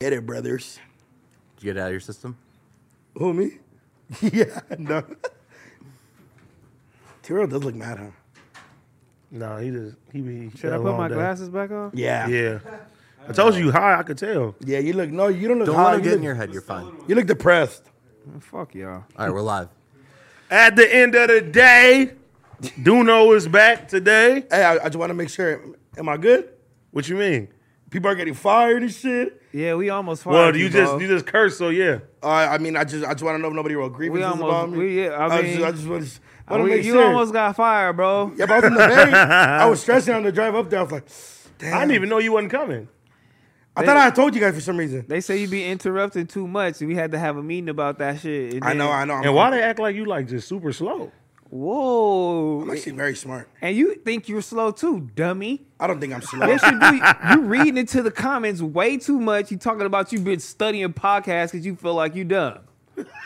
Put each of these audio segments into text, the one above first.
Get it, brothers. Did you get it out of your system? Who, me? yeah, no. Tiro does look mad, huh? No, he just he be. Should I put my glasses back on? Yeah. Yeah. I told you high. I could tell. Yeah, you look, no, you don't look Don't hot. let it You get look- in your head. You're fine. You look depressed. Mm, Fuck y'all. All right, we're live. At the end of the day, Duno is back today. Hey, I, I just want to make sure. Am I good? What you mean? People are getting fired and shit. Yeah, we almost fired Well, you Bo. just you just cursed, so yeah. Uh, I mean, I just, I just want to know if nobody wrote grievances almost- about me. we- yeah, I just- mean- I just, want to, I We- want to make you sure. almost got fired, bro. Yeah, but I was in the bay. I was stressing on the drive up there. I was like, damn. I didn't even know you wasn't coming. I thought I had told you guys for some reason. They say you be interrupting too much, and we had to have a meeting about that shit. and I know, then- I know. I'm, And why they act like you like just super slow? I'm Whoa! actually very smart. And you think you're slow too, dummy? I don't think I'm slow. Yes, you do. You reading into the comments way too much. You talking about you been studying podcasts because you feel like you dumb.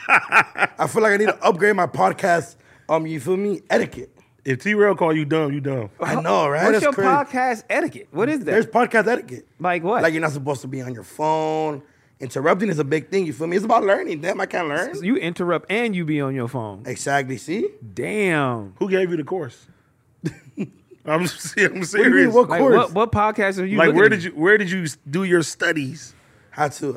I feel like I need to upgrade my podcast. Um, you feel me? Etiquette. If T Rail call you dumb, you dumb. I know, right? That's What's your crazy. podcast etiquette? What is that? There's podcast etiquette. like what? Like you're not supposed to be on your phone. Interrupting is a big thing. You feel me? It's about learning. Damn, I can't learn. you interrupt and you be on your phone. Exactly. See. Damn. Who gave you the course? I'm se- What do I'm you mean? serious. What Like course? what? What podcast are you? Like looking where at? did you where did you s- do your studies? How to?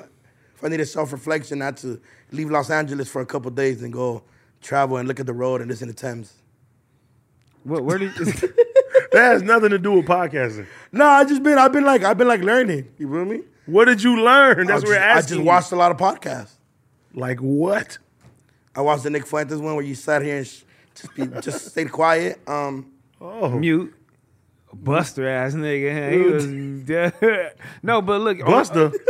If I need a self reflection, not to leave Los Angeles for a couple days and go travel and look at the road and listen to Thames. What, where did? That has nothing to do with podcasting. No, I just been. I've been like. I've been like learning. You feel me? What did you learn? That's I what we're just, I asking. just you. watched a lot of podcasts. Like what? I watched the Nick Fuentes one where you sat here and sh- just be, just stayed quiet. Um, Oh, mute. Buster ass nigga. He was dead. no, but look, oh, on- Buster.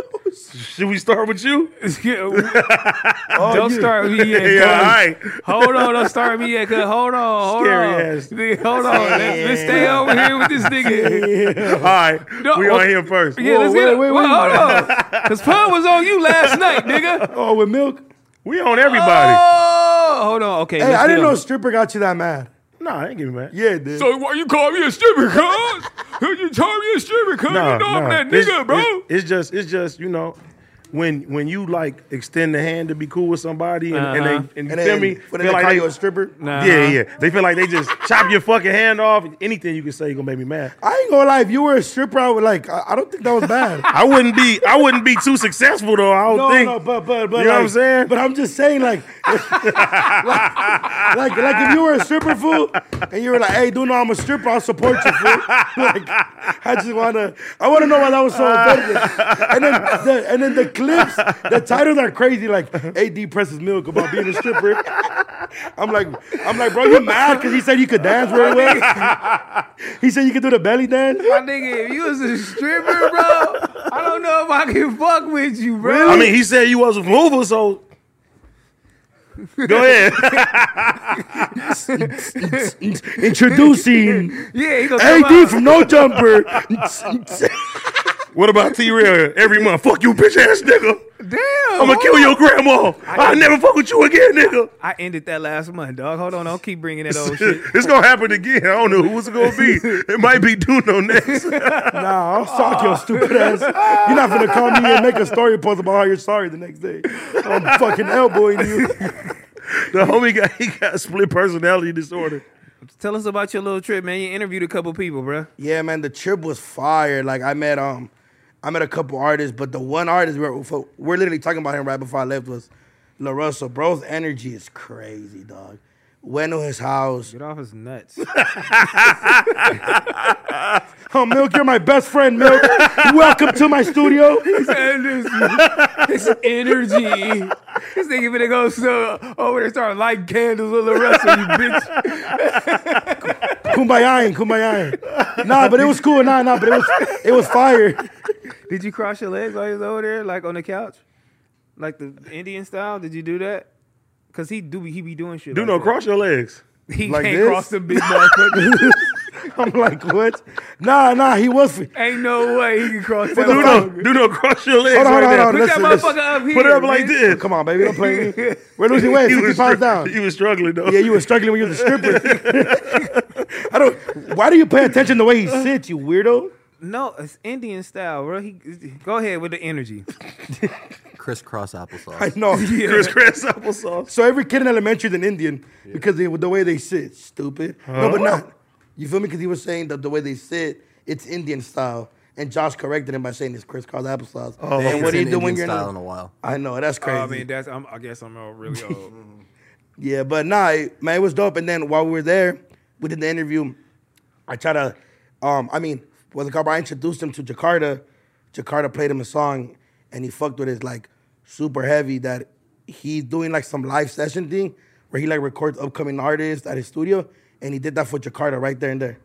Should we start with you? don't start me yet. Yeah, all right. Hold on, don't start me yet. Cause hold on, hold Scary on, ass. Nigga, hold on. Let's, let's stay over here with this nigga. All right, No, we well- on here first. Yeah, let's wait, get it. wait, Wait, wait. hold on, cause pun was on you last night, nigga. oh, with milk. We on everybody. Oh, hold on. Okay, Hey, let's I didn't get know a on. stripper got you that mad. No, nah, I ain't giving back. Yeah, it did. So why you call me a stripper, cuz? you call me a stripper, cuz? No, you know no. I'm that It's- nigga, bro. It's, it's just, it's just, you know, when when you like extend the hand to be cool with somebody, and, and Uh-huh. they, and, you and feel then, me, when feel they like call they- you a stripper, Nah. yeah, yeah, they feel like they just chop your fucking hand off. Anything you can say, you gonna make me mad. I ain't gonna lie. If you were a stripper, I would like. I, I don't think that was bad. I wouldn't be, I wouldn't be too successful though. I don't no, think. no, but but but You know what I'm like- saying? But I'm just saying like, like, like, like if you were a stripper fool and you were like, hey, dude, no, I'm a stripper, I'll support you. Fool. Like, I just wanna, I wanna know why that was so offensive. And then the, and then the clips, the titles are crazy. Like, AD presses milk about being a stripper. I'm like, I'm like, bro, you mad because he said you could dance real well. he said you could do the belly dance. My nigga, if you was a stripper, bro, I don't know if I can fuck with you, bro. I mean, he said you was a mover, so. Go ahead. Introducing yeah, he gonna come AD out. from No Jumper. What about T Rail every month? Fuck you, bitch ass nigga. Damn, I'm gonna kill your grandma. I'll never fuck with you again, nigga. I ended that last month, dog. Hold on, don't keep bringing that old shit. it's gonna happen again. I don't know who's it gonna be. It might be Duno next. Nah, I'll sock your stupid ass. You're not gonna call me and make a story post about how you're sorry the next day. I'm fucking elbowing you. the homie got he got split personality disorder. Tell us about your little trip, man. You interviewed a couple people, bro. Yeah, man, the trip was fire. Like I met um, I met a couple artists, but the one artist we're for- we're literally talking about him right before I left was La Russell. Bro's energy is crazy, dog. Went to his house. Get off his nuts. Oh, Milk, you're my best friend, Milk. Welcome to my studio. His energy. This nigga finna go so over there start lighting candles on the rest of you, bitch. Kumbaya, kumbaya. Nah, but it was cool. Nah, nah, but it was it was fire. Did you cross your legs while you was over there, like on the couch, like the Indian style? Did you do that? Cause he do be he be doing shit. like Duno, that. cross your legs. He like can't this? cross the big motherfucker. I'm like, what? Nah, nah, he was. Ain't no way he can cross that. the fuck? motherfucker. Duno, Duno, cross your legs Hold on, right hold on, now. hold Put Listen, that listen. motherfucker up here. Put it up like bitch. this. Come on, baby, don't play with me. We're losing weight. He 60 was, pounds str- down. he was struggling though. Yeah, you were struggling when you was a stripper. I don't. Why do you pay attention the way he sits, you weirdo? No, it's Indian style, bro. He go ahead with the energy. Crisscross applesauce. I know. Chris Chris applesauce. So every kid in elementary is an Indian because they, the way they sit, stupid. No, but not. You feel me? Because he was saying that the way they sit, it's Indian style. And Josh corrected him by saying it's crisscross applesauce. Oh, They and ain't what do you seen do when Indian you're style in in? a while. I know that's crazy. Oh, I mean, that's I'm, I guess I'm all really old. Yeah, but nah, it- man, it was dope. And then while we were there, we did the interview. I tried to, um, I mean, was it called? I introduced him to Jakarta. Jakarta played him a song, and he fucked with it like super heavy. That he's doing like some live session thing where he like records upcoming artists at his studio, and he did that for Jakarta right there and there.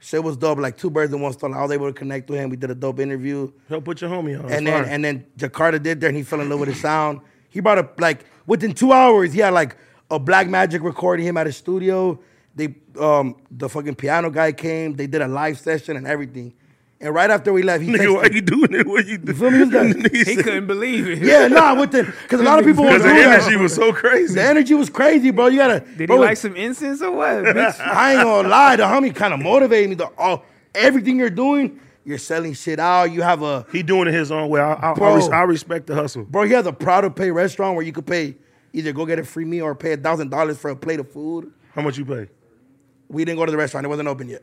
Shit was dope, like two birds in one stone. I was able to connect with him. We did a dope interview Help put your homie on. and then and then Jakarta did there, and he fell in love with his sound. He brought up like within two hours, he had like a Black Magic recording him at his studio. They um the fucking piano guy came. They did a live session and everything. And right after we left, he nigga, why texted, you doing it? What you doing? feel me? This guy- he couldn't believe it. yeah, nah, with the because a lot of people were Because the doing that. energy was so crazy. The energy was crazy, bro. You gotta. Did bro, he like some incense or what? Bitch? I ain't gonna lie, the homie kind of motivated me. The all everything you're doing, you're selling shit out. You have a He doing it his own way. I, I, I, Bro. res- I respect the hustle. Bro, he has a proud to pay restaurant where you could pay either go get a free meal or pay a thousand dollars for a plate of food. How much you pay? We didn't go to the restaurant. It wasn't open yet.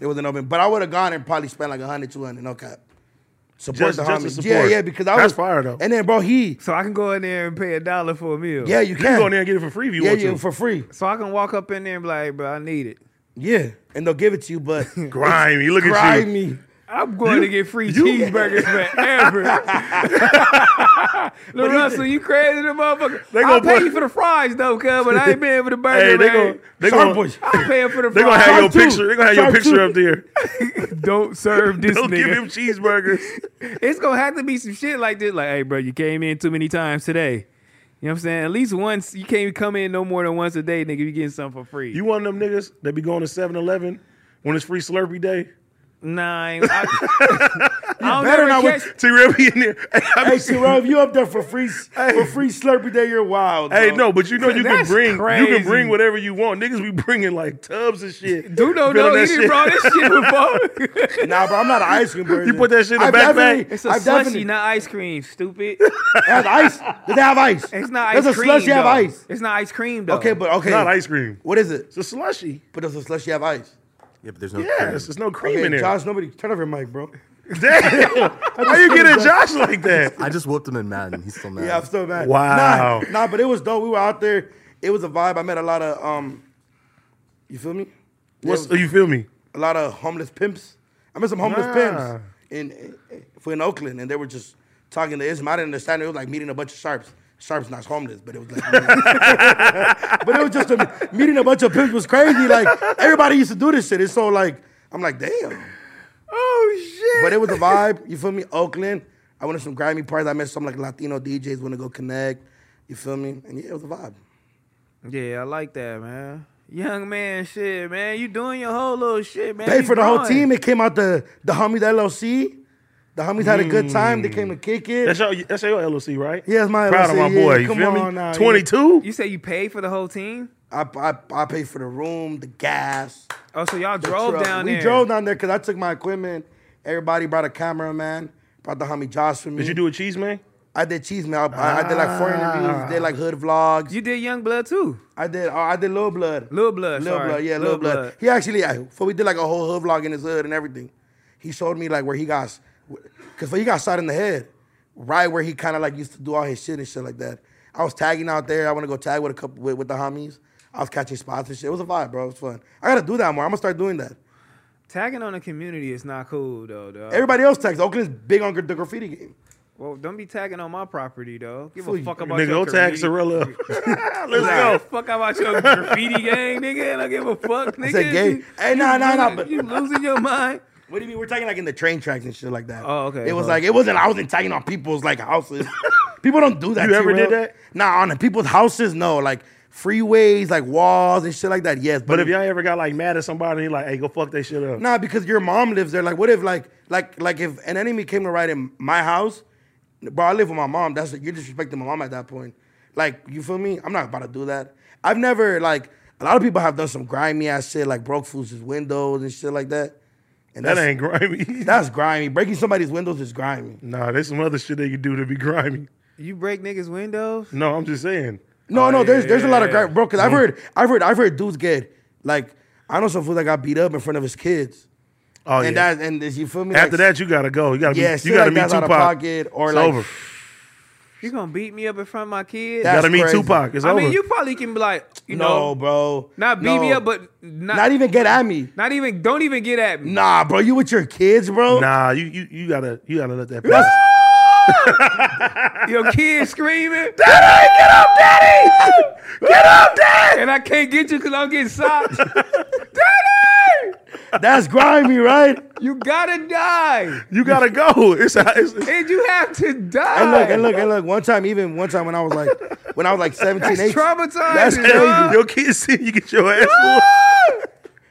It wasn't open. But I would have gone and probably spent like a hundred, two hundred, no cap. Support Just- the just homie. to support. Yeah, yeah, because I That's was fire, though. And then bro, he so I can go in there and pay a dollar for a meal. yeah, you can. You go in there and get it for free if you yeah, want yeah, to. for free. So I can walk up in there and be like, bro, I need it. Yeah. And they'll give it to you, but Grimy. Look at you. grimy. I'm going to get free cheeseburgers forever. Lil Russell, you crazy the motherfucker. They I'll gonna pay put- you for the fries though, cuz, but I ain't paying for the burger, Hey, they man. gonna they Shark gonna boys. I'm paying for the they gonna fries. have your Shark tooth. picture. They gonna have your Shark picture tooth. up there. Don't serve this Don't nigga. give him cheeseburgers. It's gonna have to be some shit like this. Like, hey, bro, you came in too many times today. You know what I'm saying? At least once. You can't come in no more than once a day, nigga. You getting something for free? You one of them niggas that be going to 7-Eleven when it's free Slurpee day? nah, I, ain't- I, I don't better ever not catch. with- See, real be in there. Hey, I Hey, be- see, if you up there for free for free Slurpee Day, you're wild. hey, bro. no, but you know you can That's bring you crazy. can bring whatever you want. Niggas be bringing like tubs and shit. Do no Feeling no, that he didn't shit. brought this shit before. Nah, bro, I'm not an ice cream person. You put that shit in the I've backpack? definitely- It's a I've slushy, definitely- not ice cream. Stupid. It has ice. Does it have ice? It's not ice Does a cream. slushie have though. ice? It's not ice cream though. Okay, but okay. Not ice cream. What is it? It's a slushy. But does a slushie have ice? Yeah, but there's no. Yes, cream. there's no cream Okay, in there. Josh, nobody turn off your mic, bro. Damn. How you get at Josh like that? I just whooped him in Madden. He's still mad. Yeah, I'm so mad. Wow. Nah, nah, but it was dope. We were out there. It was a vibe. I met a lot of um, you feel me? There What's oh, was you feel me? a lot of homeless pimps. I met some homeless Nah. pimps in, in for in Oakland, and they were just talking to Islam. I didn't understand. It was like meeting a bunch of sharps. Sharps not homeless, but it was like. but it was just a, meeting a bunch of pimps was crazy. Like everybody used to do this shit. It's so like I'm like damn. Oh shit. But it was a vibe. You feel me? Oakland. I went to some grimy parties. I met some like Latino DJs. Want to go connect? You feel me? And yeah, it was a vibe. Yeah, I like that, man. Young man, shit, man. You doing your whole little shit, man. Paid You for the whole growing. team. It came out the the homies LLC. The homies had a good time. They came to kick it. That's your that's your LLC, right? Yeah, it's my Proud of my LLC, boy. yeah, you come feel on now, yeah. me? Twenty two. You say you paid for the whole team? I, I I paid for the room, the gas. Oh, so y'all the drove truck. down we there. drove down there because I took my equipment. Everybody brought a cameraman. Brought the homie Josh with me. Did you do Ah. a cheese man? I did cheese man. I, I- I did like four interviews. Did like hood vlogs. You did Young Blood too. I did. Uh, I did Lil Blood. Lil Blood, Lil sorry. Blood. Yeah, Lil, Lil Blood. Blood. He actually, I, for we did like a whole hood vlog in his hood and everything. He showed me like where he got, cause he got shot in the head, right where he kind of like used to do all his shit and shit like that. I was tagging out there. I want to go tag with a couple with, with the homies. I was catching spots and shit. It was a vibe, bro. It was fun. I gotta do that more. I'm gonna start doing that. Uh, Tagging on the community is not cool though, dog. Everybody else tags. Oakland's big on the graffiti game. well, don't be tagging on my property though. Give Fool, Oh, a fuck about Nigga, go your tag community. Sorella up. Let's Nah, go. Fuck about your graffiti gang, nigga. I don't give a fuck, nigga. said gay. You- Hey, nah, you nah, nah, lo- but- you losing your mind. What do you mean? We're talking like in the train tracks and shit like that. Oh, okay. It was uh-huh. Huh. like it wasn't. I wasn't tagging on people's like houses. people don't do that. You ever did T-Rail. that? Nah, on the people's houses, no. Like freeways, like walls and shit like that. Yes, But if y'all ever got like mad at somebody, you like, hey, go fuck that shit up. nah, because your mom lives there. Like, what if like like like if an enemy came to ride in my house, bro? I live with my mom. That's you're disrespecting my mom at that point. Like, you feel me? I'm not about to do that. I've never like a lot of people have done some grimy ass shit like broke fools' windows and shit like that. And That that's, ain't grimy. that's grimy. Breaking somebody's windows is grimy. nah, there's some other shit they can do to be grimy. You break niggas' windows? No, I'm just saying. No, no, there's there's a lot of Oh, yeah, grimy, Mm-hmm. yeah. bro. because I've heard I've heard I've heard dudes get like I know some fool that got beat up in front of his kids. Oh and yeah. that and this, you feel me? After Like, that, you gotta go. You gotta yeah, be. shit You gotta like meet that's out of Tupac. pocket or it's like over. You gonna beat me up in front of my kids? That- That's You gotta meet crazy. Tupac. It's I over. mean, you probably can be like, you no, know, bro. not beat no. me up, but not, not even get at me. not even, don't even get at me. Nah, bro, you with your kids, bro. nah, you, you you gotta you gotta let that pass. That's- Your kids screaming, Get up, Dad! and I can't get you because I'm getting socked. That's grimy, right? You gotta die, You gotta go. It's, it's, it's and you have to die. And look, and look, and look. One time, even one time when I was like, when I was like 17, That's 18. traumatizing. That's dog. crazy. Hey, your kids see you get your ass whooped.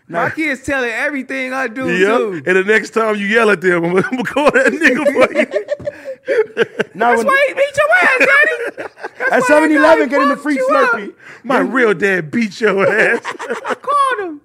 My kids telling everything I do Yep. too. And the next time you yell at them, I'm gonna, I'm gonna call that nigga for you. Now That's when- why he beat your ass, daddy. at 7 Eleven, getting the free fucked you up. Slurpee. My real dad beat your ass. I called him.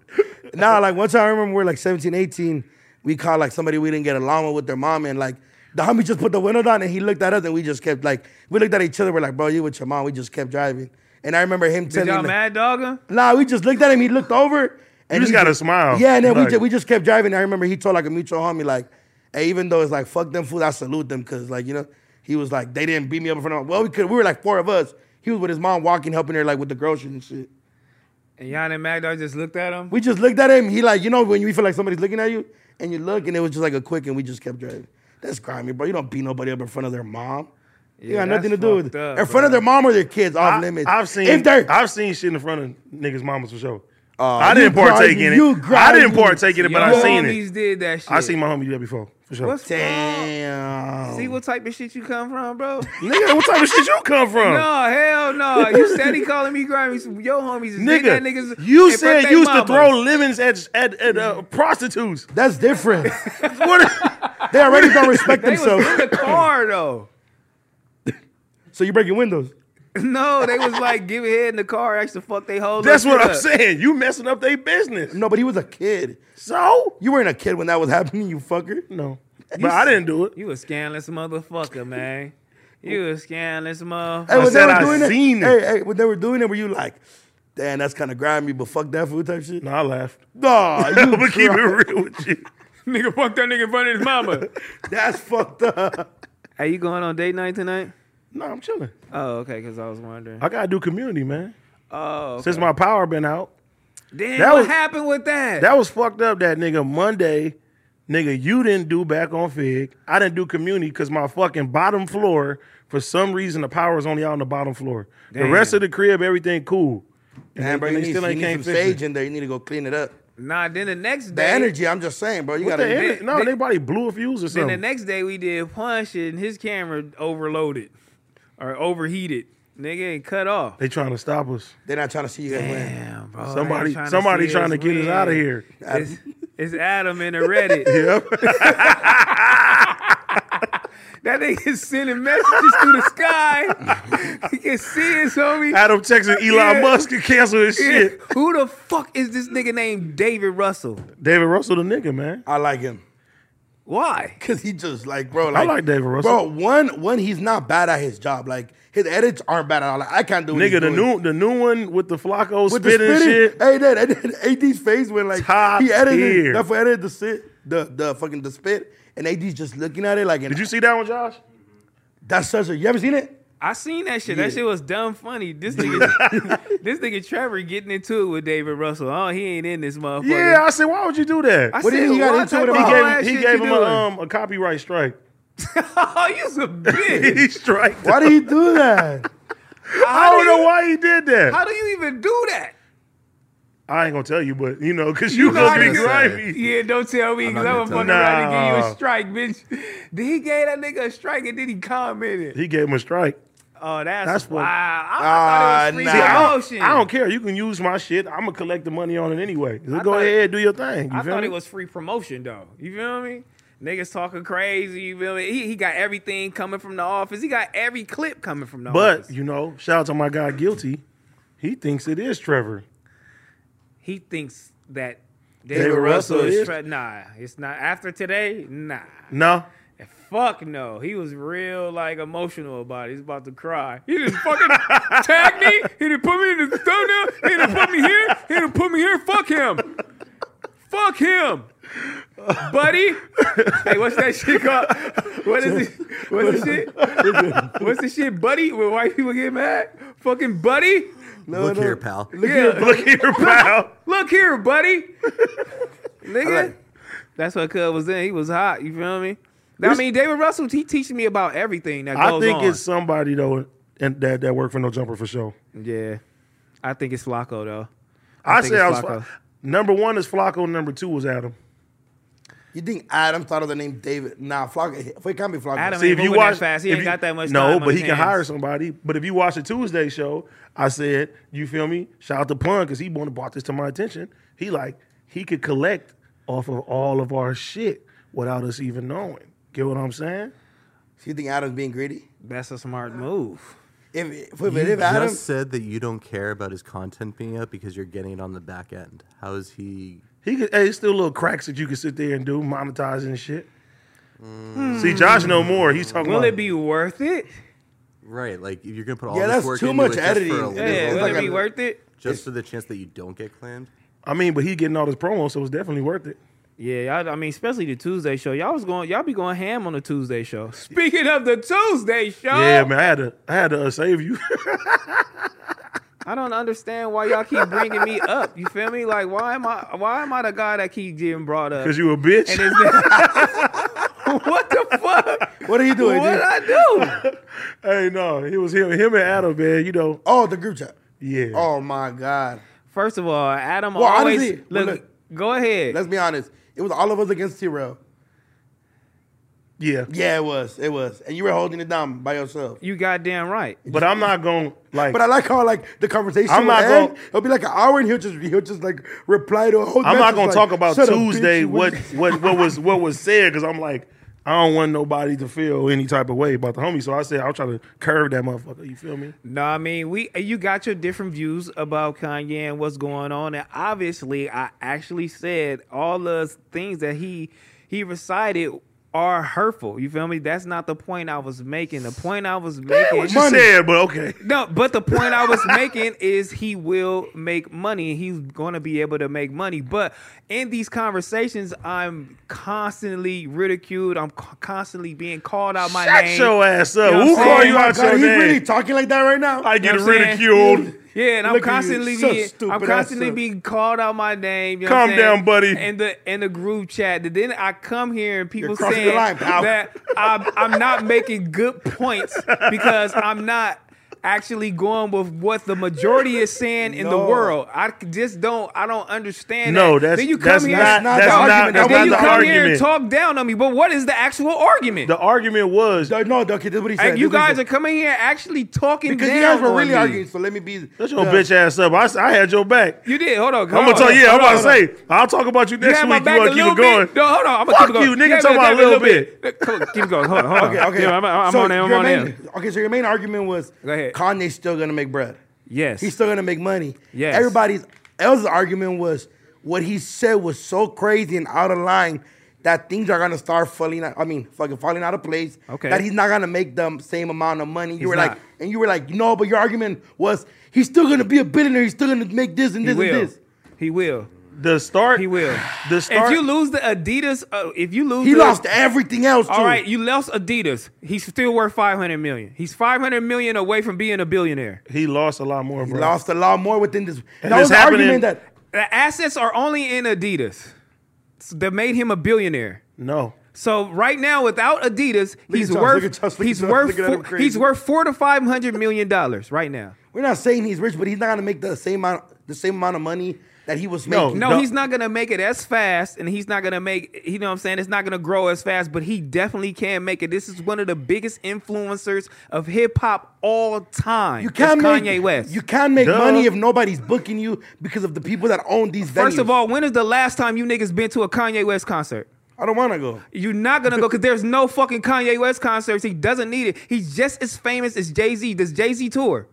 Nah, like one time I remember we were like 17, 18. We called like somebody we didn't get along with with their mom, and like the homie just put the window down and he looked at us and we just kept like we looked at each other. We're like, bro, you with your mom? We just kept driving. And I remember him Did telling y'all like, mad dog him? Nah, we just looked at him. He looked over. And just he gotta smile. Yeah, and then we, Like- just, we just kept driving. I remember he told like a mutual homie, like, hey, even though it's like, fuck them fools, I salute them. Cause like, you know, he was like, they didn't beat me up in front of Well, we could, we were like four of us. He was with his mom walking, helping her like with the groceries and shit. And y'all and mad dog just looked at him. We just looked at him. He like, you know, when you feel like somebody's looking at you and you look and it was just like a quick and we just kept driving. That's grimy, bro. You don't beat nobody up in front of their mom. you Yeah, got nothing to that's do with it. fucked up, in front of their bro. mom or their kids off limits. I've seen if they're I've seen shit in front of niggas' mamas for sure. Aw, I you didn't partake grimy, in it. you I didn't grimy. partake in it, but Your I seen homies it. did that shit. I seen my homie do that before for sure. What's damn. See what type of shit you come from, bro? Nigga, what type of shit you come from? No, hell no. You steady calling me grimy. Yo, homies, is did that Nigga, niggas. you in front said they you used mama. to throw lemons at at, at uh, prostitutes. That's different. What? They already don't respect They themselves. was in the car though. So you breaking windows. No, they was like giving head in the car. Actually, fuck they hold. That's up. what I'm saying. You messing up their business. No, but he was a kid. So You weren't a kid when that was happening, you fucker. no, but I didn't do it. You a scandalous motherfucker, man. You a scandalous Hey, motherfucker. when said they were I doing seen it. Hey, hey, when they were doing it, were you like, damn, that's kind of grimy, but fuck that food type shit? No, I laughed. Nah, I'm you gonna keep it try- real with you. Nigga fucked that nigga in front of his mama. That's fucked up. hey, you going on date night tonight? No, I'm chilling. Oh, okay, because I was wondering. I gotta do community, man. Oh, okay. Since my power been out, damn, that what was- happened with that? that was fucked up. That nigga Monday, nigga, you didn't do back on fig. I didn't do community because my fucking bottom floor, for some reason, the power is only out on the bottom floor. Damn. The rest of the crib, everything cool. And Man, bro, and you need, you need some fix it. sage in there. You need to go clean it up. nah, then the next The day, energy, I'm just saying, bro. You What gotta. the energy? No, they- they, probably blew a fuse or then the something. next day we did punch shit and his camera overloaded or overheated. Nigga and cut off. they trying to stop us. They're not trying to see you guys win. Damn, bro. they Somebody, tryna somebody see trying to us get us win. out of here. It's, it's Adam in the Reddit. That nigga sending messages through the sky. he can see us, homie. Adam texting Elon Yeah. Musk to cancel his shit. Who the fuck is this nigga named David Russell? David Russell, the nigga, man. I like him. Why? Cause he just like, bro, like, I like David Russell. Bro, one, one, he's not bad at his job. Like his edits aren't bad at all. Like, I can't do. what he's Nigga, the doing. new the new one with the Flacco with spitting the spitting. shit. Hey, that, and then AD's face went like Top he edited. tier. That's what edited the sit, the the fucking the spit, and AD's just looking at it like. Did you see that one, Josh? That's such a. You ever seen it? I seen that shit. That shit was dumb funny. This nigga, this nigga Trevor getting into it with David Russell. Oh, he ain't in this motherfucker. Yeah, I said, why would you do that? I What do you said, think he got into type it of about? he Oh, gave, wild he shit gave you him doing? a, um, a copyright strike. oh, you's a bitch. he striked. Why him. did he do that? I How don't do know you- why he did that. How do you even do that? I ain't gonna tell you, but you know, cause you, know gonna how be to- grimy. Yeah, don't tell me. I'm 'cause not I'm gonna tell up on you. the ride to give you Nah. a strike, bitch. Then he gave that nigga a strike and then he commented. He gave him a strike. Oh, that's, That's what- wow. I, thought Ah, it was free nah. I don't, promotion. I don't care. You can use my shit. I'm gonna collect the money on it anyway. Just I go thought- ahead, do your thing. You I feel thought me? it was free promotion though. You feel me? Niggas talking crazy. You feel me? He, he got everything coming from the office. He got every clip coming from the But office. you know, shout out to my guy Guilty. He thinks it is Trevor. He thinks that David, Russell Russell, is- is tra- nah. It's not after today. Nah, No. fuck no. He was real like emotional about it. He's about to cry. He didn't fucking tag me. He didn't put me in the thumbnail. He didn't put me here. He didn't put me here. Fuck him. Fuck him, buddy. Hey, what's that shit called? What is it? What's the shit? What's the shit, buddy? Where white people get mad? Fucking buddy. Look here, pal. Yeah. Look here, pal. Look here, buddy. Nigga. That's what Cub was in. He was hot. You feel me? I mean, David Russell, he teaches me about everything that I goes think on. it's somebody though, and that that worked for no jumper for sure. yeah. I think it's Flacco though. I, think say it's I was Flacco. number one is Flacco. Number two was Adam. You think Adam thought of the name David? Nah, Flocka. Fue can't be Flocka. Adam See, ain't if you moving that watch, fast, he if ain't you- got that much. No, time but on he his can hands. hire somebody. But if you watch the Tuesday show, I said, you feel me? Shout out to Plun because he wanted brought this to my attention. He like he could collect off of all of our shit without us even knowing. Get what I'm saying? You think Adam's being greedy? That's a smart move. If if, if, You if Adam, just said that you don't care about his content being up because you're getting it on the back end. How is he? He could. Hey, it's still little cracks that you can sit there and do monetizing and shit. See, Josh no more. He's talking. Hmm. Will about, it be worth it? Right, like if you're gonna put all Yeah, this that's work too into much it editing. just for, a Yeah, Yeah, little- it's will like it a- be worth it? just for the chance that you don't get claimed. I mean, but he getting all this promo, so it's definitely worth it. Yeah, I, I mean, especially the Tuesday show. Y'all was going, y'all be going ham on the Tuesday show. Speaking of the Tuesday show, Yeah, man, I had to, I had to uh, save you. I don't understand why y'all keep bringing me up. You feel me? Like, why am I? Why am I the guy that keep getting brought up? Cause you a bitch. And it's what the fuck? what are you doing? What dude? I do? hey, no, it was him, him and Adam, man. You know, oh, the group chat. yeah. Oh my God. First of all, Adam Well, always honestly, look. look, go ahead. Let's be honest. It was all of us against Tyrell. yeah, Yeah, it was. It was. And you were holding it down by yourself. You goddamn right. But I'm not going like. But I like how like the conversation. I'm not will end. gonna- It'll be like an hour, and he'll just he'll just like reply to a whole. I'm not message gonna like, talk about "Shut up, bitch, Tuesday. you what wouldn't-" what what was what was said? Because I'm like, I don't want nobody to feel any type of way about the homie. So I said I'll try to curve that motherfucker. You feel me? No, I mean we. You got your different views about Kanye and what's going on, and obviously, I actually said all the things that he he recited are hurtful. You feel me? That's not the point I was making. The point I was making. What you said, but okay. No, but the point I was making is he will make money. He's going to be able to make money. But in these conversations, I'm constantly ridiculed. I'm co- constantly being called out my Shut name. your ass up. You know Who what I'm call saying? Oh you my out God, your he's name? really talking like that right now. I get You know what I'm saying? ridiculed. Yeah, and I'm Look at you, constantly so being, stupid, I'm that's constantly so- being called out my name. You know Calm what I'm saying? down, buddy. In the in the group chat, And then I come here and people You're crossing saying the line, pal. that I'm, I'm not making good points because I'm not actually going with what the majority is saying in the No. world. I just don't. I don't understand. No, that. that's then you come that's here. not That's not that's the not argument. that's and then not you the come here and argument. talk down on me. But what is the actual argument? The argument was No, no, okay, this is what he said. like, you This is what he guys said. are coming here actually talking because down you guys were on really me. arguing. So let me be. Shut your bitch ass up. I, s- I had your back. You did. Hold on. I'm gonna hold tell on, you. Yeah, I'm hold on, about to hold on. say. I'll talk about you You next had my week. back You a gonna keep little it going. bit. No, hold on. I'm gonna Fuck keep it going. you, nigga, Yeah, talking yeah, about a yeah, little Come on, keep it going. Hold on. Hold on. Okay, okay. Yeah, I'm, I'm So on it. I'm your on main- it. Okay, so your main argument was Go ahead. Kanye's still gonna make bread. Yes. He's still gonna make money. Yes. Everybody's else's argument was what he said was so crazy and out of line that things are gonna start falling. Out, I mean, fucking falling out of place. Okay. That he's not gonna make the same amount of money. You He's were not. like, and you were like, no, but your argument was he's still gonna be a billionaire. He's still gonna make this and he this will. and this. He will. The start. He will. The If start. you lose the Adidas, uh, if you lose, He the, lost everything else. Too. All right, you lost Adidas. He's still worth 500 million. He's 500 million away from being a billionaire. he lost a lot more, bro. He lost a lot more within this. that this was the happened in- argument that The assets are only in Adidas. So that made him a billionaire. No. So right now, without Adidas, he's Josh, worth look at Josh, look at he's Josh, worth looking at him four, crazy. he's worth four to five hundred million dollars right now. We're not saying he's rich, but he's not gonna make the same amount the same amount of money that he was No. making. No, No. he's not gonna make it as fast, and he's not gonna make you know what I'm saying. It's not gonna grow as fast, but he definitely can make it. This is one of the biggest influencers of hip hop all time. You can't It's make Kanye West. You can't make Duh. money if nobody's booking you because of the people that own these venues. First of all, when is the last time you niggas been to a Kanye West concert? I don't want to go. You're not gonna go because there's no fucking Kanye West concerts. He doesn't need it. He's just as famous as Jay Z. Does Jay Z tour?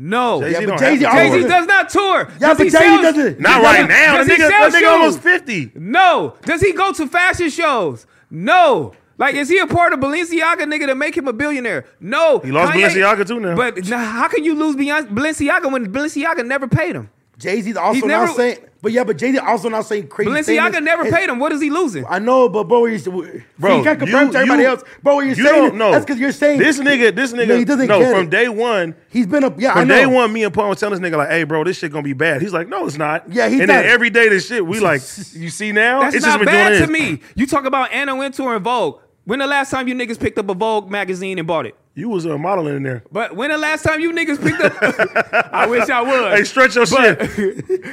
No. Jay-Z Jay-Z, don't Jay-Z have to always- tour. does not tour. Yeah, does but he Jay-Z sell- doesn't. Not does right he- now. does The he nigga, sell that nigga almost shoes? 50. No. Does he go to fashion shows? No. Like, is he a part of Balenciaga nigga to make him a billionaire? No. He lost Balenciaga too now. But nah, how can you lose Beyonce, Balenciaga when Balenciaga never paid him? Jay Z's also never- not saying, but yeah, but Jay Z also not saying crazy. Balenciaga statements. never It's- paid him. What is he losing? I know, but bro, you bro, Bro, you can't compare you- him to everybody you- else. Bro, what you're You saying, don't know. that's because you're saying this nigga. This nigga. No, No, he doesn't get from it. day one. he's been a yeah. I From know. day one, me and Paul was telling this nigga like, "Hey, bro, this shit gonna be bad." He's like, "No, it's not." Yeah, he And then done. every day, this shit, we like, you see now, That's it's just not been bad doing to this. me. You talk about Anna Wintour and Vogue. When the last time you niggas picked up a Vogue magazine and bought it? You was a modeling in there. But when the last time you niggas picked up? I wish I was. Hey, stretch your shit.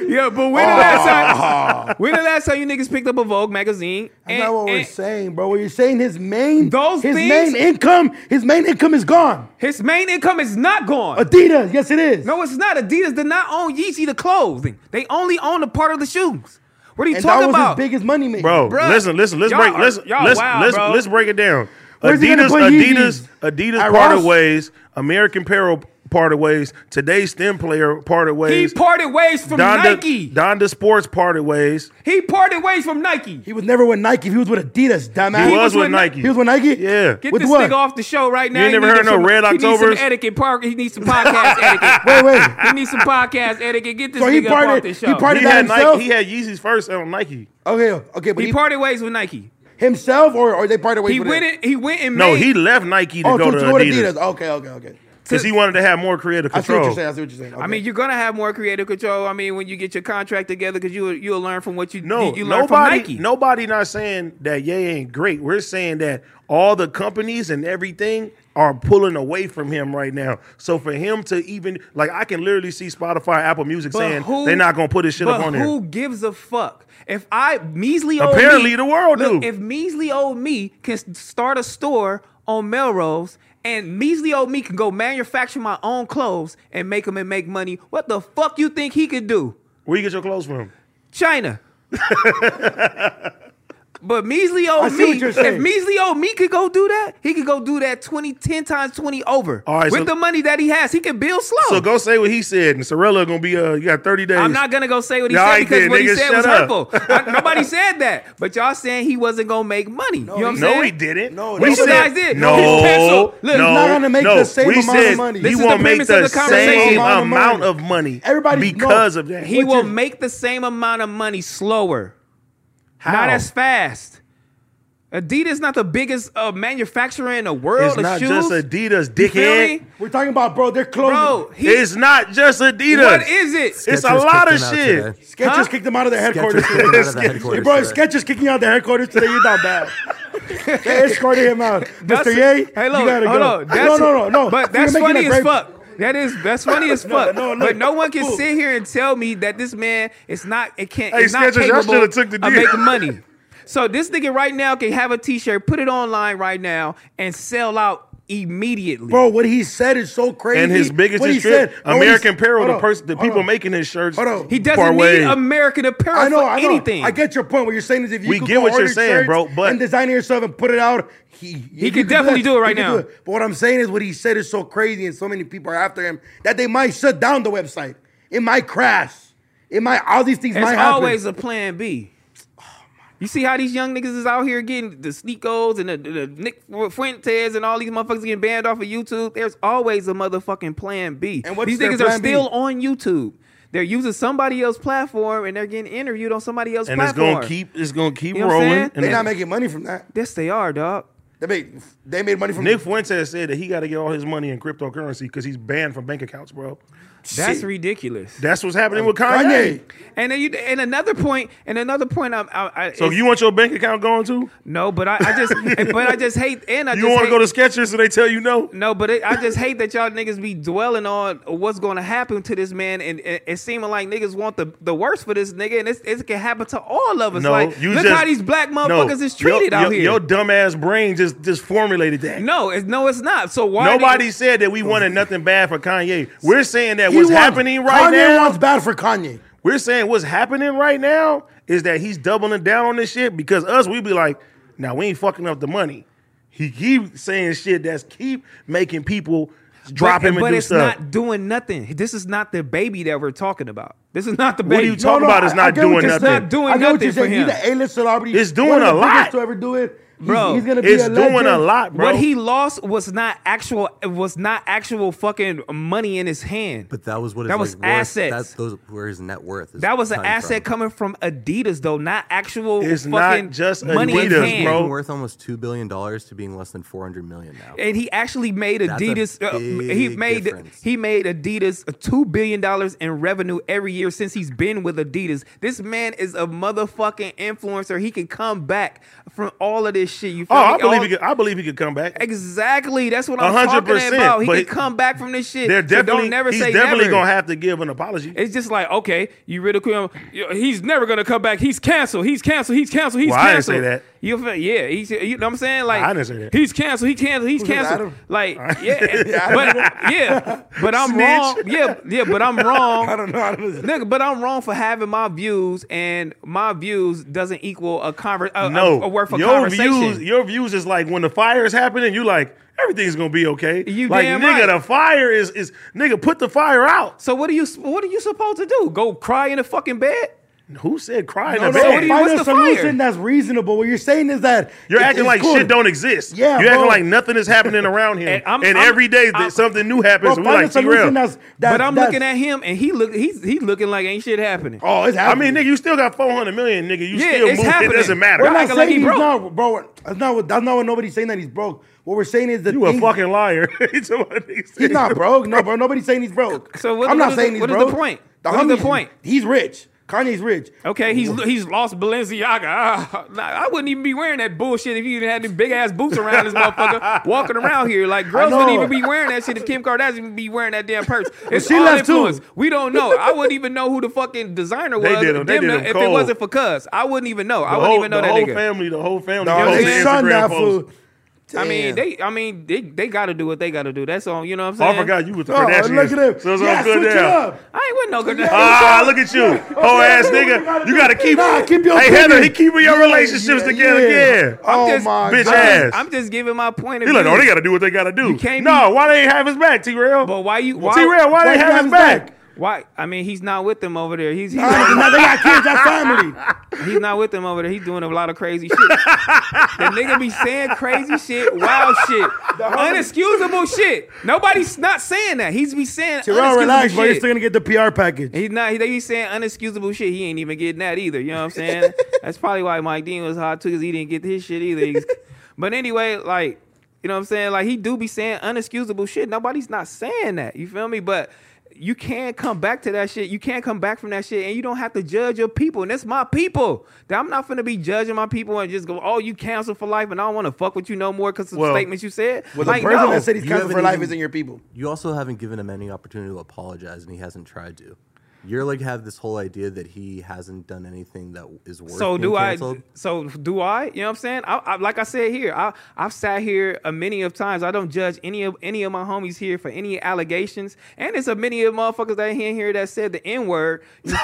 Yeah, but when the Oh, last time? When the last time you niggas picked up a Vogue magazine? That's not what we're saying, bro. What you're saying, his main Those his things- main income, his main income is gone. His main income is not gone. Adidas, yes it is. no, it's not. Adidas did not own Yeezy the clothing. They only own the part of the shoes. What are you and that talking was about? his biggest money maker, bro. Bruh, Listen, listen, let's y'all break. are- Let's y'all let's wild, let's, bro. let's break it down. Where's he gonna Adidas, put Adidas, Yeezys? Adidas At parted Ross? ways. American Apparel parted ways. Today's STEM player parted he ways. parted ways from Donda, Nike. Donda Sports parted ways. He parted ways from Nike. He was never with Nike. He was with Adidas, dumbass. He was was with with Nike. He was with Nike. Yeah. Get with this what? nigga off the show right now. ain't He never needs heard no some- Red He needs Octobers? some etiquette. Park. He needs some podcast etiquette. Wait, wait. He needs some podcast etiquette. Get this So he nigga up parted- off the he show. He parted- parted, He that had himself? Nike. He had Yeezys first on Nike. Okay, okay, but he, ways with Nike. himself or or they parted ways. He with went. him? And, he went and No, made. he left Nike to Oh, go to, to, to go to Adidas Adidas. Okay, okay, okay. because he wanted to have more creative I see what control. you're saying. I see what you're saying. I mean, you're gonna have more creative control. I mean, when you get your contract together, because you you'll learn from what you No, you, you learn from nobody, Nike. nobody not saying that Ye ain't great. We're saying that all the companies and everything are pulling away from him right now. So for him to even like, I can literally see Spotify, Apple Music But saying who- they're not gonna put his shit up but on who there. gives a fuck? If I measly old Apparently me- the world look, do. If measly old me can s- start a store on Melrose. And measly old me can go manufacture my own clothes and make them and make money. What the fuck you think he could do? Where you get your clothes from? China. but measly old see me, what you're if saying. measly old me could go do that, he could go do that 20, 10 times 20 over. All right, With so- the money that he has, he can build slow. So go say what he said, and Sorella gonna be uh, you got thirty days. I'm not gonna go say what he All said right because then, what he nigga, said was shut up. hurtful. I- nobody said that, but y'all saying he wasn't gonna make money. you know what I'm no, saying? he didn't. No, we no, you said guys did. no. He's canceled. Look, he's no, not gonna make no. the same we amount of said money. He This is won't the make premise the of the conversation. same Amount of money. amount of money. Everybody- no. because of that. He What will you- make the same amount of money slower. How? Not as fast. Adidas not the biggest uh, manufacturer in the world. It's of not shoes. just Adidas, You feel dickhead. me? we're talking about bro. They're Bro, closing. he, it's not just Adidas. what is it? It's a Skechers lot kicked of him out shit. today. Skechers huh? kicked them out of their headquarters. Skechers kicked him out of the Hey, headquarters bro, today. Skechers kicking out their headquarters today. You're not bad. they escorted him out, Mr. Ye. Hey, you look, gotta hold go. on. That's, no, no, no, no. But You're that's making funny a as great- fuck. That is that's funny as fuck. no, look. but no one can Look. sit here and tell me that this man is not it can't Hey, it's not Skechers, y'all capable shoulda took the of deal. making money. So this nigga right now can have a T-shirt, put it online right now, and sell out immediately. Bro, what he said is so crazy. And his biggest What he trip, said- no, what he- American Apparel, hold the on, person, the hold people on. making his shirts. Hold on. he doesn't parlay. need American Apparel I know, for I know. anything. I get your point. What you're saying is if you We could get go what you're order saying, shirts bro, but- and design it yourself and put it out, he he could definitely do it right now. But what I'm saying is what he said is so crazy and so many people are after him that they might shut down the website. It might crash. It might all these things It's might happen. always a plan B. You see how these young niggas is out here getting the Sneakos and the, the, the Nick Fuentes and all these motherfuckers getting banned off of YouTube. There's always a motherfucking plan B. And what's these their niggas are plan B? still on YouTube. They're using somebody else's platform and they're getting interviewed on somebody else's And it's platform. gonna keep. It's gonna keep You know what I'm saying? rolling. They're And not making money from that. Yes, they are, dog. They made they made money from Nick Fuentes said that he got to get all his money in cryptocurrency because he's banned from bank accounts, bro. That's Shit. ridiculous. That's what's happening with Kanye. Kanye. And then you, and another point, and another point. I'm, I, I, So it's- you want your bank account going too? no, but I, I just, but I just hate, and I You just want hate- to go to Skechers so they tell you no? No, but it, I just hate that y'all niggas be dwelling on what's going to happen to this man, and, and it seeming like niggas want the, the worst for this nigga, and it's, it can happen to all of us. No, like, you look just- how these black no, motherfuckers is treated your, your, out here. Your dumbass brain just just formulated that. no, it's no, it's not. So why Nobody did- said that we wanted nothing bad for Kanye. We're saying that He what's wants- happening right Kanye now. wants bad for Kanye. We're saying what's happening right now is that he's doubling down on this shit because us, we be like, now we ain't fucking up the money. He keep saying shit that's keep making people drop but, him and but do it's stuff. not doing nothing. This is not the baby that we're talking about. This is not the baby. what are you talking about? It's I- I not get what doing you're It's nothing. not doing I know what nothing you're for saying. him. He's an A-list celebrity. It's doing One of the a lot. biggest to ever do it. He's- Bro, he's gonna be it's a doing a legend. lot, bro. What he lost was not actual. It was not actual fucking money in his hand. But that was what his, That was like, worth- assets. That's those where his net worth. Is That was an coming asset from. coming from Adidas, though, not actual. It's fucking not just money in Adidas, hand. bro. He's worth almost two billion dollars to being less than four hundred million now. And he actually made That's a Adidas. Uh, he big made difference. he made Adidas two billion dollars in revenue every year since he's been with Adidas. This man is a motherfucking influencer. He can come back from all of this shit. You feel Oh, me? I believe All- he could, I believe he could come back. Exactly. That's what I'm talking 100%, about. He but can come back from this shit. They're So definitely don't never he's say definitely never. gonna have to give an apology. It's just like, okay, you ridicule him. He's never gonna come back. He's canceled. He's canceled. He's canceled. He's Well, I didn't canceled. say that. You feel? Yeah. He's, you know what I'm saying? Like I didn't say that. He's canceled. He canceled. He's Who's that, canceled. Adam? Like yeah, but yeah, but I'm Snitch. wrong. Yeah, yeah, but I'm wrong. I don't know. I don't know. Nigga, but I'm wrong for having my views, and my views doesn't equal a conver- a, no, a, a word for your conversation. views, your views is like when the fire is happening, you like everything's gonna be okay. You like damn nigga, right. the fire is is nigga, put the fire out. so what are you? What are you supposed to do? Go cry in the fucking bed? Who said crying? No, in no, the So bed? what do you- find what's a the fire? solution that's reasonable. What you're saying is that You're it's- acting it's like cool. shit don't exist. Yeah, you're acting bro. like nothing is happening around here, And and, I'm- I'm- every day that I'm- something new Bro, happens, and find we a like solution T-Real. that's, that, but I'm that's, looking at him, and he look he's he looking like ain't shit happening. Oh, it's I happening. mean, nigga, you still got 400 million, nigga. You Yeah, still it's move. happening. It doesn't matter. We're not acting like saying he's he broke. not, bro. That's not what. That's not what nobody's saying that he's broke. What we're saying is the You a thing- fucking liar. He's He's not broke. No, bro. Nobody's saying he's broke. So what- I'm what not is saying the- he's what is the broke. point? What is the homie's- point? He's rich. Kanye's rich. Okay, he's he's lost Balenciaga. Ah, nah, I wouldn't even be wearing that bullshit if you didn't have them big ass boots around this motherfucker walking around here. Like girls know. wouldn't even be wearing that shit if Kim Kardashian would be wearing that damn purse. It's she all left too. influence. We don't know. I wouldn't even know who the fucking designer was. They did him- they Them did know- him if it cold. wasn't for Cuz, I wouldn't even know. I The wouldn't whole, even know the that whole nigga. family, the whole family. No, posted they shunned Instagram that posts. fool. I Damn. mean, they I mean they they got to do what they got to do. That's all. You know what I'm Oh, saying? I forgot you was the Oh, Kardashian. look at him. So it's yeah, all good switch it there. up. I ain't with no Kardashian. Ah, look at you, Yeah. whole Yeah, ass do what you nigga. gotta You do. gotta keep. Nah, keep your hey Heather, opinion. he keeping your Yeah, relationships yeah, together yeah. again. Oh I'm just, my bitch god. ass. I'm just giving my point of He view. like, oh, they gotta do what they gotta do. can't no, why they ain't have his back, T Rail? But why you? Why, T Rail, why they you have his back? Why? I mean, he's not with them over there. He's he's, now they got kids. That's family. he's not with them over there. He's doing a lot of crazy shit. the nigga be saying crazy shit, wild shit, unexcusable shit. Nobody's not saying that. He's be saying Terrell, unexcusable relax, bro. You're shit. still gonna get the PR package. He's not. He, they be saying unexcusable shit. He ain't even getting that either. You know what I'm saying? That's probably why Mike Dean was hot too, cause he didn't get his shit either. He's- but anyway, like you know what I'm saying? Like he do be saying unexcusable shit. Nobody's not saying that. You feel me? But you can't come back to that shit. You can't come back from that shit, and you don't have to judge your people. And that's my people. That I'm not finna be judging my people and just go, "Oh, you cancel for life," and I don't want to fuck with you no more because of Well, statements you said. Well, the Like, person no. that said he's You canceled for haven't life even- isn't your people. You also haven't given him any opportunity to apologize, and he hasn't tried to. You're like have this whole idea that he hasn't done anything that is worth. so being do canceled. I? So do I? You know what I'm saying? I, I like I said here, I I've sat here a many of times. I don't judge any of any of my homies here for any allegations, and it's a many of motherfuckers that ain't in here that said the n word a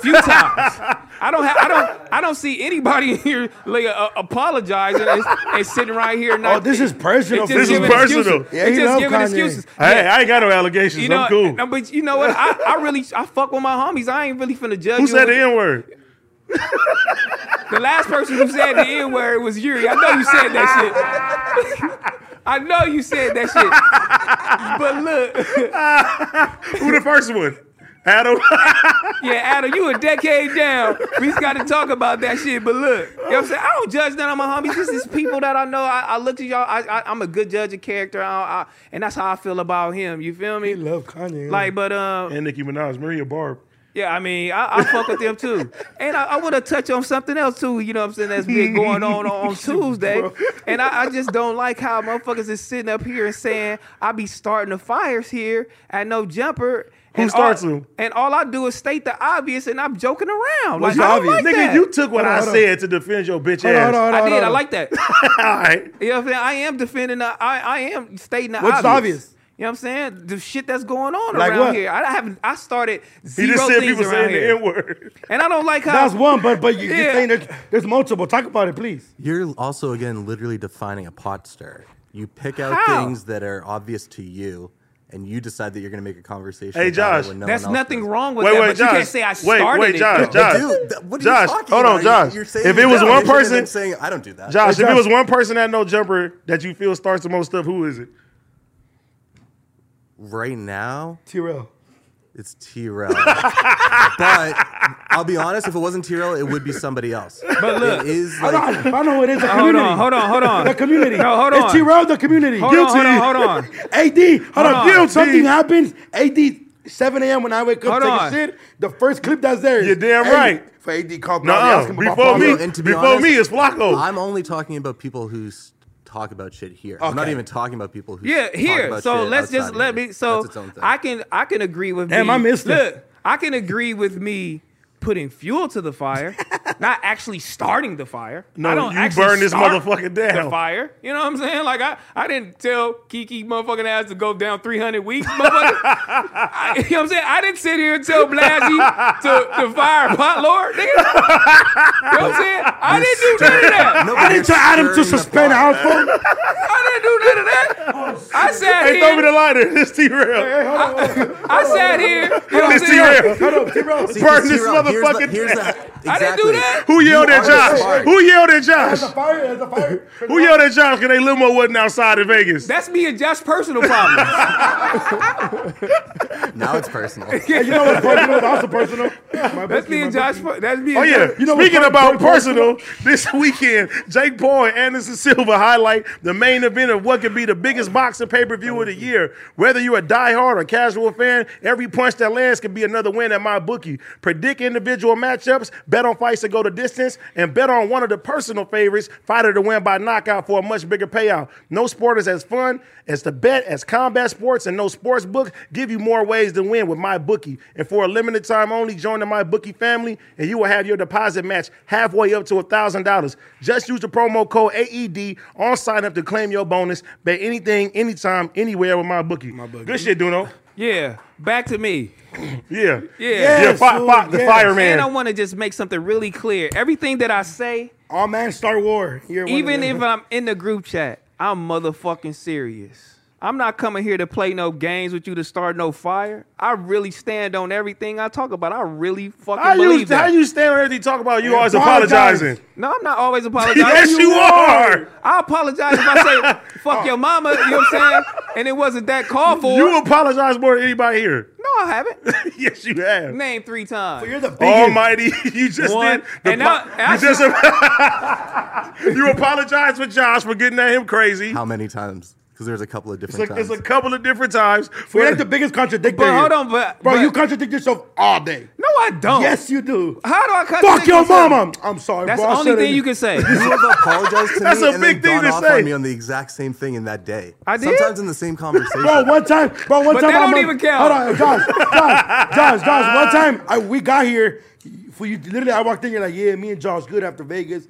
few times. I don't have I don't I don't see anybody in here like uh, apologizing and, and sitting right here. Not, Oh, this is personal. it's for just This is you. giving personal. Excuses. Yeah, it's he just love giving Kanye. excusions. Hey, Yeah. I ain't got no allegations. you know, I'm cool. no, but you know what? I, I really I fuck with my homies. I ain't really finna judge. Who you said on- the N word? The last person who said the N word was Yuri. I know you said that shit. I know you said that shit. But look, Who the first one? Adam. yeah, Adam, you a decade down. We just got to talk about that shit. But look, you know what I'm saying? I don't judge none of my homies. This is people that I know. I, I look at y'all. I, I, I'm a good judge of character. I, I, and that's how I feel about him. You feel He me? love Kanye. Like, but um, and Nicki Minaj, Maria Barb. Yeah, I mean, I, I fuck with them too. And I, I want to touch on something else too, you know what I'm saying, that's been going on on Tuesday. And I, I just don't like how motherfuckers is sitting up here and saying, I be starting the fires here at no jumper. Who and starts all, them? And all I do is state the obvious and I'm joking around. What's the like, I don't obvious? like Nigga, that. you took what Hold on, I hold on. said to defend your bitch Hold on, ass. hold on, hold on, I did. hold I on. like that. All right. You know what I'm saying? I am defending. The, I I am stating the What's obvious. obvious? You know what I'm saying? The shit that's going on Like around what? here. I haven't. I started He zero just said things people around saying here, the N word. and I don't like how That's one, but but you, Yeah. you're saying there's, there's multiple. Talk about it, please. You're also again literally defining a pot stir. You pick out How? things that are obvious to you, and you decide that you're going to make a conversation. Hey, about it Josh. when no That's one else nothing does. wrong with Wait, that, wait, but Josh. you can't say I Wait, started wait, it. Josh, though. Josh. But dude, th- what are Josh, you talking hold on, about? You're- Josh. You're saying If you it was don't. one You're sitting there person- saying I don't do that. Josh, if Josh. it was one person that no jumper that you feel starts the most stuff, who is it? right now Tyrell. it's T-Rell. but I'll be honest, if it wasn't T-Rell, it would be somebody else. But look, it is I like, know, I know it is. The Hold community. on, hold on, hold on. The community. No, hold on. It's T-Rell, the community. Hold on, hold on, hold on. AD, hold, on. on. Dude, something happens. AD, 7 a.m. when I wake up, Hold taking on. shit. The first clip that's there. is You're damn AD. right. For AD, call No, Bobby, ask him about before Bobby. me, Yo, and to be before honest, me, it's Flacco. I'm only talking about people who s- talk about shit here. I'm not Okay. even talking about people who Yeah, talk here. about So shit let's just outside of let here. me. So That's its own thing. I can I can agree with. Damn, me. I missed it. Look, I can agree with me putting fuel to the fire, not actually starting the fire. No, I don't you actually burn this start motherfucker down. The fire. You know what I'm saying? Like I I didn't tell Kiki motherfucking ass to go down 300 weeks. Motherfucker. I, you know what I'm saying? I didn't sit here and tell Blasey to, to fire pot lord. Nigga. You know what I'm saying? I didn't do none of that. No, but I you're didn't tell Adam to stirring the suspend pot. Alpha. I didn't do none Oh, of that. I sat hey, here. throw me the lighter. It's T-Rail. I sat here. You know what I'm It's saying? T-Rail. Hold up, T-Rell. See, Burn see, this T-Rell, here's the- motherfucker here's the- I didn't do exactly. that. Who yelled You at are Josh? smart. Who yelled at Josh? There's a fire. There's a fire. Who yelled at Josh because they limo wasn't outside in Vegas? That's me and Josh's personal problem. Now it's personal. Hey, you know what's personal? That's also personal. My That's me and Josh's. That's me. And Oh yeah! You know what, Speaking Point- about Point- personal, this weekend, Jake Paul and Anderson Silva highlight the main event of what could be the biggest boxing pay per view of the year. Whether you're a diehard or casual fan, every punch that lands could be another win at my bookie. Predict individual matchups, bet on fights that go the distance, and bet on one of the personal favorites, fighter to win by knockout for a much bigger payout. No sport is as fun as the bet as combat sports, and no sports book give you more ways to win with my bookie. And for a limited time only, join the my bookie family, and you will have your deposit match halfway up to thousand dollars. Just use the promo code AED on sign up to claim your bonus. Bet anything, anytime, anywhere with my bookie. Good shit, Duno. Yeah. Back to me. Yeah, Yeah. yeah. Yes, Fi- dude, fi- the yes. fireman. And I want to just make something really clear. Everything that I say, All man Star War. You're one of even them. if uh, I'm in the group chat, I'm motherfucking serious. I'm not coming here to play no games with you to start no fire. I really stand on everything I talk about. I really fucking how you believe that. how you stand on everything you talk about? You always apologize. apologizing. no, I'm not always apologizing. Yes, you are. I apologize if I say fuck your mama, you know what I'm saying? And it wasn't that called for. You apologize more than anybody here. no, I haven't. yes, you have. Name three times. You're the biggest. Almighty, you just One. did. The And po- now- and I you just you apologize for Josh for getting at him crazy. How many times? Because there's a couple of different It's a, times. it's a couple of different times. We're like the biggest contradictor. But hold here. on, but- bro, but- you contradict yourself all day. No, I don't. Yes, you do. How do I cut Fuck the your niggas up? mama. I'm sorry, That's bro. the I only said thing it. you can say. You have apologized to That's me a and then big thing gone to off say. on me on the exact same thing in that day. I did? Sometimes in the same conversation. Bro, one time, bro, one But time. that don't I'm even Hold count. on, Josh, Josh, Josh, Josh. One time, I, we got here. For you, literally, I walked in. You're like, yeah, me and Josh good after Vegas.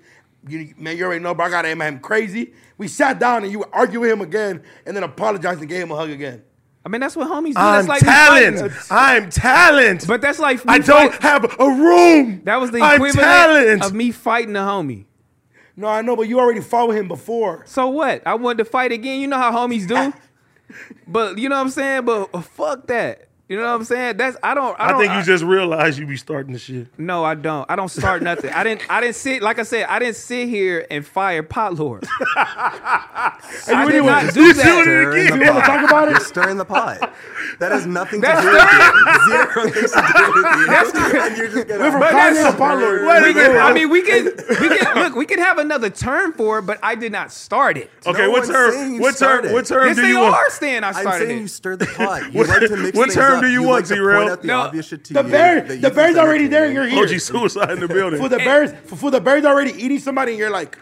You, man, you already know, bro. I got him, him crazy. We sat down and you argued with him again, and then apologized and gave him a hug again. I mean, that's what homies do. I'm That's like we talent. fighting. I'm talent. But that's like me I don't fight- have a room. That was the I'm equivalent talent. of me fighting a homie. No, I know, but you already fought with him before. So what? I wanted to fight again. You know how homies do. but you know what I'm saying. But uh, fuck that. You know what I'm saying. That's I don't. I, I don't, think you just realized you be starting the shit. No, I don't. I don't start nothing. I didn't. I didn't sit. Like I said, I didn't sit here and fire pot lord. I you did really not was- do you that. doing it Stirring again. the You wanna pot. talk about it? You're stirring the pot. That has nothing to That's do with you. Zero things to do with you. and you're just gonna. from But Kanye that's- to Apollo. Wait a minute. We can, I mean, we can, we can look. We can have another term for it, but I did not start it. Okay, No what one's saying term? you What term? started. What term Yes, do they you are want? saying I I'm started saying you it. stir the pot. You like to mix What things term up. do you you want, like to T-Rail? point out the No, obvious shit to The you. bear, that you the think bear's they're already making there. you. You're here. OG suicide in Oh, the building. for the bears, for, for the bears already eating somebody, and you're like,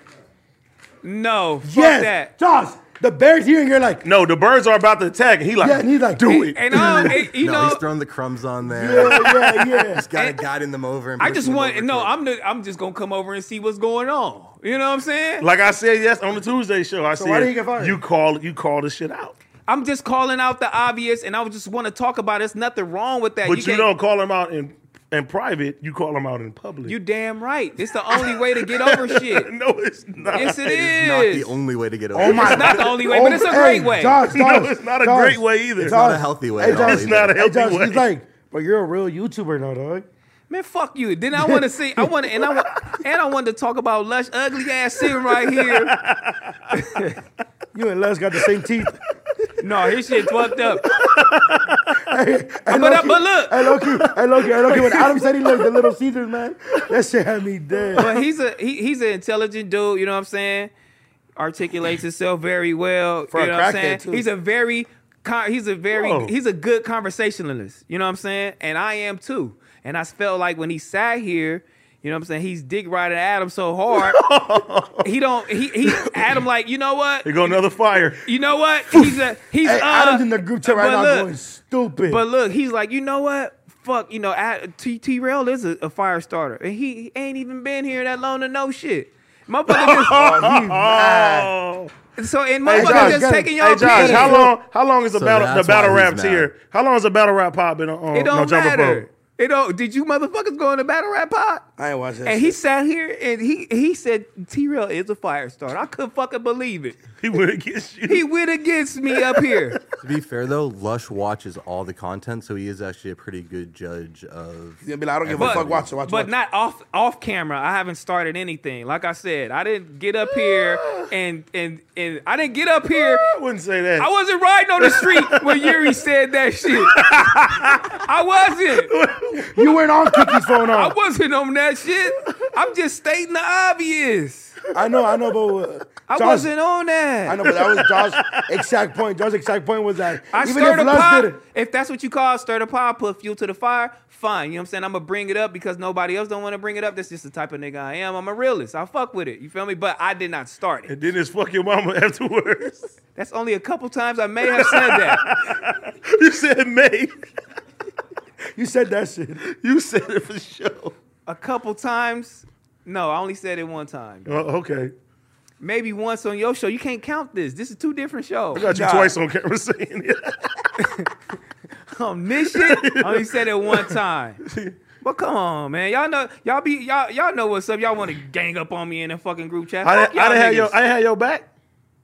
No, fuck yes, that. Josh. The bears here, and you're like, no, the birds are about to attack, and he like, yeah, and he's like, do it. And um, it- you No, know, he's throwing the crumbs on there. Yeah, yeah, yeah. Gotta guiding them over. And I just pushing them want over no. to it. I'm the, I'm just gonna come over and see what's going on. You know what I'm saying? Like I said, yes, on the Tuesday show, I said why did he get fired? you call you call this shit out, I'm just calling out the obvious, and I just want to talk about. It. It's nothing wrong with that. but you, can't- don't call him out in in private, you call them out in public. You damn right. It's the only way to get over shit. no, it's not. Yes, it It's not the is. only way to get over. Oh it. my! It's not the only way, but it's a Oh, great hey, way. Josh, Josh, it's not a Josh. great way either. It's not a Josh. healthy way Hey, at all Josh, It's not a hey, healthy Josh, way. He's like, but you're a real YouTuber now, dog. Man, fuck you. Then I want to see. I want to, and I want, and I want to talk about lush, ugly ass sitting right here. You and Les got the same teeth. No, his shit fucked up. Hey, But, Loki- but look, Hey, Loki, hey, Loki, hey, Loki. When Adam said he looked the Little Caesars, man, that shit had me dead. but he's a he, he's an intelligent dude. You know what I'm saying? Articulates himself very well. For you a know what I'm crackhead, saying? too. He's a very con- he's a very Whoa. he's a good conversationalist. You know what I'm saying? And I am too. And I felt like when he sat here. You know what I'm saying? He's dick riding Adam so hard. he don't. He, he Adam like you know what? Here go another fire. You know what? He's a he's Hey, uh, Adam's in the group chat right but now look, going stupid. But look, he's like, you know what? Fuck, you know, Ad- T T Rail is a, a fire starter, and he, he ain't even been here that long to know shit. Motherfucker Oh, he's mad. Oh. just so and Hey, Josh, motherfucker just get it. taking y'all. Hey Josh, opinion. how long? How long is the So battle? The that's battle why he's rap mad. tier. How long is the battle rap pop been on? It don't no jumper matter. Pro? It don't. Did you motherfuckers go in the battle rap pod? I ain't watching. that And he shit. sat here and he he said T Rail is a fire starter. I couldn't fucking believe it. He went against you. He went against me up here. To be fair though, Lush watches all the content, so he is actually a pretty good judge of. He's gonna be like, I don't give a But- fuck. Watch it, watch it. but watch it. not off off camera. I haven't started anything. Like I said, I didn't get up here and and and I didn't get up here. I wouldn't say that. I wasn't riding on the street when Yuri said that shit. I wasn't. you weren't on Kiki's phone I on. wasn't on that shit. I'm just stating the obvious. I know, I know, but uh, I Josh- wasn't on that. I know, but that was Josh's exact point. Josh's exact point was that I even stirred if a Les pot. did it, If that's what you call stir the pot, put fuel to the fire, fine. You know what I'm saying? I'm gonna bring it up because nobody else don't want to bring it up. That's just the type of nigga I am. I'm a realist. I fuck with it. You feel me? But I did not start it. and then it's fuck your mama afterwards. That's only a couple times I may have said that. you said May. you said that shit. You said it for sure. a couple times. No, I only said it one time. Oh, okay. Maybe once on your show. You can't count this. This is two different shows. Got you Nah. twice on camera saying it. on Um, this shit. I only said it one time. But come on, man. Y'all know y'all be y'all y'all know what's up. Y'all want to gang up on me in a fucking group chat. I, Fuck didn't- I y'all didn't have niggas. your I didn't have your back.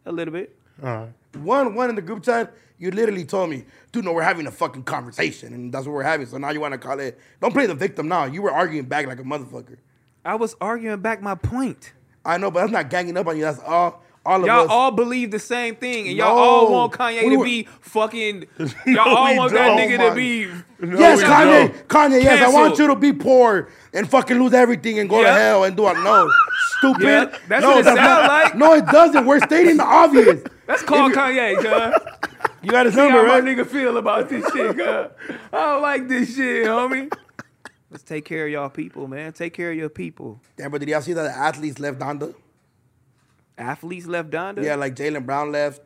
a little bit. All right. One, one in the group chat, you literally told me, dude, no, we're having a fucking conversation, and that's what we're having. So now you want to call it? Don't play the victim now. You were arguing back like a motherfucker. I was arguing back my point. I know, but that's not ganging up on you. That's all. All of Y'all us. all believe the same thing, and y'all No. all want Kanye We to were- be fucking. Y'all all we want that don't, nigga man. to be. No, yes, we Kanye. don't. Kanye. Yes, I want Cancel. you to be poor and fucking lose everything and go Yep. to hell and do a no. Stupid. Yep, that's no, what it sound not- like. No, it doesn't. We're stating the obvious. That's called Kanye, cuz. You got his See number, how right? my nigga feel about this shit, cuz. I don't like this shit, homie. Let's take care of y'all people, man. Take care of your people. Damn, but did y'all see that the athletes left Donda? Athletes left Donda. Yeah, like Jalen Brown left,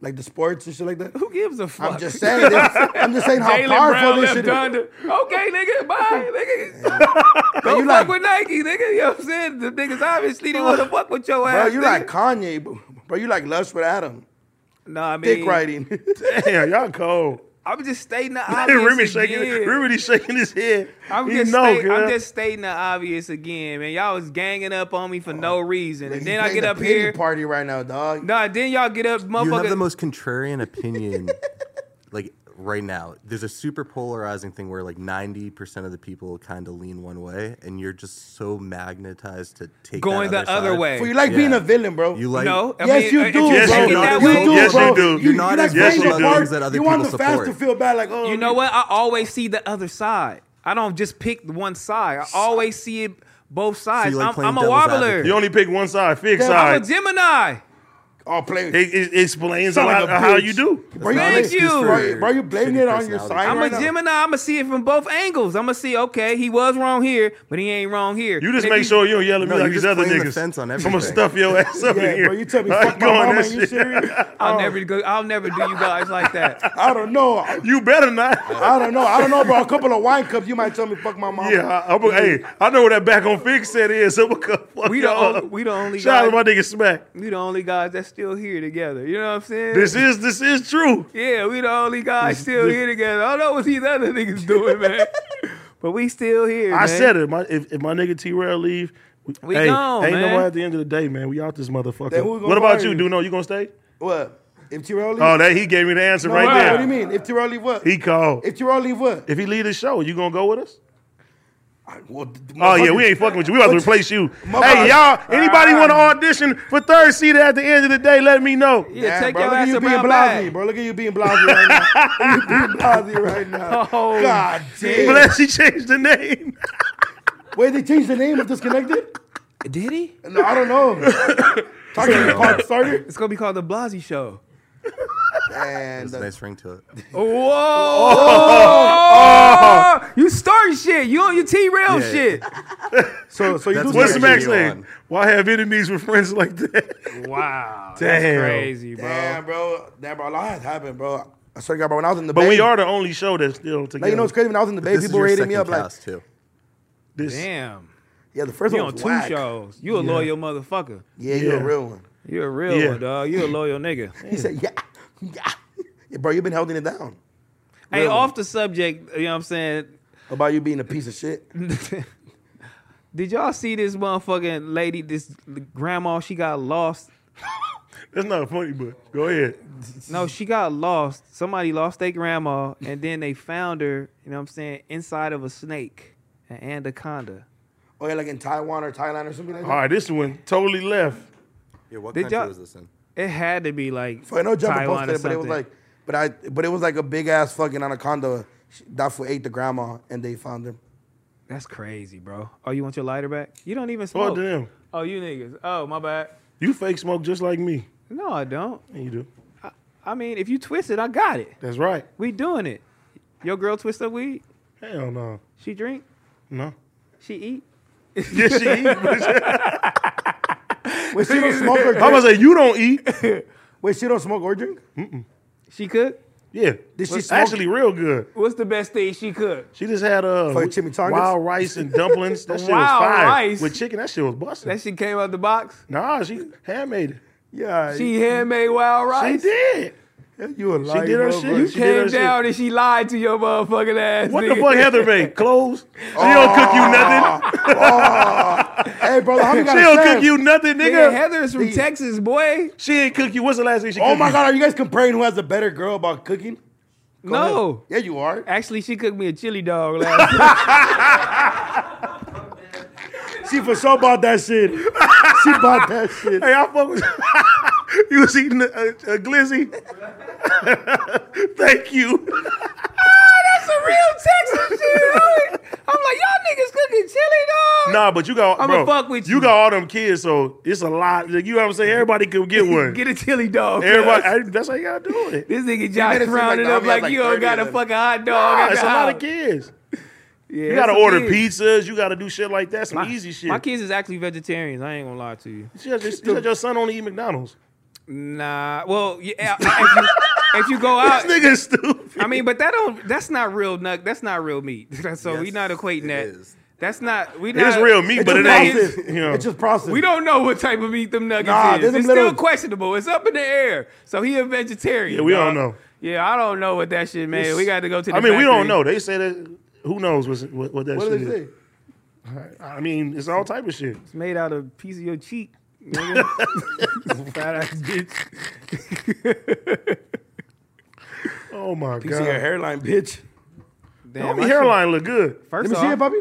like the sports and shit like that. Who gives a fuck? I'm just saying. this- I'm just saying how Jaylen powerful Brown this left shit is. Donda. Okay, nigga, bye, nigga. Bro, Don't you like, fuck with Nike, nigga. You know what I'm saying? The niggas obviously didn't want to fuck with your bro, ass. you nigga. like Kanye, bro. Bro, you like Lush with Adam. No, I mean, Dick riding. Damn, y'all cold. I'm just stating the And obvious. Remy shaking, again. Remy shaking his head. I'm He just, know, state- girl. I'm just stating the obvious again, man. Y'all was ganging up on me for no reason, and You then I playing get the up pity here. Party right now, dog. Nah, then y'all get up, You have motherfucker. the most contrarian opinion, like right now. There's a super polarizing thing where like 90% of the people kind of lean one way, and you're just so magnetized to take that Going the other other side. way. For you like being Yeah. a villain, bro. You like no, I yes, mean, uh, you if do, you Yes, bro. take you it do. that you way, do, Yes, you bro. do. You're not like as vocal playing the about part. things that other you want people the fans to support. feel bad, like oh, You know what? I always see the other side. I don't just pick one side. I always see it both sides. like I'm, playing I'm a devil's wobbler. advocate. you only pick one side, fix Damn, I'm side. a Gemini. all playing. It, it explains a Sound lot like a of how bitch. you do. oh, Bro, you not an blaming- excuse for bro, bro, you blaming it shitty on your personality. side. I'm right a now. Gemini. I'm gonna see it from both angles. I'm gonna see. Okay, he was wrong here, but he ain't wrong here. You just And make you- sure you don't yell at me No, like you're these just other playing the niggas. fence on I'm gonna everything. stuff your ass up in Yeah, here. bro, you tell me I fuck go my on mama. that and You shit. serious? I'll never go. I'll never do you guys like that. I don't know. You better not. I don't know. I don't know, bro. A couple of wine cups, you might tell me fuck my mama. Yeah, I, I'm, hey, I know where that back on fix set is. So we'll come fuck We the y'all only, up. we the only Shout out to my guys. nigga Smack. We the only guys that's still here together. You know what I'm saying? This is this is true. yeah, we the only guys still here together. I don't know what these other niggas doing, man. But we still here. I man. said it. My, if, if my nigga T Rail leave, we, We hey, gone, ain't man. no more at the end of the day, man. We out this motherfucker. Then who gonna What about fire you, you? Duno? You gonna stay? What? If Tyrell leave? Oh, that he gave me the answer right What there. do you mean? If Tyrell leave what? He called. if Tyrell leave what? If he leave the show, you gonna go with us? I- well, the- the Oh yeah, motherfucker- we ain't fucking with you. We about to replace you. Motherfucker. Hey y'all, anybody want to audition for third seat at the end of the day? Let me know. Yeah, Damn, take bro, your look at ass you up being out blasé, back. bro. Look at you being blasé right now. you being blasé right now. Oh, God damn. Unless he changed the name. Wait, they changed the name of Disconnected? Did he? No, I don't know. Talking to the pod starter. It's gonna be called the Blasey Show. And uh, nice ring to it. Whoa! You starting shit. You on your T rail Yeah. shit. so, so you That's do what What's Disconnected. the max you thing? on. Why have enemies with friends like that? Wow. Damn. That's crazy, bro. Damn, bro. Damn, bro. A lot has happened, bro. I swear to God, bro. When I was in the But Bay, we are the only show that's still together. Like, you know, it's crazy. When I was in the Bay, This is people your were hitting me second up like, cast, too. This- Damn. yeah, the first You one on was two whack. shows. You a loyal motherfucker. Yeah, you're Yeah. a real one. You a real Yeah. one, dog. You a loyal nigga. He said, yeah, yeah. Yeah, bro, you've been holding it down hey, off the subject, you know what I'm saying? about you being a piece of shit. Did y'all see this motherfucking lady, this grandma, she got lost? That's not funny, but go ahead. No, she got lost. Somebody lost their grandma, and then they found her, you know what I'm saying, inside of a snake, an anaconda. Oh, yeah, like in Taiwan or Thailand or something like All that. right, this one totally left. Yeah, what Did country y'all- was this in? It had to be like I know Jumper Taiwan posted or it, but it was something. like, but I, but it was like a big ass fucking anaconda that fool ate the grandma and they found him. That's crazy, bro. Oh, you want your lighter back? You don't even Fuck smoke. them. Oh, you niggas. Oh, my bad. You fake smoke just like me. No, I don't. Yeah, you do. I mean, if you twist it, I got it. That's right. We doing it. Your girl twist up weed. Hell no. She drink. No. She eat. Yes, she eat. bitch. Wait, she don't smoke or I'm drink? gonna say you don't eat. Wait, she don't smoke or drink? She cook. Yeah. Did she It's smoke? actually real good. What's the best thing she cook? She just had uh Fuck chimichangas? wild rice and dumplings. That shit Wild was fire. rice? With chicken, that shit was busting. That shit came out the box. nah, she handmade it. Yeah, She handmade wild She rice. did. you a liar. did her bro, shit. bro. You She did her came shit. down and she lied to your motherfucking ass. What nigga. the fuck, Heather made? Clothes? She don't cook you nothing. Hey, brother, how you She got don't a cook chance? you nothing, Nigga, nigga. Heather's from Texas, boy. She ain't cook you. What's the last thing she cooked? Oh my you? God, are you guys comparing who has the better girl about cooking? Go no. ahead. Yeah, you are. Actually, she cooked me a chili dog last night. She for sure bought that shit. She bought that shit. Hey, I fuck with you. was eating a, a, a glizzy. Thank you. That's a real Texas shit. I'm like, I'm like, y'all niggas cooking chili dog. Nah, but you got I'ma bro, fuck with you. got all them kids, so it's a lot. Like, you know what I'm saying? Everybody could get one. Get a chili dog. cuz. Everybody, I- that's how you gotta do it. This nigga Josh made it seem like rounded the up homie had like, like you don't 30 got a of them. fucking hot dog. Nah, at it's a your lot of house. kids. Yeah, You that's gotta the order thing. pizzas. You gotta do shit like that. Some easy shit. My kids is actually vegetarians. I ain't gonna lie to you. You said your- you said your son only eat McDonald's. Nah. Well, yeah. If you, if you go out, This nigga is stupid. I mean, but that don't. That's not real nut. That's not real meat. so we Yes, not equating it that. is. That's not. We It not. is real meat, but it just ain't. processed. You know. It's just processed. We don't know what type of meat them nuggets Nah, is. there's It's them little- still questionable. It's up in the air. So he a vegetarian. Yeah, we don't know. dog. Yeah, I don't know what that shit, man. we got to go to. the I mean, we don't factory. know. They say that. Who knows what's, what, what that What shit did they is? say? I mean, it's all type of shit. It's made out of a piece of your cheek. nigga. Fat ass bitch. Oh my You see her god. hairline, bitch. Damn, Homie I should- hairline look good. First Let me see it, off, puppy.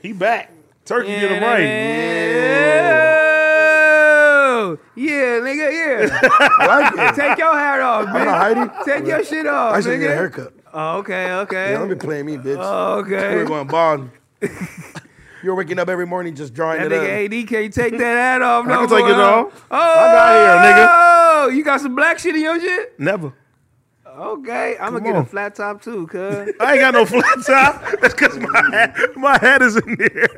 He back. Turkey get him right. Yeah, yeah, nigga, yeah. Like it. Take your hat off, I'm bitch. not hiding. Take your shit off, I should get a nigga. haircut. Oh, okay, okay. Yeah, don't be playing me, bitch. Oh, We were okay. going bald. You're waking up every morning just drawing That it up. nigga AD can't take that hat off. No can take more, it huh? off. Oh, out You got some black shit in your shit? Never. Okay, I'm Come gonna get on. a flat top too, cuz. I ain't got no flat top. That's because my hat, my hat is in there.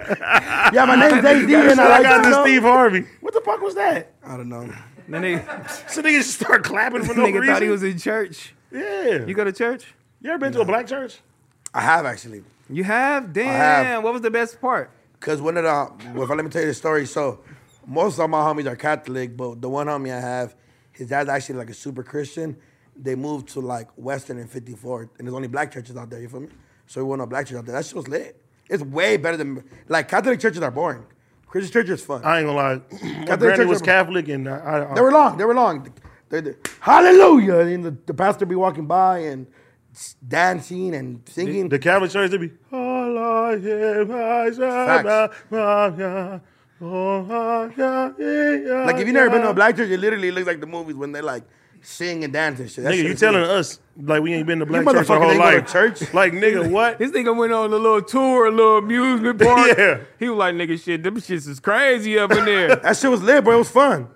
Yeah, my name's AD and I I like got to this know. Steve Harvey. What the fuck was that? I don't know. That nigga, So niggas just start clapping for that no nigga reason. thought he was in church. yeah. You You, go to church? ever been to a black church? I have actually. You have? Damn. have. What was the best part? Cause one of the well, if I- let me tell you the story. So most of my homies are Catholic, but the one homie I have, his dad's actually like a super Christian. They moved to like Western and 54th, and there's only black churches out there. You feel me? So we went to a black church out there. That shit was lit. It's way better than like Catholic churches are boring. Christian churches fun. I ain't gonna lie. My Catholic granny church members. was Catholic, and I, I, They were long. They were long. They- they- hallelujah! And the, the pastor be walking by and s- dancing and singing. the Catholic church they be all I am, I Facts. like Like if you never been to a black church, it literally looks like the movies when they like sing and dance and shit. That Nigga, shit you is telling lit. us like we ain't been to black motherfucker church our whole ain't go to life? church. Like nigga, what? This nigga went on a little tour, a little amusement park. Yeah. He was like, nigga, shit, them shits is crazy up in there. that shit was lit, bro. It was fun.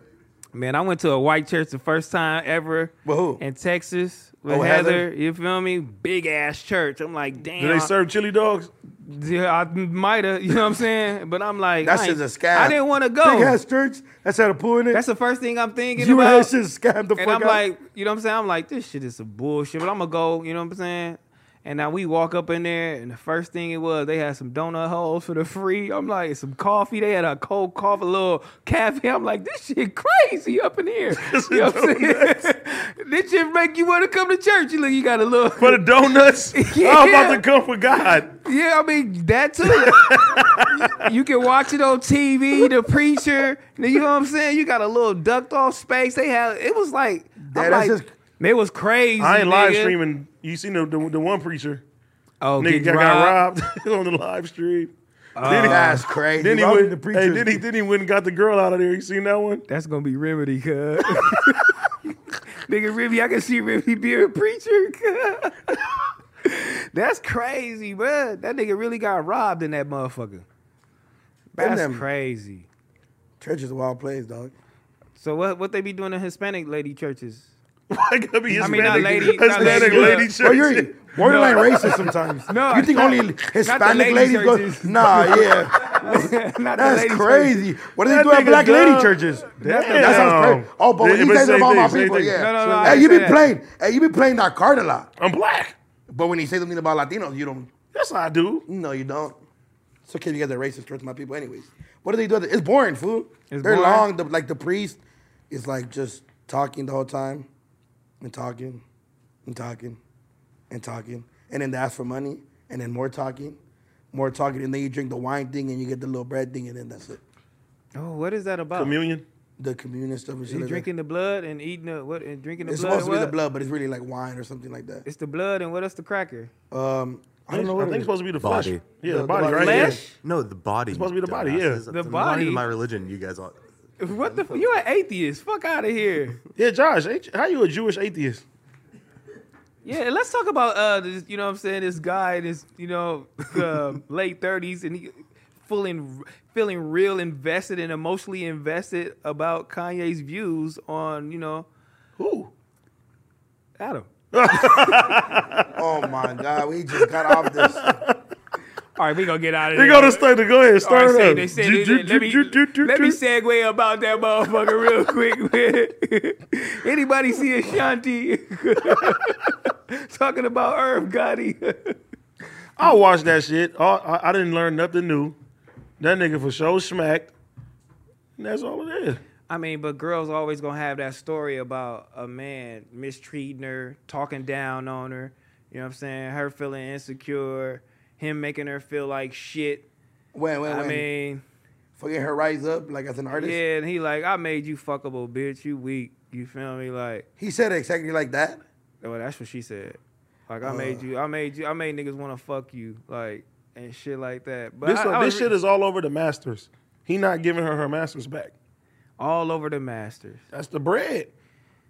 Man, I went to a white church the first time ever. With who? In Texas with Oh, Heather. Heather. You feel me? Big ass church. I'm like, damn. Do they serve chili dogs? Yeah, I might have. You know what I'm saying? But I'm like, That I shit's a ain't- scam. I didn't want to go. Big ass church. That's had a pool in it. That's the first thing I'm thinking you and about. that shit scammed the fuck and I'm out. like, you know what I'm saying? I'm like, this shit is some bullshit, but I'm gonna go, you know what I'm saying? And now we walk up in there, and the first thing it was, they had some donut holes for the free. I'm like, some coffee. They had a cold coffee, little cafe. I'm like, this shit crazy up in here. you know what I'm saying? this shit make you want to come to church. You look, you got a little. For the donuts? I'm about Yeah. to come for God. Yeah, I mean that too. you can watch it on TV, the preacher. You know what I'm saying? You got a little ducked off space. They had it was like, I'm Yeah, that's like just- man, it was crazy. I ain't live nigga. streaming. You seen the, the, the one preacher? Oh, Nigga get got, robbed. got robbed on the live stream. uh, then he, That's crazy. then he Robbing went. the hey, preachers. then he then he went and got the girl out of there. You seen that one? That's gonna be remedy, cuz. Nigga, Remy, I can see Remy being a preacher. cuz. That's crazy, bruh. That nigga really got robbed in that motherfucker. That's them- crazy. Church is a wild place, dog. So what what they be doing in Hispanic lady churches? I gotta be I Hispanic, mean, not lady- not Hispanic lady, uh, lady Bro, church. you're borderline racist sometimes. No, you think not- only not the Hispanic lady ladies churches. go? Nah, yeah, Not the that's ladies' crazy. What do they That do at nigga black lady dumb. churches? Damn. That sounds crazy. Oh, but Yeah, when you but say that same about my thing, same people, thing. yeah. No, no, no, I hey, you say be that. playing. Hey, you be playing that card a lot. I'm black. But when you say something about Latinos, you don't. That's how I do. No, you don't. It's okay. You guys are racist towards my people, anyways. What do they do? at the- It's boring, fool. It's They're boring. long. The, like the priest is like just talking the whole time, and talking, and talking, and talking, and then they ask for money, and then more talking, more talking, and then you drink the wine thing, and you get the little bread thing, and then that's it. Oh, what is that about? Communion. The communist stuff. and shit You like that. drinking the blood and eating the what? And drinking the It's blood. supposed and to be the what? blood, but it's really like wine or something like that. It's the blood and what else? The cracker. Um, I I, don't know think what it it's is. supposed to be the Body. flesh. The- Yeah, the, the body, body. right? Flesh? Yeah. No, the body. It's supposed to be the body, yeah. The The Not body. even my religion. You guys all. What the? F- you an atheist? Fuck out of here. Yeah, Josh, ain't- how you a Jewish atheist? Yeah, and let's talk about uh, this, you know what I'm saying. This guy, in his you know, um late 30s, and he feeling feeling real invested and emotionally invested about Kanye's views on you know Who? Adam. Oh my god, we just got off this. All right, we gonna get out of They here. go to study. Go ahead, All right, start say, it they up. say, Do- they, do- let, me, do- do- do- let me do. segue about that motherfucker real quick, man. Anybody see Ashanti talking about Irv Gotti? I watched that shit. All, I, I didn't learn nothing new. That nigga for sure smacked. And that's all it is. I mean, but girls always gonna have that story about a man mistreating her, talking down on her. You know what I'm saying? Her feeling insecure, him making her feel like shit. When, when, I when? mean, Forget her rise up like as an artist. yeah, and he like, I made you fuckable, bitch. You weak. You feel me? Like, He said it exactly like that. Well, that's what she said. Like I Uh. made you, I made you, I made niggas want to fuck you, like and shit like that. But This, I, I this was shit is all over the masters. He not giving her her masters back. all over the masters. That's the bread.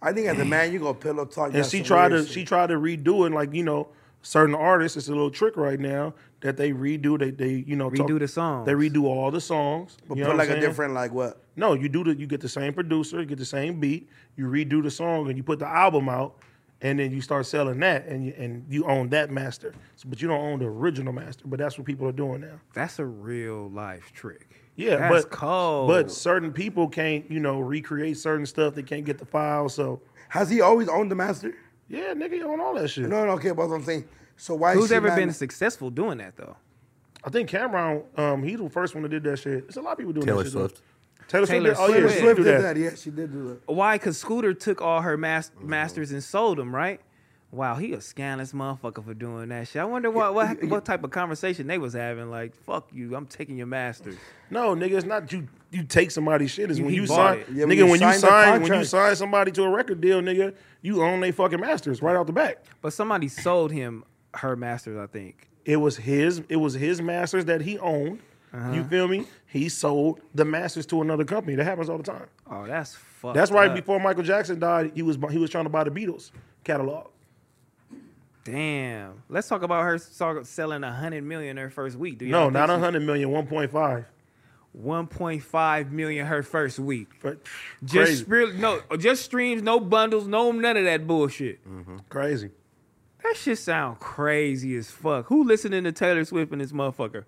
I think as a man, you go pillow talk. And she tried to she tried to redo it like you know certain artists. It's a little trick right now that they redo. They they you know Redo the songs. They redo all the songs. but you know put what like I'm a saying? different like what? No, you do the you get the same producer, you get the same beat, you redo the song, and you put the album out, and then you start selling that, and you, and you own that master, So- but you don't own the original master. But that's what people are doing now. That's a real life trick. Yeah, that's but cold. but certain people can't you know recreate certain stuff. They can't get the file. So Has he always owned the master? yeah, nigga, you own all that shit. No, no, okay, but that's what I'm saying. So why? is who's she ever mad- been successful doing that though? I think Cameron, um, he's the first one that did that shit. It's a lot of people doing Taylor that shit, though. Swift. Taylor, Taylor Swift. Did, oh Taylor yeah, Swift. she Swift do did that. that. Yeah, she did do that. Mm-hmm. Why? Because Scooter took all her mas- masters and sold them, right? wow, he a scandalous motherfucker for doing that shit. I wonder what what, what type of conversation they was having. Like, fuck you, I'm taking your masters. No, nigga, it's not you. You take somebody's shit. Is You- when he you bought sign, it. Yeah, when nigga. you When sign you the sign, when you contract. sign somebody to a record deal, nigga, you own they fucking masters right out the back. But somebody sold him her masters, I think. It was his. It was his masters that he owned. Uh-huh. You feel me? He sold the masters to another company. That happens all the time. Oh, that's fucked. That's why up. before Michael Jackson died, he was bu- he was trying to buy the Beatles catalog. Damn. Let's talk about her so- selling a hundred million her first week. Do you No, not a hundred million, one point five. One point five million her first week. But Just crazy, real, no, just streams, no bundles, no none of that bullshit. Mm. crazy. That shit sound crazy as fuck. Who listening to Taylor Swift and this motherfucker?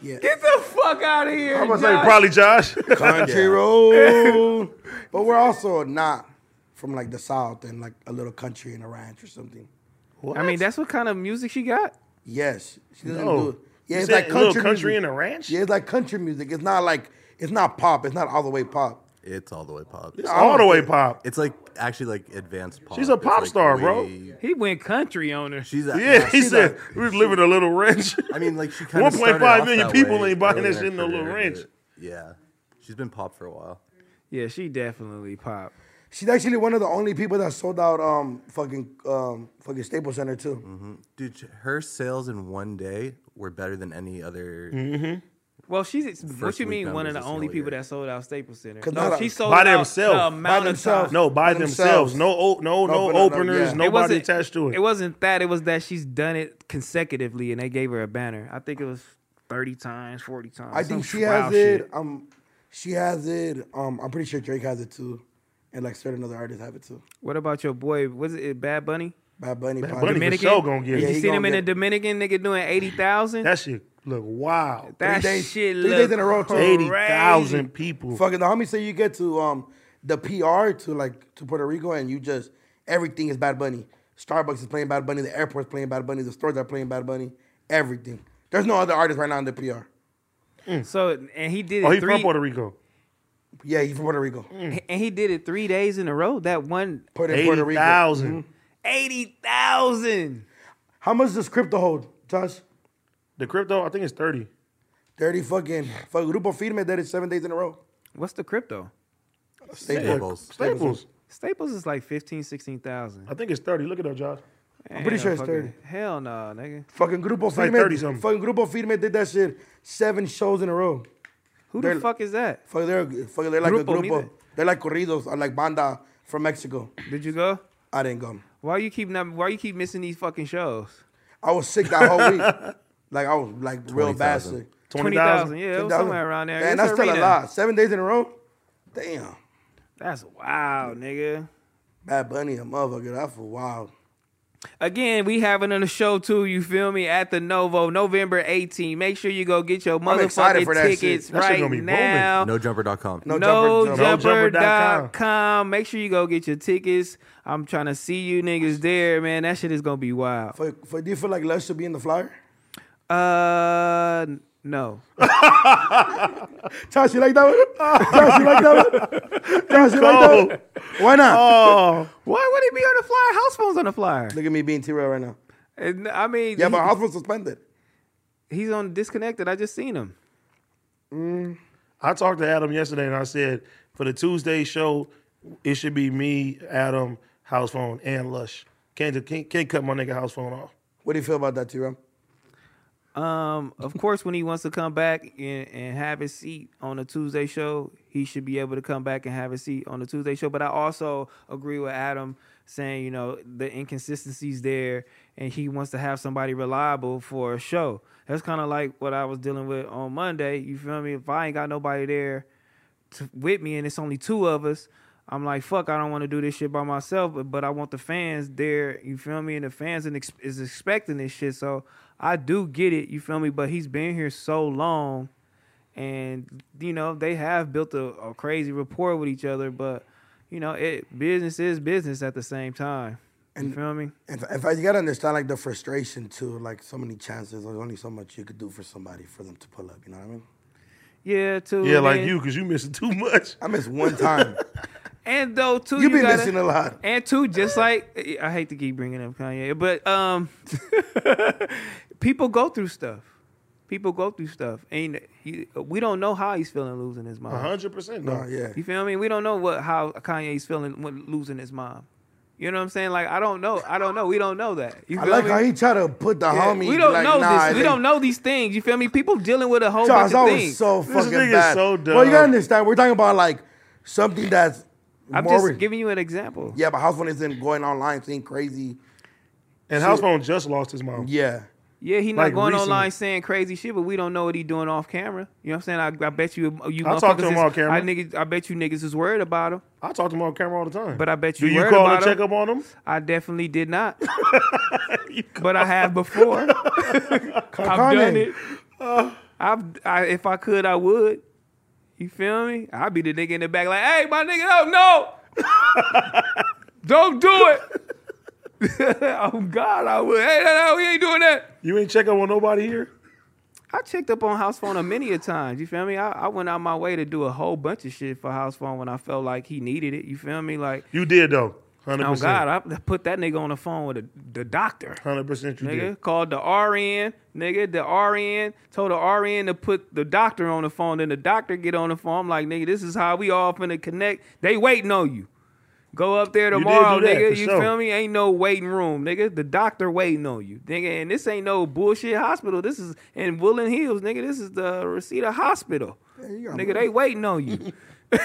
Yeah. Get the fuck out of here. I'm gonna say Josh. probably Josh. Country road. But we're also not from like the South and like a little country and a ranch or something. I mean, that's what kind of music she got. Yes. She doesn't No. do it. Yeah, You it's said like a little country, country music. and a ranch? Yeah, it's like country music. It's not like it's not pop. It's not all the way pop. It's all the way pop. It's all the way pop. It's like actually like advanced pop. She's a It's, pop like, star, bro. way- He went country on her. She's a, Yeah, he she's said a- we was living a little ranch. I mean, like she kind of 1.5 million people ain't buying this shit in a little ranch. Yeah, she's been pop for a while. Yeah, she definitely popped. She's actually one of the only people that sold out um fucking um fucking Staples Center too. Dude, sh- her sales in one day were better than any other. Mm-hmm. Well, she's what First you week mean? One numbers of the is the only only people year. that sold out Staples Center. 'Cause No, not she a- sold by out themselves. The By amount themselves. Of time. No, by Themselves. themselves. No, o- no, no, but no, no, openers. yeah. It It Nobody wasn't- attached to it. It wasn't that. It was that she's done it consecutively, and they gave her a banner. I think it was thirty times, forty times. I some think she wild has shit. it. Um, she has it. Um, I'm pretty sure Drake has it too, and like certain other artists have it too. What about your boy? Was it Bad Bunny? Bad Bunny. Bad Bunny for Dominican. sure gonna get Yeah, Did he you seen gonna him in the get- Dominican nigga doing eighty thousand? that shit look wild. That three days- shit three days look in a row, too. crazy. Eighty thousand people. Fucking the homie say you get to um the PR to like to Puerto Rico and you just everything is Bad Bunny. Starbucks is playing Bad Bunny. The airport's playing Bad Bunny. The stores are playing Bad Bunny. Everything. There's no other artist right now in the PR. So and he did it Mm. Oh, he three, from Puerto Rico. Yeah, he's from Puerto Rico. and he did it three days in a row. That one Puerto, Puerto Eighty Rico. thousand. eighty thousand. How much does crypto hold, Josh? The crypto, I think it's thirty. Dirty fucking fuck Grupo Firme did it seven days in a row. What's the crypto? Staples. Staples. Staples is like 15, 16,000. I think it's thirty. Look it up, Josh. I'm pretty sure it's 30. Hell no, nigga. Fucking Grupo like Firme. 30 something. fucking Grupo Firme did that shit seven shows in a row. Who the They're- fuck is that? Fuck, they're, fuck, they're like Grupo, a grupo. mira. They're like corridos, or like banda from Mexico. Did you go? I didn't go. Why you keep not, why you keep missing these fucking shows? I was sick that whole week. Like I was like real bad 20,000. sick. Twenty thousand. 20,000. Yeah, it was 10,000. somewhere around there. And It's that's still a arena. lot. Seven days in a row. Damn, That's wild, nigga. Bad Bunny, a motherfucker. That's wild. Again, we having on the show too, you feel me, at the Novo, November 18. Make sure you go get your excited for motherfucking that shit. tickets That shit right gonna be booming. now. Nojumper.com. No jumper, jumper. Nojumper.com. Nojumper.com. Make sure you go get your tickets. I'm trying to see you niggas there, man. That shit is gonna be wild. For, for, do you feel like Lush should be in the flyer? Uh, no. Josh, you like that one? Josh, you like that one? Josh, you like that one? Why not? Oh, Why would it be on the flyer? House phone's on the flyer. Look at me being T-Rail right now. And, I mean, Yeah, he- but house was suspended. he's on disconnected. I just seen him. I talked to Adam yesterday, and I said for the Tuesday show, it should be me, Adam, House Phone, and Lush. Can't can't, can't cut my nigga House Phone off. What do you feel about that, T-Rail? Um, of course, when he wants to come back and, and have his seat on the Tuesday show, he should be able to come back and have his seat on the Tuesday show. But I also agree with Adam saying, you know, the inconsistencies there, and he wants to have somebody reliable for a show. That's kind of like what I was dealing with on Monday. You feel me? If I ain't got nobody there to, with me and it's only two of us, I'm like, fuck, I don't want to do this shit by myself, but, but I want the fans there. You feel me? And the fans in ex- is expecting this shit. So I do get it. You feel me? But he's been here so long and, you know, they have built a, a crazy rapport with each other. But, you know, it business is business at the same time. you feel me? If, if I, you gotta understand like the frustration too, like so many chances, there's only so much you could do for somebody for them to pull up. You know what I mean? Yeah, too. Yeah, like Then- you, cause you missing too much. I missed one time. And though too, You've been gotta- listening a lot. And two, just like I hate to keep bringing up Kanye, but um, people go through stuff. People go through stuff, and he, we don't know how he's feeling losing his mom. Uh-huh. hundred percent. Nah, yeah. You feel me? We don't know what how Kanye's feeling when losing his mom. You know what I'm saying? Like I don't know. I don't know. We don't know that. You I feel like me? how he try to put the Yeah, homie. we don't like, know nah, this. it We ain't- don't know these things. You feel me? People dealing with a whole Charles, that bunch of was things. so This fucking nigga's bad. so Well, you dumb. gotta understand, we're talking about like something that's I'm more. just re- giving you an example. yeah, but house phone isn't going online, seeing crazy. And House Phone just lost his mom. Yeah, Yeah, he not Like, going recently. online saying crazy shit, but we don't know what he doing off camera. You know what I'm saying? I, I bet you, uh, you I talk to motherfuckers him is- off camera. I niggas, I bet you niggas is worried about him. I talk to him on camera all the time. But I bet do you you worried call about and him. check up on him? I definitely did not, but I have before. I've done Kanye. it. I've, I, if I could, I would. You feel me? I'd be the nigga in the back, like, hey, my nigga, no, no, don't do it. oh God, I would. Hey, no, no, he ain't doing that. You ain't check up on nobody here. I checked up on house phone a many a times. You feel me? I, I went out my way to do a whole bunch of shit for house phone when I felt like he needed it. You feel me? Like, You did though. Hundred oh percent. God, I put that nigga on the phone with the, the doctor. Hundred percent. You Nigga did. called the RN. Nigga, the RN told the RN to put the doctor on the phone. Then the doctor get on the phone. I'm like, nigga, this is how we all finna connect. They waiting on you. Go up there did tomorrow, do that, nigga. for You sure. feel me? Ain't no waiting room, nigga. The doctor waiting on you, nigga. And this ain't no bullshit hospital. This is in Woodland Hills, nigga. This is the Reseda Hospital, you got nigga. They waiting on you.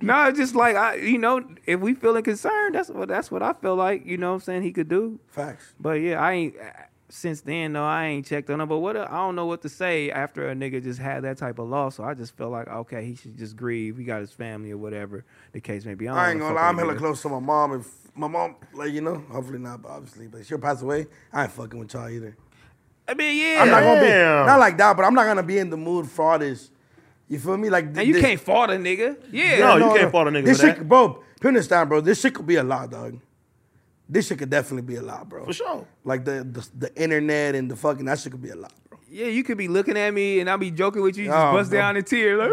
No, it's just like I, you know, if we feeling concerned, that's what that's what I feel like. You know, what I'm saying he could do. facts. But yeah, I ain't uh, since then though I ain't checked on him. But what I don't know what to say after a nigga just had that type of loss. So I just felt like okay, he should just grieve. He got his family or whatever the case may be. I, don't I ain't gonna wanna fuck lie, I'm with hella niggas. close to my mom. If my mom, like you know, hopefully not, but obviously, but she'll pass away. I ain't fucking with y'all either. I mean, yeah, I'm not gonna Damn. be not like that, but I'm not gonna be in the mood for all this. You feel me? Like and you this- can't fault a nigga. Yeah, No, you can't fault a nigga This for shit, that. bro. You understand, bro? This shit could be a lot, dog. This shit could definitely be a lot, bro. For sure. Like the, the the internet and the fucking that shit could be a lot, bro. yeah, you could be looking at me and I'll be joking with you, you just Oh, bust bro. down a tear. Like,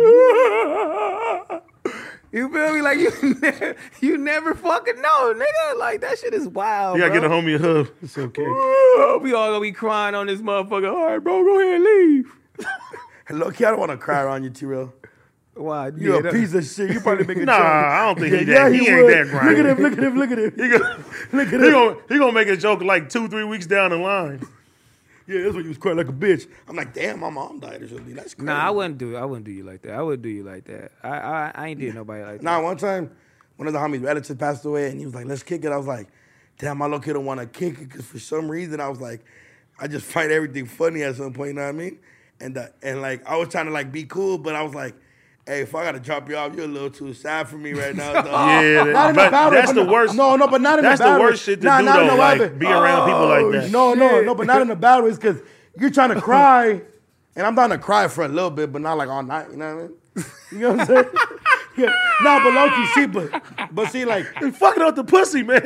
you feel me? Like you, ne- you never fucking know, nigga. Like that shit is wild. You gotta bro. get a homie a hug. It's okay. We all gonna be crying on this motherfucker. All right, bro, go ahead and leave. And look, I don't want to cry around you, T-Real. Why? You yeah, a piece of shit. You probably make a Nah, joke. I don't think he that- he ain't would. that grimy. Look at him. Look at him. Look at him. He gonna, Look at he him. gonna, he gonna make a joke like two, three weeks down the line. yeah, that's why you was crying like a bitch. I'm like, damn, my mom died or something. That's crazy. Nah, I wouldn't do. I wouldn't do you like that. I wouldn't do you like that. I I, I ain't did nobody like that. Nah, one time, one of the homies' relatives passed away, and he was like, "Let's kick it." I was like, "Damn, my little kid don't want to kick it," because for some reason, I was like, I just find everything funny at some point. You know what I mean? And uh, and like, I was trying to like be cool, but I was like, "Hey, if I gotta drop you off, you're a little too sad for me right now." dog." Yeah, Not in but a bad way, that's but the no- worst. No, no, but not in That's a bad the way. worst shit to Nah, do not in though. a bad Like way. Oh, be around people like that. No, no, Shit. no, but not in a bad way. Because you're trying to cry, and I'm down to cry for a little bit, but not like all night. You know what I mean? You know what I'm saying? yeah. Nah, but Loki, see, but but see, like, And fucking up the pussy, man.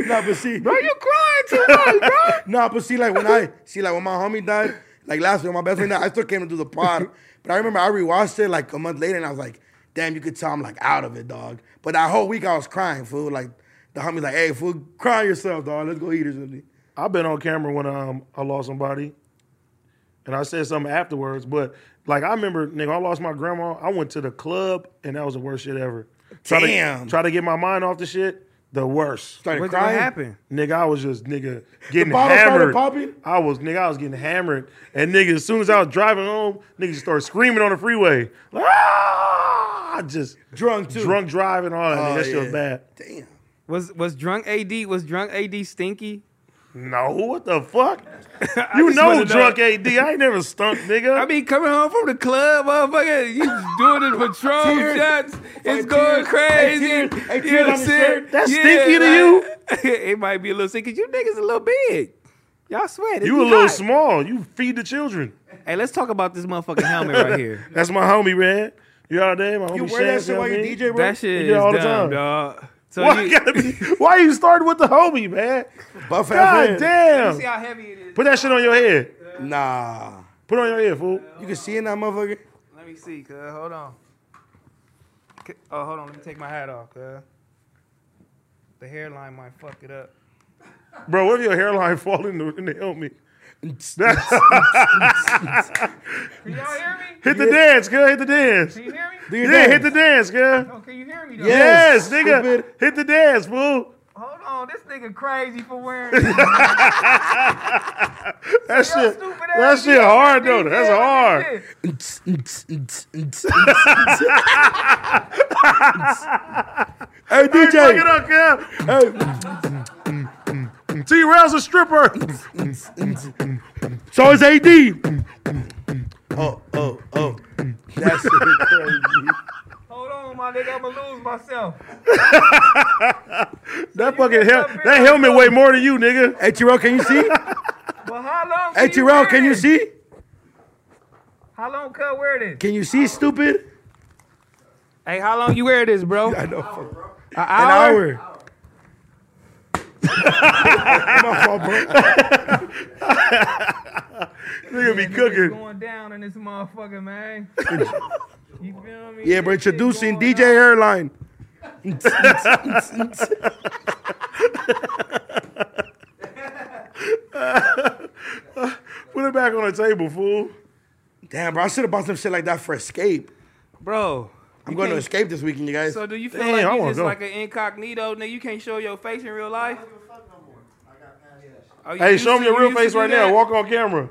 nah, but see, Bro, you crying too much, bro. nah, but see, like when I see, like when my homie died, like last year, my best friend died, I still came to do the pod, but I remember I rewatched it like a month later, and I was like, damn, you could tell I'm like out of it, dog. But that whole week I was crying, fool. Like the homie's like, hey, fool, cry yourself, dog. Let's go eat or something. I've been on camera when um, I lost somebody, and I said something afterwards. But like I remember, nigga, I lost my grandma. I went to the club, and that was the worst shit ever. Try Damn. To, try to get my mind off the shit. The worst. Started What, crying. happened? Nigga, I was just nigga getting bottle started hammered. popping? I was nigga, I was getting hammered, and nigga, as soon as I was driving home, nigga just started screaming on the freeway. Like, "Ah!" just Drunk, too. drunk driving, all that. Oh, nigga, that shit was yeah. bad. Damn. Was was drunk AD? Was drunk AD stinky? No, what the fuck? You just know, wanna know. drunk AD. I ain't never stunk, nigga. I mean, coming home from the club, motherfucker, you doing the patrol Tears. shots. It's Fucking going tears. crazy. Hey, tears. Hey, You tears know on what I'm your saying? shirt. That's Yeah, stinky to like- it might be a little stinky. You niggas a little big. Y'all sweat. It you be a little hot. small. You feed the children. Hey, let's talk about this motherfucking helmet right here. That's my homie, man. You know what I mean? My homie You wear that Shaz, shit while know you what I mean? DJ, bro? That shit You is do it all the dumb, time. dog. So Why, you, you gotta be, why you starting with the homie, man? Buff God see damn. how heavy it is. Put that shit on your head. Nah. Put it on your head, fool. You can see in that motherfucker. Let me see, cuz. Hold on. C- Oh, hold on. Let me take my hat off. Uh, the hairline might fuck it up. Bro, what if your hairline fall in the, in the helmet? Can y'all hear me? Hit the dance, girl. Hit the dance. Can you hear me? your Yeah, dance. hit the dance, girl. Oh, can you hear me though? Yeah. Yes, Yes, nigga. stupid. Hit the dance, fool. Hold on. This nigga crazy for wearing. That shit, stupid that ass, shit you hard though. He That's feeling hard. this shit. Hey Fuck it DJ, up, girl. hey, T. Rail's a stripper. so it's AD. Oh, oh, oh. That's crazy. Hold on, my nigga. I'ma lose myself. That fucking just hel- up here that like helmet weigh more than you, nigga. Hey Terrell, can you see? But how long? Hey Terrell, can you wear it? see? How long cut wear this? Can you see, stupid? Hey, how long you wear this, bro? An I know. fuck. hour. An hour. My fault, bro. Nigga be It's cooking. going down in this motherfucker, man. you feel me? Yeah, but This shit introducing going DJ Airline. Put it back on the table, fool. Damn, bro, I should have bought some shit like that for Escape. on. bro. I'm you going to can't- Escape this weekend, you guys. So do you feel Damn, I like you wanna just go. like an incognito, nigga? You can't show your face in real life. Oh, you Hey, used show him to- your you real used to face do right that? now. Walk on camera.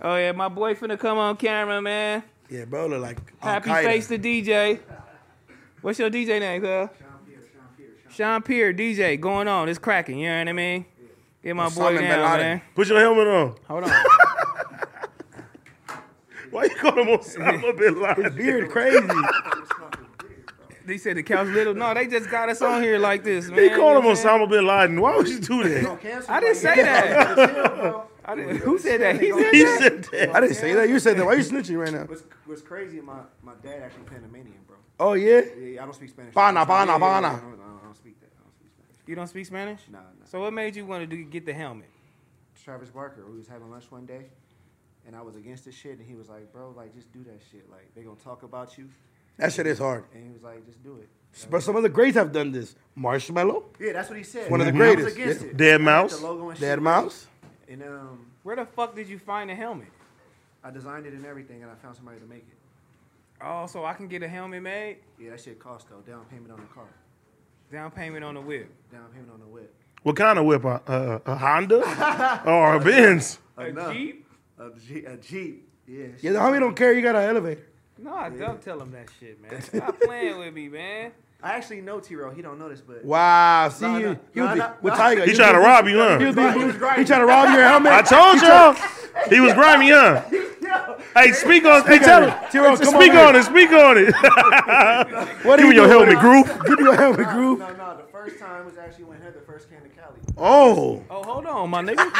Oh yeah, my boy finna come on camera, man. yeah, bro, look like Happy Al-Qaeda. face to DJ. What's your DJ name, cuz? Sean Pierre, DJ, going on. It's cracking, you know what I mean? Get my boy Osama bin down, Laden. man. Put your helmet on. Hold on. Why you call him Osama bin Laden? Beard crazy. they said the couch little. No, they just got us on here like this, man. He called You know him what I'm Osama bin Laden. Why would you do that? saying? I didn't say that. I didn't, who said that? He said He that? said that. I didn't say that. You said that. Why you snitching right now? What's, what's crazy? My my dad actually Panamanian, bro. Oh, yeah? Yeah, I don't speak Spanish. Pana, I don't speak- pana, yeah, yeah, yeah, pana. I don't, I don't speak that. I don't speak Spanish. You don't speak Spanish? Nah, nah. So what made you want to do, get the helmet? Travis Barker, we was having lunch one day, and I was against this shit, and he was like, "Bro, like just do that shit. Like they gonna talk about you," That shit is hard. and he was like, "Just do it." But some of the greats have done this. Marshmallow, Yeah, that's what he said. One of the I was greatest. against Yeah. it. Dead I made Mouse. The logo and shit, Dead Mouse. And um, Where the fuck did you find the helmet? I designed it and everything, and I found somebody to make it. Oh, so I can get a helmet made? Yeah, that shit cost though. Down payment on the car. Down payment on the whip. Down payment on the whip. What kind of whip? A, a, a Honda or a Benz? Enough. A Jeep? A Jeep. A Jeep. Yeah. shit. Yeah, the homie don't care. You got an elevator. No, I don't tell him that shit, man. Stop playing with me, man. I actually know T-Row. He don't know this, but Wow. See, Nah, you, nah, you nah, the- nah, with nah. Tiger. He you trying to the- rob you, you huh? the- He was He grimy. trying to rob your helmet. I told y'all he was grimy, huh? Hey, speak on, hey, tell him, T-Row, come on speak here. on it, speak on it. What Give are me you your doing? helmet, Groove. Give me your helmet, No, Groove. no, no. The first time was actually when Heather first came to Cali. Oh. Oh, hold on, my nigga. No, no, no.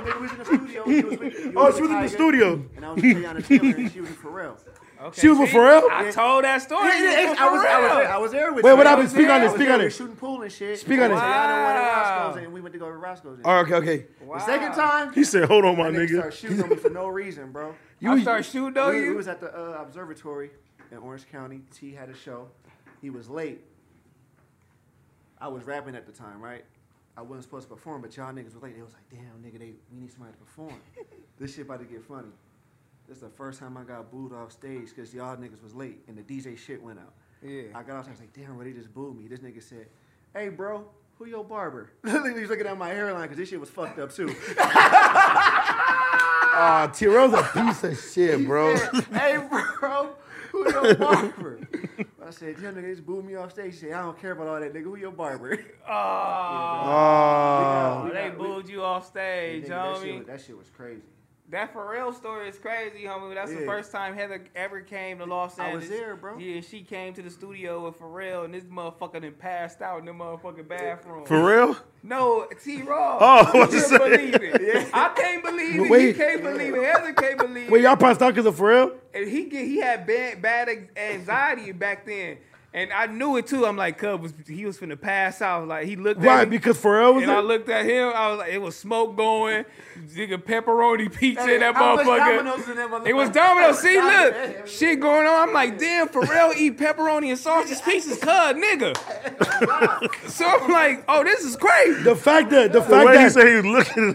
Nigga, we was in the studio. He was with, you Oh, was she with was in the Tiger, studio. And I was with Tiana Taylor, and she was with Pharrell. Okay, She was with see? Pharrell? I told that story. Yeah, yeah, It was I, was, I, was, Pharrell. there- I was there with Wait, you. what I happened? was Speak there, on it, I was speak there, on we it. were Shooting pool and shit. Speak on it. Tiana went to Wow. Roscoe's, and we went to go to Roscoe's. And Oh, okay, okay. The second time, He said, hold on, my nigga nigga. started shooting on me for no reason, bro. I start shooting on we, we you. was at the uh, observatory in Orange County. T had a show. He was late. I was rapping at the time, right? I wasn't supposed to perform, but y'all niggas was late. They was like, damn, nigga, they, we need somebody to perform. this shit about to get funny. This is the first time I got booed off stage because y'all niggas was late and the DJ shit went out. Yeah. I got off stage, I was like, damn, bro, they just booed me. This nigga said, hey, bro, who your barber? he was looking at my hairline because this shit was fucked up too. Ah, Tyrell's a piece of shit, bro. hey, bro, who your barber? I said, yeah, nigga, they just booed me off stage. He said, I don't care about all that, nigga. Who your barber? Oh, Ah. We got- they we- booed you off stage, Nigga, that, shit, homie. was- that shit was crazy. That Pharrell story is crazy, homie. That's the Yeah. first time Heather ever came to Los I Angeles. was there, bro. Yeah, she came to the studio with Pharrell, and this motherfucker then passed out in the motherfucking bathroom. For real? No, T Raw. Oh, what you can't say? believe it. I can't believe it. Wait. He can't believe it. Heather can't believe Wait, it. y'all passed out because of Pharrell? And he get, he had bad, bad anxiety back then. And I knew it too. I'm like, Cub was he was finna pass out. Like he looked Why? at me, Because Pharrell was and I there? looked at him. I was like, it was smoke going, nigga pepperoni pizza in that How much motherfucker. Domino's in that motherfucker? It was Domino. See, Domino's. look, shit going on. I'm like, damn, Pharrell eat pepperoni and sausage pieces, cuz nigga. so I'm like, oh, this is crazy. The fact that the The fact way he that said he was looking.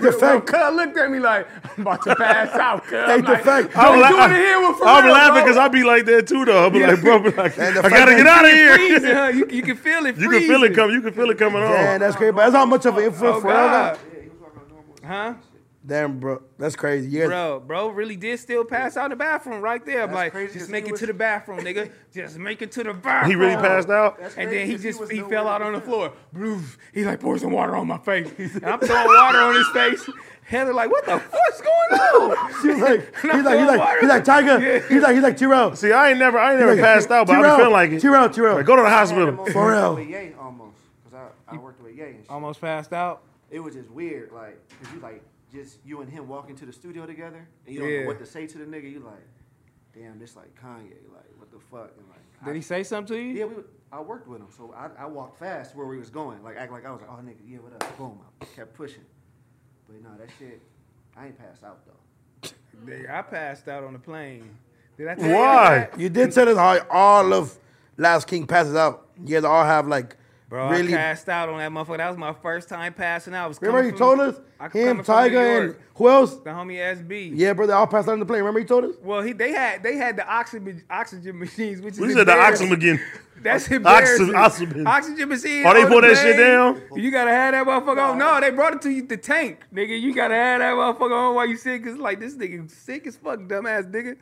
the fact Cuz looked at me like I'm about to pass out. Cuz Hey, I'm the like, fact- I'm la- doing it here with Pharrell. I'm laughing bro. because I be like that too, though. I be like, bro, be like, And the I fact gotta that get out of here. freezing, huh? You, you can feel it. You can feel it coming. You can feel it coming man, on. that's crazy. But that's how much of an influence Oh, Pharrell. God. got. Yeah, he was walking on normal. Huh? Damn, bro, that's crazy. You guys- Bro, bro, really did still pass out in the bathroom right there. I'm That's like, crazy just 'cause make he it was- to the bathroom, nigga. Just make it to the bathroom. He really passed out. That's And crazy then he 'cause just was he, nowhere fell to out be on the found. floor. Bloof. He like poured some water on my face. And I'm throwing water on his face. Heather like, what the fuck's going on? She was like, he's And I like, he's feel like, water. he's like, Tiger. Yeah. He's like, he's like, Tyrell. See, I ain't never, I ain't never passed out, but I Tyrell, be feeling like it. Tyrell, Tyrell. Like, go to the I had the hospital. most For fun real. With Ye almost, because I, I worked with Ye and shit. Almost passed out. It was just weird, like, cause you like just you and him walking to the studio together, and you don't Yeah. know what to say to the nigga. You like, damn, this like Kanye, like what the fuck, and like. Did I, he say something to you? yeah, we. would- I worked with him, so I, I walked fast where we was going, like act like I was like, oh nigga, yeah, what up? Boom, I kept pushing, but no, that shit, I ain't passed out though. Nigga, I passed out on the plane. Did I tell Why? you that? You did tell us how all of Last King passes out. You guys all have like Bro, really. I passed out on that motherfucker. That was my first time passing out. I was Remember coming you from- told us Mm-hmm. I was coming him, from Tiger, New and York. who else? the homie SB. Yeah, bro, they all passed out on the plane. Remember you told us? Well, he they had they had the oxygen oxygen machines, which is We said the embarrassing. oxygen again. That's embarrassing. oxygen. Oxygen machine. Oh, they on put the that shit plane. down? You gotta have that motherfucker on. No, they brought it to you the tank, nigga. You gotta have that motherfucker on while you sick. Cause like this nigga sick as fuck, dumbass nigga.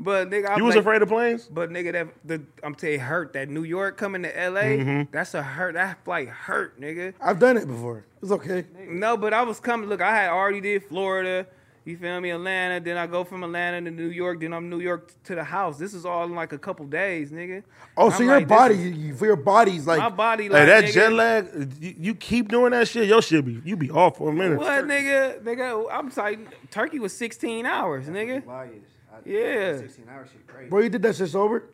But nigga, I'm You was like- afraid of planes? But nigga, that the I'm telling you, hurt that New York coming to LA. Mm-hmm. That's a hurt. That flight hurt, nigga. I've done it before. It's okay. No, but I was coming. Look, I had already did Florida. You feel me? Atlanta. Then I go from Atlanta to New York. Then I'm New York to the house. This is all in like a couple days, nigga. Oh, I'm so your like, this body, is- you, you- for your body's like. my body, like Hey, that nigga, jet lag, you, you keep doing that shit, your shit be, you be off for a minute. What, nigga? Nigga, I'm sorry. Turkey was 16 hours, nigga. Why is? I, Yeah. Sixteen hour shit crazy. Bro, you did that shit sober?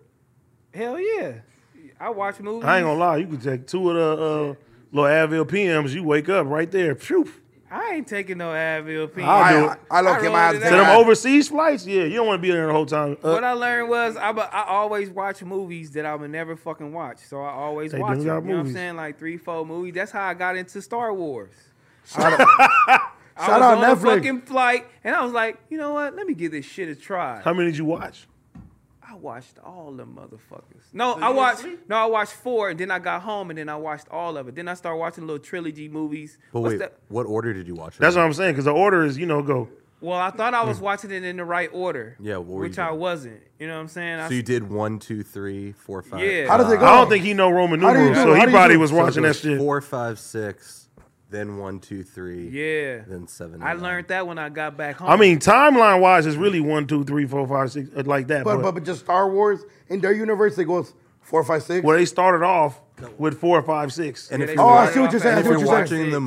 Hell yeah. I watch movies. I ain't gonna lie, you can take two of the uh, little Advil PMs, you wake up right there. Phew. I ain't taking no Advil. P. I'll do it. I, I don't I care. My eyes rolled it are out. To them bad. overseas flights, yeah, you don't want to be there the whole time. Uh, What I learned was I, bu- I always watch movies that I would never fucking watch. So I always They watch do them. You got know what I'm movies. saying? Like three, four movies. That's how I got into Star Wars. Shout out, I shout was out on a Netflix. fucking flight and I was like, you know what? Let me give this shit a try. how many did you watch? I watched all the motherfuckers. No, So I you watched asleep? no, I watched four and then I got home and then I watched all of it. Then I started watching little trilogy movies. But What's wait, that? what order did you watch? it That's in? what I'm saying, because the order is, you know, go. Well, I thought I was watching it in the right order. Yeah, what were you which I doing? wasn't. You know what I'm saying? I So you did one, two, three, four, five. Uh, Yeah. How does it I go? don't think he know Roman How do you numerals, do- so how do he you probably do- was So it watching that goes shit. Four, five, six, then one, two, three. Yeah. Then seven. I and nine. learned that when I got back home. I mean, timeline wise, it's really one, two, three, four, five, six, uh, like that. But, But, but, but just Star Wars, in their universe, it goes four, five, six. well, they started off with four, five, six. And Yeah, if they you're, Oh, I see what you're started off saying. at and I if see what you're you're four, saying. watching the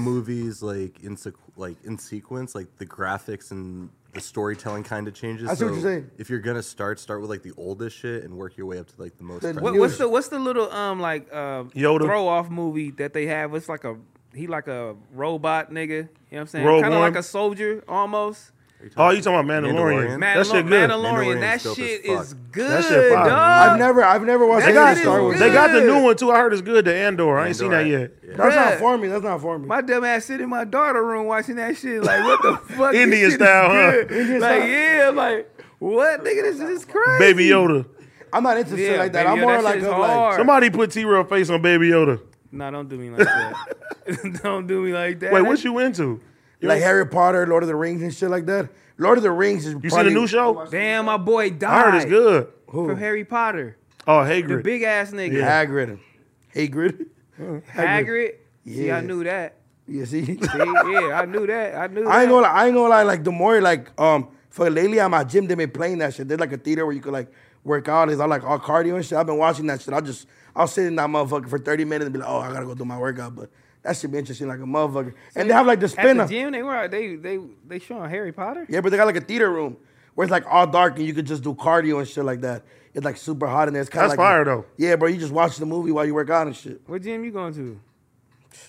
movies six. like in sequ- like in sequence, like the graphics and the storytelling kind of changes. I see what you're So saying. If you're gonna start, start with like the oldest shit and work your way up to like the most. The- fresh What, Yoda. what's the what's the little um like uh Yoda. throw off movie that they have? It's like a he like a robot nigga. You know what I'm saying? Rogue Kind of One. like a soldier almost. oh, you talking about Mandalorian? Mandalorian? Mandalorian. That shit good. Mandalorian. Mandalorian's That dope as shit fuck. is good. That shit fire. dog. I've never, I've never watched That any of shit the is Star Wars. They got the good. new one too. I heard it's good. The Andor. I ain't seen that Andor, yet. yeah. That's Bruh. not for me. That's not for me. My dumb ass sit in my daughter room watching that shit. Like, what the fuck? This Indian shit is style, huh? good. Indian like, style. yeah, like, what? Nigga, this is crazy. Baby Yoda. I'm not into shit Yeah, like that. baby, I'm yo, more that like shit a is like. hard. Somebody put T real face on Baby Yoda. No, don't do me like that. don't do me like that. Wait, what you into? You, like Harry Potter, Lord of the Rings, and shit like that. Lord of the Rings is. you seen the new show? Damn, Oh, my boy died. I heard it's good. Who? From Harry Potter. Oh, The Hagrid. big ass nigga. Hagrid. Hagrid. Hagrid. See, I Yeah. knew that. You see. See, yeah, I knew that. I knew I ain't that. gonna lie, I ain't gonna lie, like the more like um for lately at my gym they been playing that shit. There's like a theater where you could like work out, it's all like all cardio and shit. I've been watching that shit. I'll just I'll sit in that motherfucker for 30 minutes and be like, oh I gotta go do my workout, but that should be interesting like a motherfucker. and they have like the At the spinner. gym, they were they they they showing Harry Potter. Yeah, but they got like a theater room where it's like all dark and you could just do cardio and shit like that. It's like super hot in there. It's kind of That's like fire, though. Yeah, bro. You just watch the movie while you work out and shit. What gym you going to?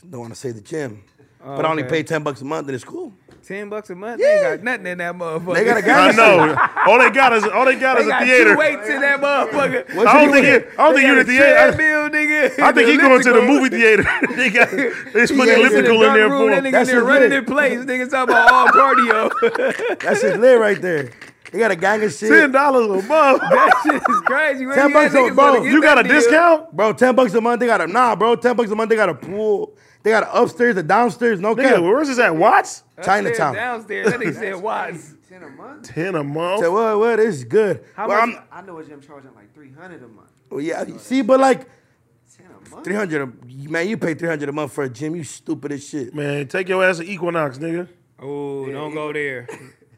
Don't want to say the gym, Oh, but I only okay. pay ten bucks a month and it's cool. Ten bucks a month? They Yeah. ain't got nothing in that motherfucker. They got a I guy. know. All they got is all they got They is a got theater. two weights in that motherfucker. What I you don't think doing? it, I don't think you're in the theater. Treadmill, nigga. I, I think The he going to the elliptical. movie theater. they got they Yeah, put he's the in the elliptical in dark there room, for That him. nigga That's in his there running leg. in place. Nigga talking about all cardio. That's his lid right there. They got a gang of shit. Ten dollars a month. that shit is crazy. Where Ten you at, bucks on niggas wanna both. get You got that a deal? discount? Bro, ten bucks a month. They got a nah, bro. Ten bucks a month. They got a pool. They got a upstairs, a downstairs. No Nigga, cap. where's this at? Watts? Upstairs, Chinatown. Downstairs. That nigga said Watts. Ten a month. Ten a month. So what? What is good? How Well, much- I'm- I know a gym charging like three hundred a month. well, yeah. you See, but like Ten a month. three hundred. Man, you pay three hundred a month for a gym. You stupid as shit. Man, take your ass to Equinox, nigga. Oh, don't go there.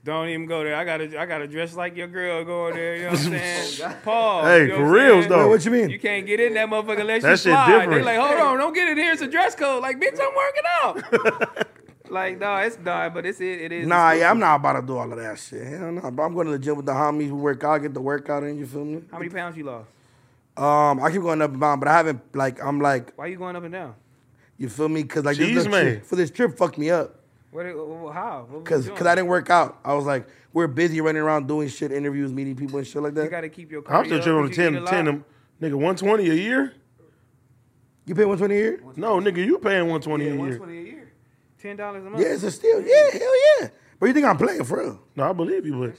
Don't even go there. I gotta, I gotta dress like your girl going there. You know what I'm saying? Paul. Hey, you know for what I'm reals, saying? though. Wait, what you mean? You can't get in that motherfucker unless That you shit slide. They different. like, hold on, don't get in here. It's a dress code. Like, bitch, I'm working out. like, no, it's not. But it's it, it is. Nah, yeah, I'm not about to do all of that shit. Hell no, bro. I'm going to the gym with the homies. We work out, get the workout in. You feel me? How many pounds you lost? Um, I keep going up and down, but I haven't like I'm like Why you going up and down? you feel me? Cause like Jeez, this little man. trip, for this trip fucked me up. What? it- wh- wh- How? What was Cause you cause doing? I didn't work out. I was like we're busy running around doing shit, interviews, meeting people and shit like You that. gotta keep your. Cardio I'm still tripping on up. the You eat 10, a lot. 10 um, nigga, 120 a year? You pay 120 a year? No, nigga, you paying 120 Yeah, a one year. twenty a year. Ten dollars a month. Yeah, it's a steal. Yeah, hell yeah. But you think I'm playing for real? No, I believe you, but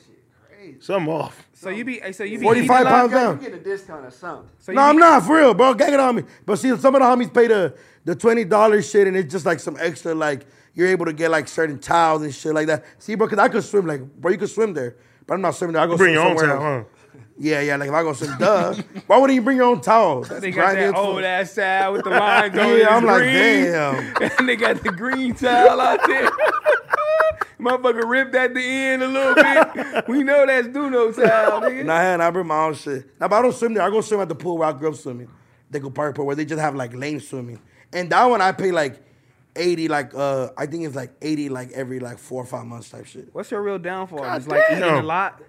Crazy. something off. So you be. So you be. 45 eating a lot? pounds Yeah, down. you getting a discount or something. So you no, I'm be- not for real, bro. Gang it on me. But see, some of the homies pay the the twenty dollars shit, and it's just like some extra. Like you're able to get like certain towels and shit like that. See, bro, because I could swim. Like, bro, you could swim there, but I'm not swimming there. I go Bring your swim own somewhere else. towel, huh? Yeah, yeah. Like if I go swim, duh. Why wouldn't you bring your own towel? That's They got grimy as that fuck. old ass towel with the lines on it. Yeah, It's I'm like, green. damn. and they got the green towel out there. Motherfucker ripped at the end a little bit. We know that's Duno towel, nigga. Nah, and I bring my own shit. Now, but I don't swim there. I go swim at the pool where I grew up swimming. They go park pool where they just have like lane swimming. And that one I pay like eighty, like uh, I think it's like eighty, like every like four or five months type shit. What's your real downfall? It's like eating a damn. lot.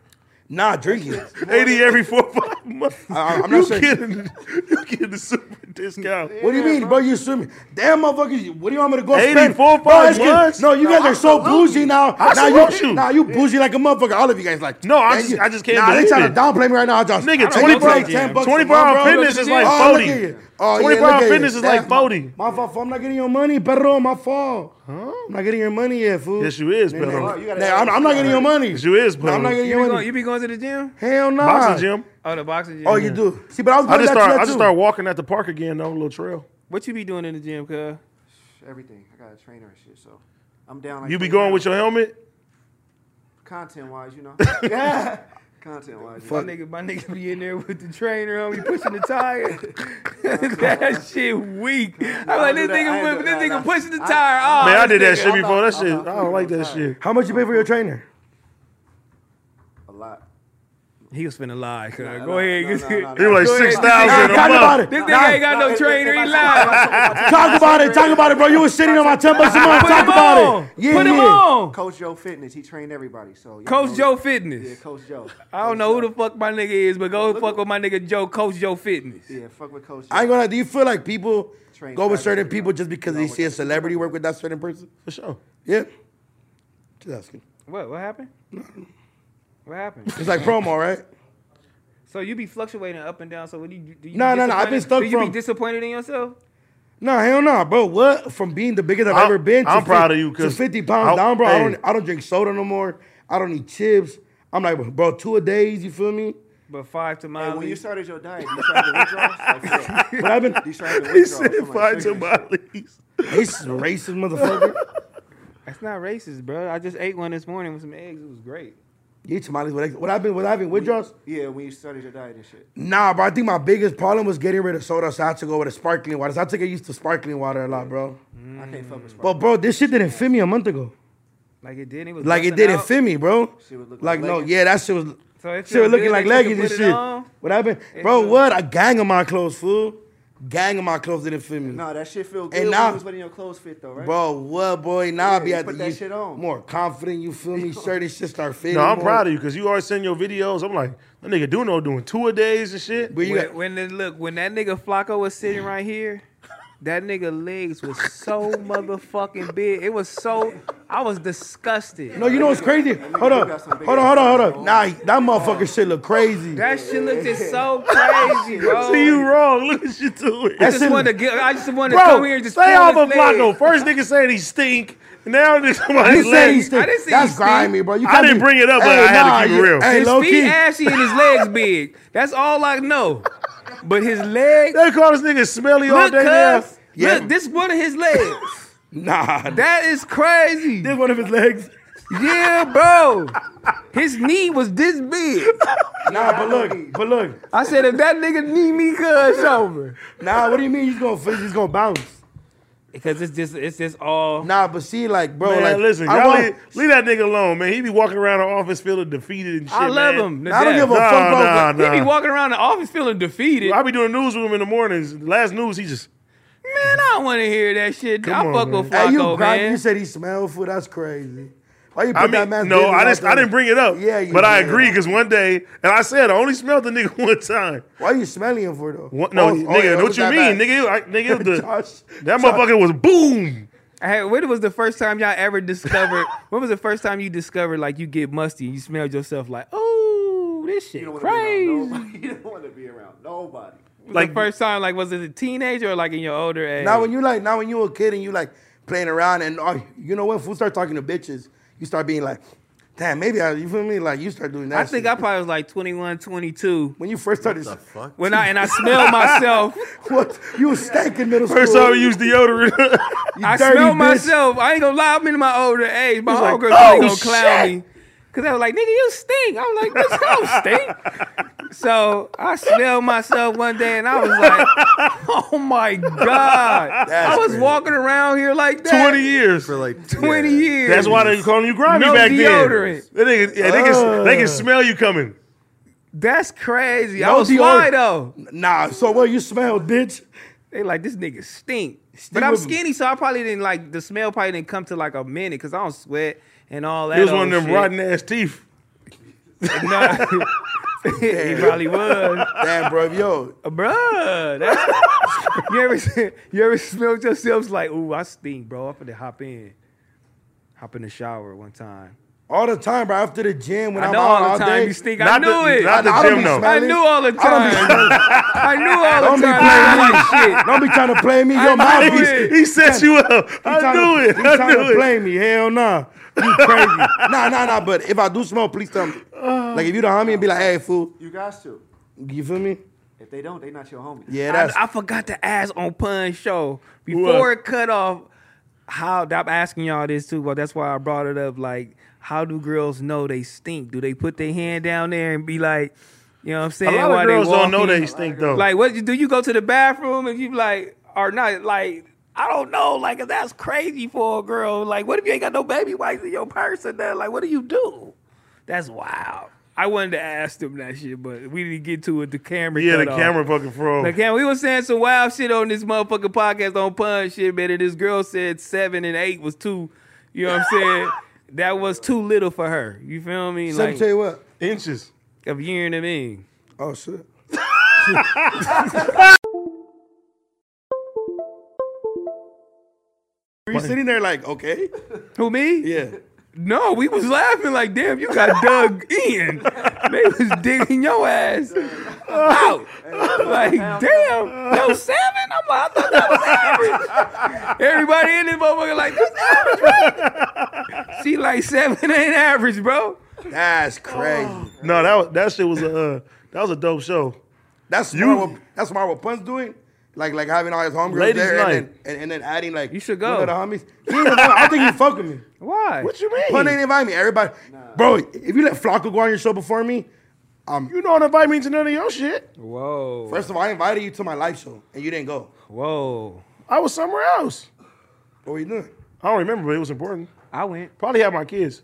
Nah, drinking. 80 every four or five months. I- I'm not you saying- getting you getting the super discount. What do you mean, bro? You swimming? Damn, motherfuckers! you- What do you want me to go 84 spend? Bro, five it's good. months? No, you No, guys I are so salute you. bougie now. I now salute you. Now you bougie like a motherfucker. All of you guys like. No, I dang just- you. I just can't Nah, they believe trying to it. downplay me right now. I just Nigga, I don't 24 know, like 10 bucks a 24 hour month, bro. fitness is Look at like you. Oh, look 40. at you. Oh, yeah, 24 hour look at you. fitness is like That's my- 40. My fault. fool. I'm not getting your money, perro. My fault. I'm not getting your money yet, fool. Yes, you is, Nah, bro. You gotta nah, add I'm, I'm not getting your money. Yes, you is, Nah, I'm not perro. getting You be, your going, money. you be going to the gym? Hell no. Boxing gym. Oh, the boxing gym. Oh, you do. See, but I was I going just back to start. that I just too. start walking at the park again on a little trail. What you be doing in the gym, cuz? Everything. I got a trainer and shit, so I'm down. Like You be three going pounds. with your helmet? content wise, you know. yeah. Content wise. My nigga, my nigga be in there with the trainer, homie, pushing the tire. that shit weak. I'm like, this nigga, this nigga pushing the tire. Oh, Man, I did that this nigga. shit I'm before. not- That I'm shit. not I don't like feeling that tired. shit. How much you pay for your trainer? A lot. He was finna lie, cuz. no, Go no, ahead. no, no, It was Go like ahead. six thousand Talk a about month. it. This Nah. nigga ain't got no trainer. He lied. lied. Talk about it. Talk about it, bro. You was sitting on my 10 bucks a month. Put Talk him about on. it. Yeah, Put him yeah. on. Coach Joe Fitness, he trained everybody. So y'all Coach know- Joe Yeah, Fitness. Coach Joe. I don't know who the fuck my nigga is, but go fuck with my nigga Joe, Coach Joe Fitness. Yeah, fuck with Coach Joe. I ain't gonna. Do you feel like people Train go with fast certain everybody. people just because they No, see a whatever. celebrity work with that certain person? For sure. Yeah. Just asking. What? What happened? What happened? It's like promo, right? So you be fluctuating up and down. So what do you do? You No, be no, no, I've been disappointed- stuck Do you from- be disappointed in yourself? No, hell no, bro. What from being the biggest I've I'm- ever been? To I'm fif- proud of you, to 'cause fifty pounds I- down, bro. I hey. don't. I don't drink soda no more. I don't eat chips. I'm like, bro, two a days. You feel me? But five to Hey, mile. when you started your diet, you started the withdrawals. Like, yeah. But I've been. You started the He withdrawals. said from, like, five sugar to and my lease. This is racist, motherfucker. That's not racist, bro. I just ate one this morning with some eggs. It was great. You eat tamales. What, I- what I've been. What I've been withdrawals. shit. Yeah, when you started your diet and shit. Nah, bro. I think my biggest problem was getting rid of soda. So I had to go with a sparkling water. So I had to get used to sparkling water a lot, bro. I can't fuck with Spark. But Mm. bro, this shit didn't fit me a month ago. Like it did. It was Like it busting didn't out. fit me, bro. She would look Like like no, leggings. yeah, that shit was. So shit it feel was looking good like that you leggings can and put it shit. on? What happened, bro? feel- What a gang of my clothes, fool. gang of my clothes didn't fit me. No, that shit feel good And when now- you was letting your clothes fit though, right? Bro, what boy? Now I Yeah, be you at put the that you shit on. more confident. You feel me? Certain shit start fitting. No, I'm more. proud of you because you always send your videos. I'm like, that nigga Duno doing two a days and shit. But you when, got, when then look, when that nigga Flacco was sitting right here, that nigga legs was so motherfucking big. It was so I was disgusted. no, you know what's crazy? Hold up, hold on, hold on, hold up. Nah, that motherfucker shit look crazy. that shit looked just so crazy, bro. See you wrong. Look at you to it. I That just shit- wanted to get. I just wanted to Bro, come here and just stay pull off his of Flacco. legs. First nigga saying he stink. Now nigga somebody He said he legs. stink. I didn't say he That's stink. grimy, bro. You I can't didn't be- bring it up, but I had to keep it you- real. Hey, His low feet eh? key. ashy and his legs big. That's all I know. But his legs. They call this nigga smelly all Look, day now. cuz. Yeah. Look, this one of his legs. Nah, that That is crazy. is one of his legs. Yeah, bro. His knee was this big. Nah, but look, but look. I said, if that nigga knee me, cuz, show me. Nah, what do you mean he's gonna fit? He's gonna bounce. Because it's just, it's just all. Nah, but see, like, bro, Man, like, listen, I, y'all want- leave, leave that nigga alone, man. He be walking around the office feeling defeated and shit. I love man. him. to I don't death. give a Nah, fuck, bro. nah, but- He be nah. walking around the office feeling defeated. I be doing newsroom in the mornings. Last news, he just Man, I don't want to hear that shit. I Come on, fuck man. with Hey, you Flacco, grimy. man. You said he smelled food. That's crazy. Why you put I mean, that man's no, business I out just I there? didn't bring it up. Yeah, you but I did. agree because one day, and I said I only smelled the nigga one time. Why you smelling him for though? What, no, Oh, nigga, oh, yeah, it was know what you that mean, bad. nigga? I, nigga, the, Josh- that Josh- motherfucker was boom. Hey, when was the first time y'all ever discovered? when was the first time you discovered like you get musty and you smelled yourself like, oh, this shit You don't want to crazy. be around nobody. You don't want to be around nobody. like Like- the first time, like was it a teenager or like in your older age? Now when you like, now when you a kid and you like playing around and oh, you know what? Fool start talking to bitches. You start being like, damn, maybe I. You feel me? Like you start doing that. I think shit. I probably was like 21, 22 when you first started. The fuck? when I and I smelled myself. What you was stank in middle school? First time we used deodorant. you I dirty smelled bitch. myself. I ain't gonna lie, I'm in my older age. My was like, homegirls "Oh, like, gonna clown shit." me. Cause I was like, nigga, you stink. I'm like, this don't stink. so I smelled myself one day and I was like, oh my God. I was crazy. walking around here like that. Twenty years. for like 20 yeah. years. That's why they calling you grimy No back deodorant. then. They can, yeah, they, can, they Uh. can smell you coming. That's crazy. I No was deodorant. fly though. Nah, so what? You smelled, bitch. They like this nigga stink. But I'm with me. skinny, so I probably didn't like the smell probably didn't come to like a minute because I don't sweat and all that. It was one old of them shit. rotten ass teeth. No. he probably was. Damn, bro, yo. Bruh. that's- you ever you ever smelled yourself like, ooh, I stink, bro. I'm finna hop in. Hop in the shower one time. All the time, bro. After the gym, when I am know out all all the time day, you stink. I Not knew the- it. not the I, I don't gym, be though. smelling. knew all the I don't be time. I knew all Don't the be time. playing me. Don't be trying to play me. Your I mouth knew be. it. He set you up. He I trying knew to- it. He I trying to knew it. play me. Hell nah. You crazy. nah, nah, nah. But if I do smoke, please tell me. Uh. Like if you the homie and be like, hey, fool, You guys to. you feel me? If they don't, they not your homie. Yeah, that's. I, I forgot to ask on Pun Show before What? it cut off how I'm asking y'all this too, but that's why I brought it up. Like, how do girls know they stink? Do they put their hand down there and be like, you know what I'm A saying? lot while of girls don't know walking? they stink though. Like, what do you go to the bathroom and you like, or not? Like, I don't know. Like, 'cause that's crazy for a girl. Like, what if you ain't got no baby wipes in your purse or nothing? Like, what do you do? That's wild. I wanted to ask them that shit, but we didn't get to it. The camera. yeah, the cut off. camera fucking froze. Like, man, we was saying some wild shit on this motherfucking podcast on pun shit, man. And this girl said seven and eight was too, you know what I'm saying? that was too little for her. You feel me? let me Like, tell you what. Inches. of year and a mean. Oh shit. Were you sitting there like, okay, Who me? yeah, No, we was laughing like, damn, you got dug in. They was digging your ass out. Like, damn, yo, seven? I'm like, I thought that was average. Everybody in this motherfucker like, that's average, right? She like, seven ain't average, bro. that's Oh. crazy. No, that was, that shit was a uh, that was a dope show. That's smart what, that's smart what Pun's doing. Like like having all his homegirls Ladies' there night. and then, and, and then adding like You should one go. of the homies. He ain't even- I think he fuck with me. Why? What you mean? Pun ain't invite me. Everybody, bro. If you let Flacco go on your show before me, you don't invite me to none of your shit. Whoa. first of all, I invited you to my live show and you didn't go. Whoa. I was somewhere else. What were you doing? I don't remember, but it was important. I went. Probably had my kids.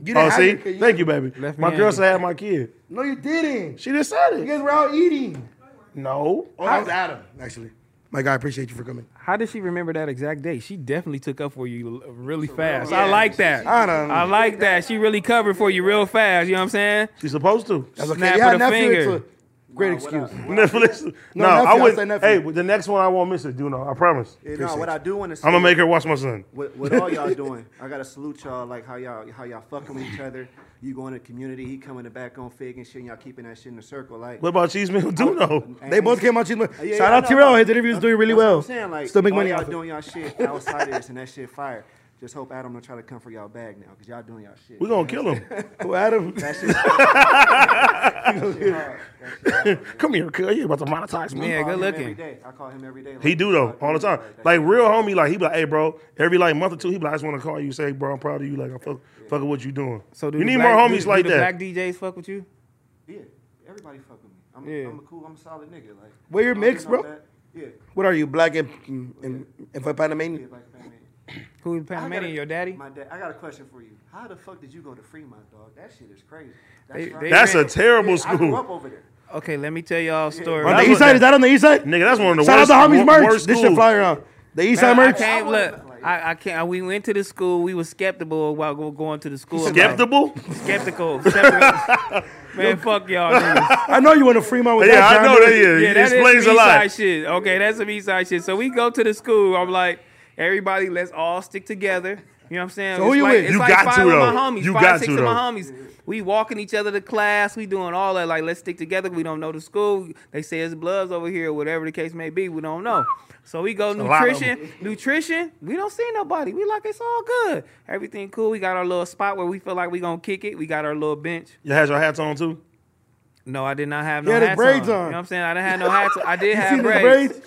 You didn't Oh, have see, your kid. thank you, baby. Left my me girl hanging. said I had my kid. No, you didn't. She just said You it. guys were out eating. No. Oh, that was Adam, actually. My guy, I appreciate you for coming. How did she remember that exact date? She definitely took up for you l- really fast. Yeah, I like that. she- I don't know. I like that. She really covered for you real fast. You know what I'm saying? She's supposed to. That's okay. Snap yeah, with a nephew, it's finger. a great Nah, what excuse. I- No, listen. No, nephew, I I'll would. say nephew. Hey, the next one I won't miss it. Do no, I promise. Yeah, no, what I do want to say. I'm gonna make her watch my son. What, what all y'all doing? I gotta salute y'all. Like how y'all how y'all fucking with each other. You going to community. He coming back on fig and shit. And y'all keeping that shit in the circle. Like What about Cheese Mill? Do no. and- They both came out. She's like, Yeah, yeah, Shout I out know, Tyrell. I know. His interview is doing really That's what well. I'm saying like Still make all money y'all off it. doing y'all shit outside this and that shit fire. Just hope Adam don't try to come for y'all bag now because y'all doing y'all shit. We gonna kill him. Oh, Adam. that shit. That shit hard. That shit hard. Come here, cuz. You about to monetize me? Yeah, Call good him Every looking. day. I call him every day. He like, do I though call all the him time. every day. Like real homie, like he be like, "Hey, bro." Every like month or two, he be like, "I just want to call you, say, bro, I'm proud of you. Like, I'm fuck, fucking what you doing." So do you the need black- more do- homies do like the that. Black DJs fuck with you. Yeah, everybody fuck with me. I'm, Yeah. I'm a cool, I'm a solid nigga. Like, Where your I don't mix, get no bro? bad- Yeah, What are you, black and, and, and, and yeah, Panamanian? like that, man. Who's I got a- Panamanian? Your daddy? My dad. I got a question for you. How the fuck did you go to Fremont, dog? That shit is crazy. That's, They- right. they- That's a Yeah, terrible Yeah, I grew school, up over there. Okay, let me tell y'all a story. On That's the what east side? that- Is that on the east side? nigga. That's one of the Shout out worst. to homies wor- merch. worst This shit schools. fly around. The east side Man, I merch. can't I look. wasn't like- I, I can't. We went to the school. We were skeptical while go- going to the school. I'm like, Skeptical. skeptical. skeptical. Man, fuck y'all. Niggas. I know you went to Fremont with Yeah, that. I know genre. that. Yeah, Yeah, it that is explains some a lot. east side shit. Okay, that's some east side shit. So we go to the school. I'm like, everybody, let's all stick together. You know what I'm saying? So who it's you like, with? It's You like got five to, of my though. homies, You five, got six to, of my though. homies. We walking each other to class. We doing all that. Like, let's stick together. We don't know the school. They say it's bloods over here, or whatever the case may be. We don't know. So we go lot of nutrition, nutrition. We don't see nobody. We like it's all good. Everything cool. We got our little spot where we feel like we gonna kick it. We got our little bench. You had your hats on too. No, I did not have You no had his hats braids on. on. You know what I'm saying? I didn't have no hats. On. I did See have the braids. braids?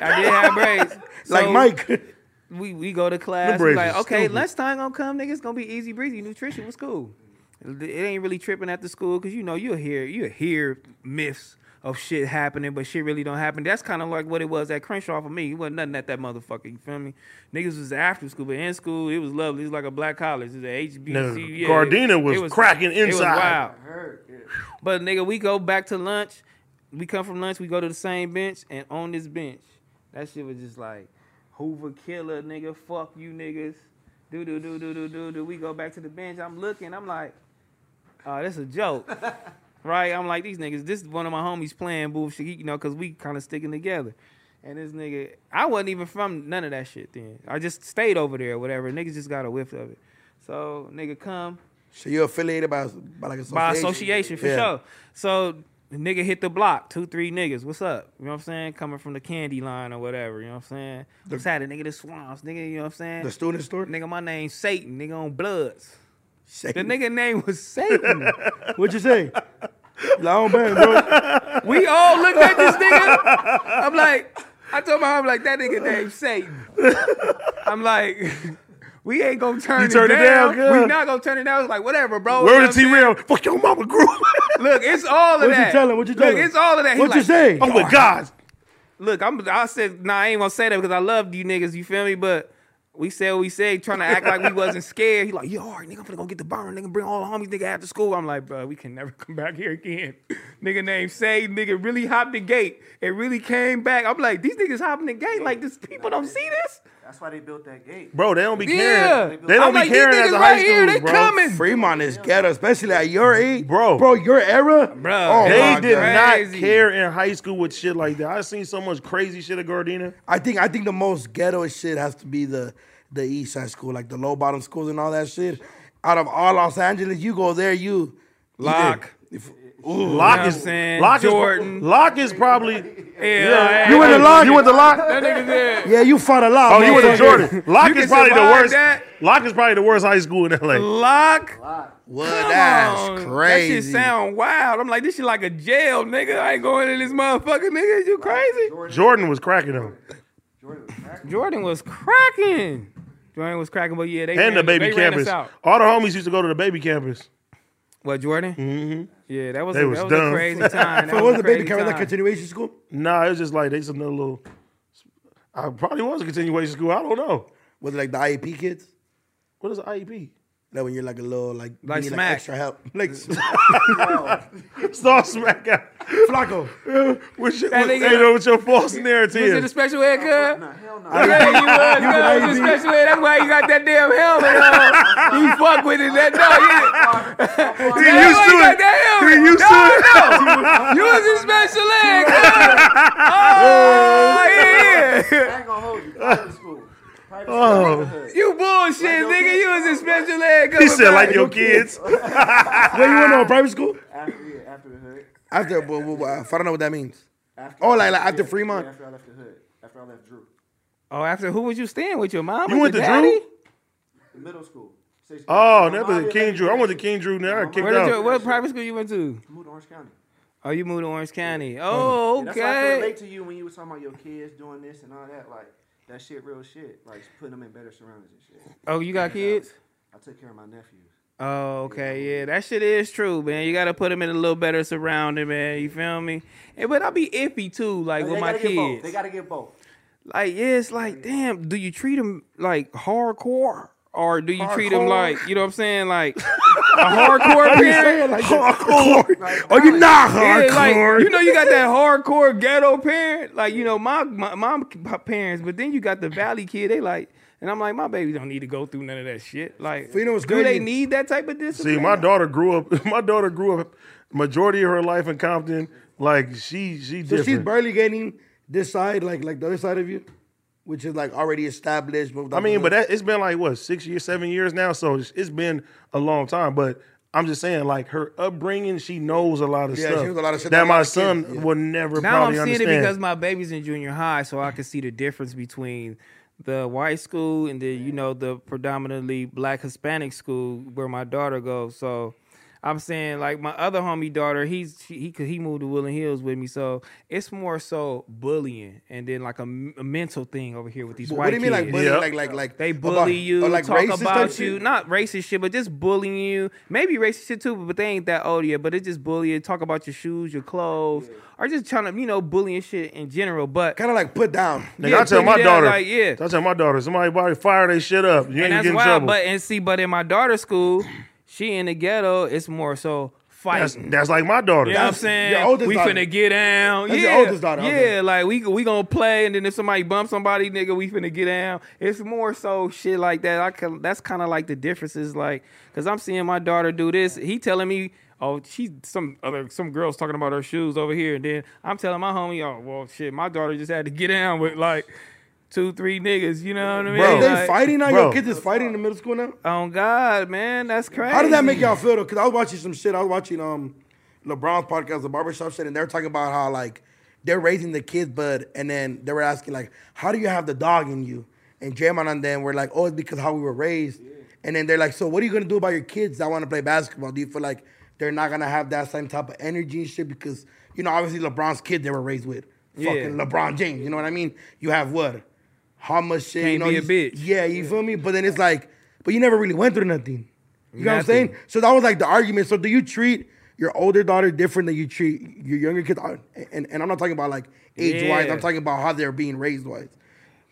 I did have braids. Like So Mike. we we go to class. We braids like, is okay, stupid. lunchtime gonna come, nigga. It's gonna be easy breezy. Nutrition was cool. It ain't really tripping at the school because you know you'll hear you'll hear myths of shit happening, but shit really don't happen. That's kind of like what it was at Crenshaw for me. It wasn't nothing at that motherfucker. You feel me? Niggas was after school, but in school it was lovely. It was like a black college. It was a HBCU. Nigga, Yeah, Gardena was cracking it was inside. wild. I heard. Yeah. But nigga, we go back to lunch. We come from lunch. We go to the same bench, and on this bench, that shit was just like Hoover Killer, nigga. Fuck you, niggas. Do do do do do do do. We go back to the bench. I'm looking. I'm like, oh, that's a joke, right? I'm like these niggas. This is one of my homies playing bullshit, you know, cause we kind of sticking together. And this nigga, I wasn't even from none of that shit then. I just stayed over there or whatever. Niggas just got a whiff of it. So nigga come, So you're affiliated by, by like association. by association for Yeah. sure. So the nigga hit the block, two, three niggas. What's up? You know what I'm saying? Coming from the candy line or whatever. You know what I'm saying? What's happening, nigga? The swamps, nigga. You know what I'm saying? The student store. nigga, my name's Satan. Nigga on Bloods. The Satan. nigga name was Satan. What you say? Long bang, bro. we all looked at this nigga. I'm like, I told my mom like that nigga named Satan. I'm like. We ain't gonna turn You it turned it down, down. good. we not gonna turn it down. It's like whatever, bro. You know Where what the I'm T saying? real? Fuck your mama group. Look, it's all of What you that. tell him? What you tell Look, him? it's all of that. He What you like, say? oh my God. look, I'm I said nah, I ain't gonna say that because I loved you niggas, you feel me? But we said what we said, trying to act like we wasn't scared. He like, yo, all right, nigga, I'm finna go get the burn, nigga, bring all the homies, nigga, after school. I'm like, bro, we can never come back here again. nigga named Say, nigga, really hopped the gate. It really came back. I'm like, these niggas hopping the gate, like these people don't see this. That's why they built that gate. Bro, they don't be Yeah. caring. They don't I'm be like, these caring niggas at the right high here, school, they bro. coming. Fremont is ghetto, especially at your age, Bro. Bro, your era, Bro. Oh They my did God. Crazy. not care in high school with shit like that. I seen so much crazy shit at Gardena. I think I think the most ghetto shit has to be the the East Side school, like the low bottom schools and all that shit. Out of all Los Angeles, you go there, you you Lock. there. If- Lock I'm is saying? Lock Jordan. is Lock is probably Yeah, You went to Lock. You went to Lock. That nigga there. yeah, you fought a lot. Oh, you went to motherfucker. Jordan. Lock You is can probably the survive worst. that. Lock is probably the worst high school in LA. Lock. Well, Come that's on. That shit crazy. sound wild. I'm like, this shit like a jail, nigga. I ain't going in this motherfucker, nigga. Is you crazy? Jordan was cracking them. Jordan was back. Jordan was cracking. Jordan was cracking, but yeah, they ran, And the baby they ran us campus. out. All the homies used to go to the baby campus. What Jordan? Mm-hmm. Yeah, that was They a, was that was dumb. a crazy time. That So was was a the baby crazy coming that time. continuation school? Nah, it was just like they some another little I probably was a continuation school. I don't know. Was it like the IEP kids? What is E IEP? Like when you're like a little like, you Like need smack. extra help. Like Star smack out. Flacco. What's your, That what- nigga- hey, though, what's your false Was it a narrative? special head, cuz? Nah, hell no. Yeah, you was, cuz. It was crazy. a special head. That's why you got that damn helmet on. You fuck with it. That, no, you, He That's used why to you it. got that He helmet. used no, to it. No. You was a special ed. cuz. Oh, yeah. I ain't gonna hold you. Oh. Private school. Private school. neighborhood. You bullshit, nigga. You was a special ed. cuz. He said, like your kids. Where you went to a private school? After, yeah, after the hood. After, but, but, but, if I don't know what that means. After, Oh, like- like yeah, after Fremont? Yeah, after I left the hood. After I left Drew. Oh, after who was you staying with? Your mom? You or went your to daddy? Drew? The middle school. Sixth Oh, grade. that My was mom King lived- Drew. I went to King Drew. Now I kicked Where did you, out. what private school you went to? Moved to Orange County. Oh, you moved to Orange Mm. County. Oh, That's why I could okay. relate to you when you was talking about your kids doing this and all that. Like, that shit real shit. Like, putting them in better surroundings and shit. Oh, you got kids? I took care of my nephews. Oh, okay, yeah, that shit is true, man. You gotta put them in a little better surrounding, man. You feel me? And, but I be iffy too, like with they my gotta get both. kids. They gotta get both. like, yeah, it's like, damn, do you treat them like hardcore, or do you treat them like, you know what I'm saying, like a hardcore parent? Like, hardcore. Are you not Yeah, like hardcore? you know, you got that hardcore ghetto parent, like you know my, my my my parents, but then you got the valley kid. They like, and I'm like, my baby don't need to go through none of that shit. Like, You know what's do they crazy? need that type of discipline? See, my daughter grew up. My daughter grew up majority of her life in Compton. Like she, she So she's different. barely getting this side, like like the other side of you, which is like already established. But I mean, but that it's been like what six years, seven years now. So it's it's been a long time. But I'm just saying, like her upbringing, she knows a lot of Yeah, she stuff knows a lot of shit that that a lot my of son kids- yeah. will never Now I'm probably seeing understand. it because my baby's in junior high, so I can see the difference between the white school and the you know the predominantly black Hispanic school where my daughter goes. So I'm saying like my other homie daughter, he's he he, could- he moved to Willing Hills with me, so it's more so bullying and then like a, m- a mental thing over here with these But white what do you mean, like kids. bully, Yeah. like like like They bully about- you, or, like talk racist type about shit? you, not racist shit, but just bullying you. Maybe racist shit too, but they ain't that old yet. But they just bullying, talk about your shoes, your clothes, or just trying to, you know, bullying shit in general. But Kind of like put down. Nigga, Yeah, I tell put my it down, daughter, like, yeah. I tell my daughter, somebody body fire they shit up. You ain't gonna and that's get in why. trouble. But and see, but in my daughter's school, she in the ghetto. It's more so that's fighting. that's like my daughter. You know what I'm That's saying? your oldest we daughter. finna get down. That's your yeah. oldest daughter, Yeah, okay. like we we gonna play, and then if somebody bumps somebody, nigga, we finna get down. It's more so shit like that. I can, that's kind of like the differences, like because I'm seeing my daughter do this. He telling me. Oh, she some other some girls talking about her shoes over here, and then I'm telling my homie, oh well, shit, my daughter just had to get down with like two, three niggas. You know what I mean? Bro. Is they Like, fighting now? Bro. Your kids is fighting in the middle school now. Oh God, man, that's crazy. How did that make y'all feel though? Because I was watching some shit. I was watching um LeBron's podcast, the barbershop shit, and they were talking about how like they're raising the kids, but and then they were asking like, how do you have the dog in you? And Draymond and them were like, oh, it's because how we were raised. And then they're like, so what are you gonna do about your kids that want to play basketball? Do you feel like they're not gonna have that same type of energy and shit? Because you know, obviously LeBron's kid they were raised with, Yeah. fucking LeBron James. You know what I mean? You have what? How much shit? you Can't know, be a he's- bitch. Yeah, you feel me? But then it's like, but you never really went through nothing. You know what I'm Nothing. saying? So that was like the argument. So do you treat your older daughter different than you treat your younger kids? I- And, and I'm not talking about like age wise. Yeah. I'm talking about how they're being raised wise.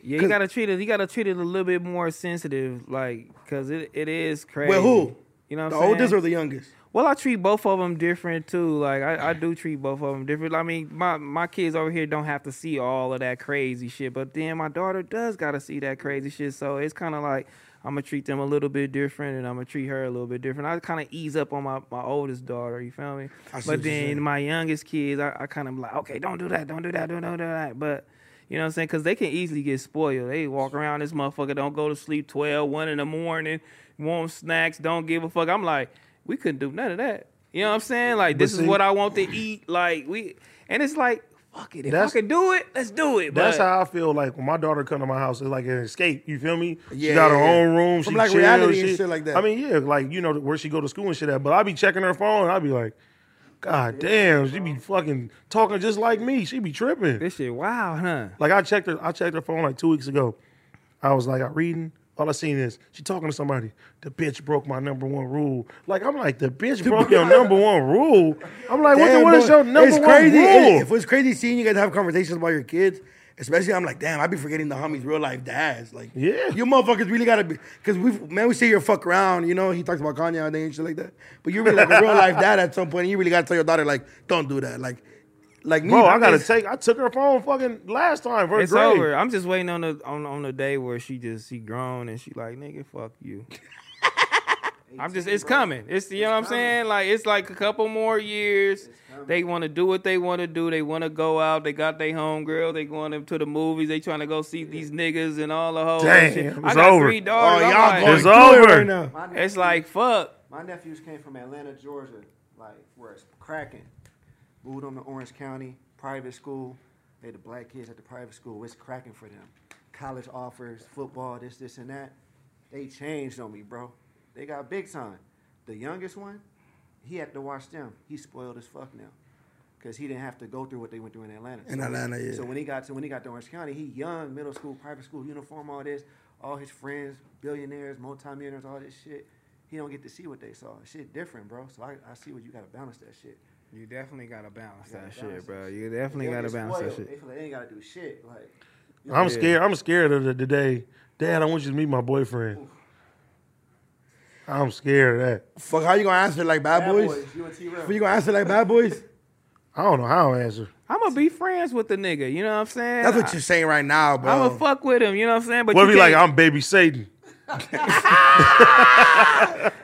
Yeah, you 'Cause- gotta treat it. You gotta treat it a little bit more sensitive, like, cause it, it is crazy. With who? You know, what the I'm saying? oldest or the youngest? well, I treat both of them different too. Like, I, I do treat both of them different. I mean, my my kids over here don't have to see all of that crazy shit, but then my daughter does gotta see that crazy shit. So it's kind of like I'm gonna treat them a little bit different, and I'm gonna treat her a little bit different. I kind of ease up on my, my oldest daughter. You feel me? I see what but you're then saying. my youngest kids, I, I kind of like, okay, don't do that, don't do that, don't, don't do that. But you know what I'm saying? Because they can easily get spoiled. They walk around this motherfucker, don't go to sleep 12, 1 in the morning, warm snacks, don't give a fuck. I'm like, we couldn't do none of that. You know what I'm saying? Like, this see- is what I want to eat. Like, we, and it's like, fuck it. If I That's- can do it, let's do it. That's but, how I feel like when my daughter come to my house, it's like an escape. You feel me? she Yeah, got her yeah, yeah. own room. From, she like, chill, reality she, and shit like that. I mean, yeah, like you know where she go to school and shit at. But I be checking her phone. I be like, God damn, she be fucking talking just like me. She be tripping. this shit, wow, huh? Like I checked her, I checked her phone like two weeks ago. I was like, I reading. All I seen is she talking to somebody. The bitch broke my number one rule. Like I'm like, the bitch broke your number one rule. I'm like, what the Damn, what is bro, your number it's one crazy. rule? It, it was crazy seeing you guys have conversations about your kids. Especially, I'm like, damn, I be forgetting the homies' real life dads. Like, Yeah. you motherfuckers really gotta be, cause we, man, we see your fuck around. You know, he talks about Kanye all day and shit like that. But you're really like a real life dad at some point, and you really gotta tell your daughter, like, don't do that. Like, like me. Bro, I gotta it's- take. I took her phone fucking last time. First It's grade. over. I'm just waiting on the on on the day where she just she grown and she like nigga fuck you. I'm just it's coming. It's you know what I'm saying? Like it's like a couple more years. They want to do what they want to do. They want to go out. They got their homegirl. They going up to the movies. They trying to go see these niggas and all the whole Damn, shit. I it's got over. three Oh, daughters. I'm y'all like, going It's through it over. right now. My nephews, it's like fuck. my nephews came from Atlanta, Georgia, like where it's cracking. Moved them to Orange County, private school. They the black kids at the private school. It's cracking for them. College offers, football, this, this, and that. They changed on me, bro. They got big time. The youngest one, he had to watch them. He spoiled as fuck now, cause he didn't have to go through what they went through in Atlanta. In Atlanta, yeah. So when he got to when he got to Orange County, he young, middle school, private school, uniform, all this, all his friends, billionaires, multimillionaires, all this shit. He don't get to see what they saw. Shit different, bro. So I, I see what you gotta balance that shit. You definitely gotta balance You gotta that balance shit, bro. that You They definitely gotta get balance that spoiled. They shit. feel like they ain't gotta do shit. Like I'm scared. I'm scared of the, the day. Dad, I want you to meet my boyfriend. I'm scared of that. Fuck, how you gonna answer like bad, bad boys? boys, you and T. Rev. Fuck, you gonna answer like bad boys? I don't know how to answer. I'm gonna be friends with the nigga. You know what I'm saying? That's what you're saying right now, bro. I'm gonna fuck with him. You know what I'm saying? But What you if he like, can't- I'm baby Satan?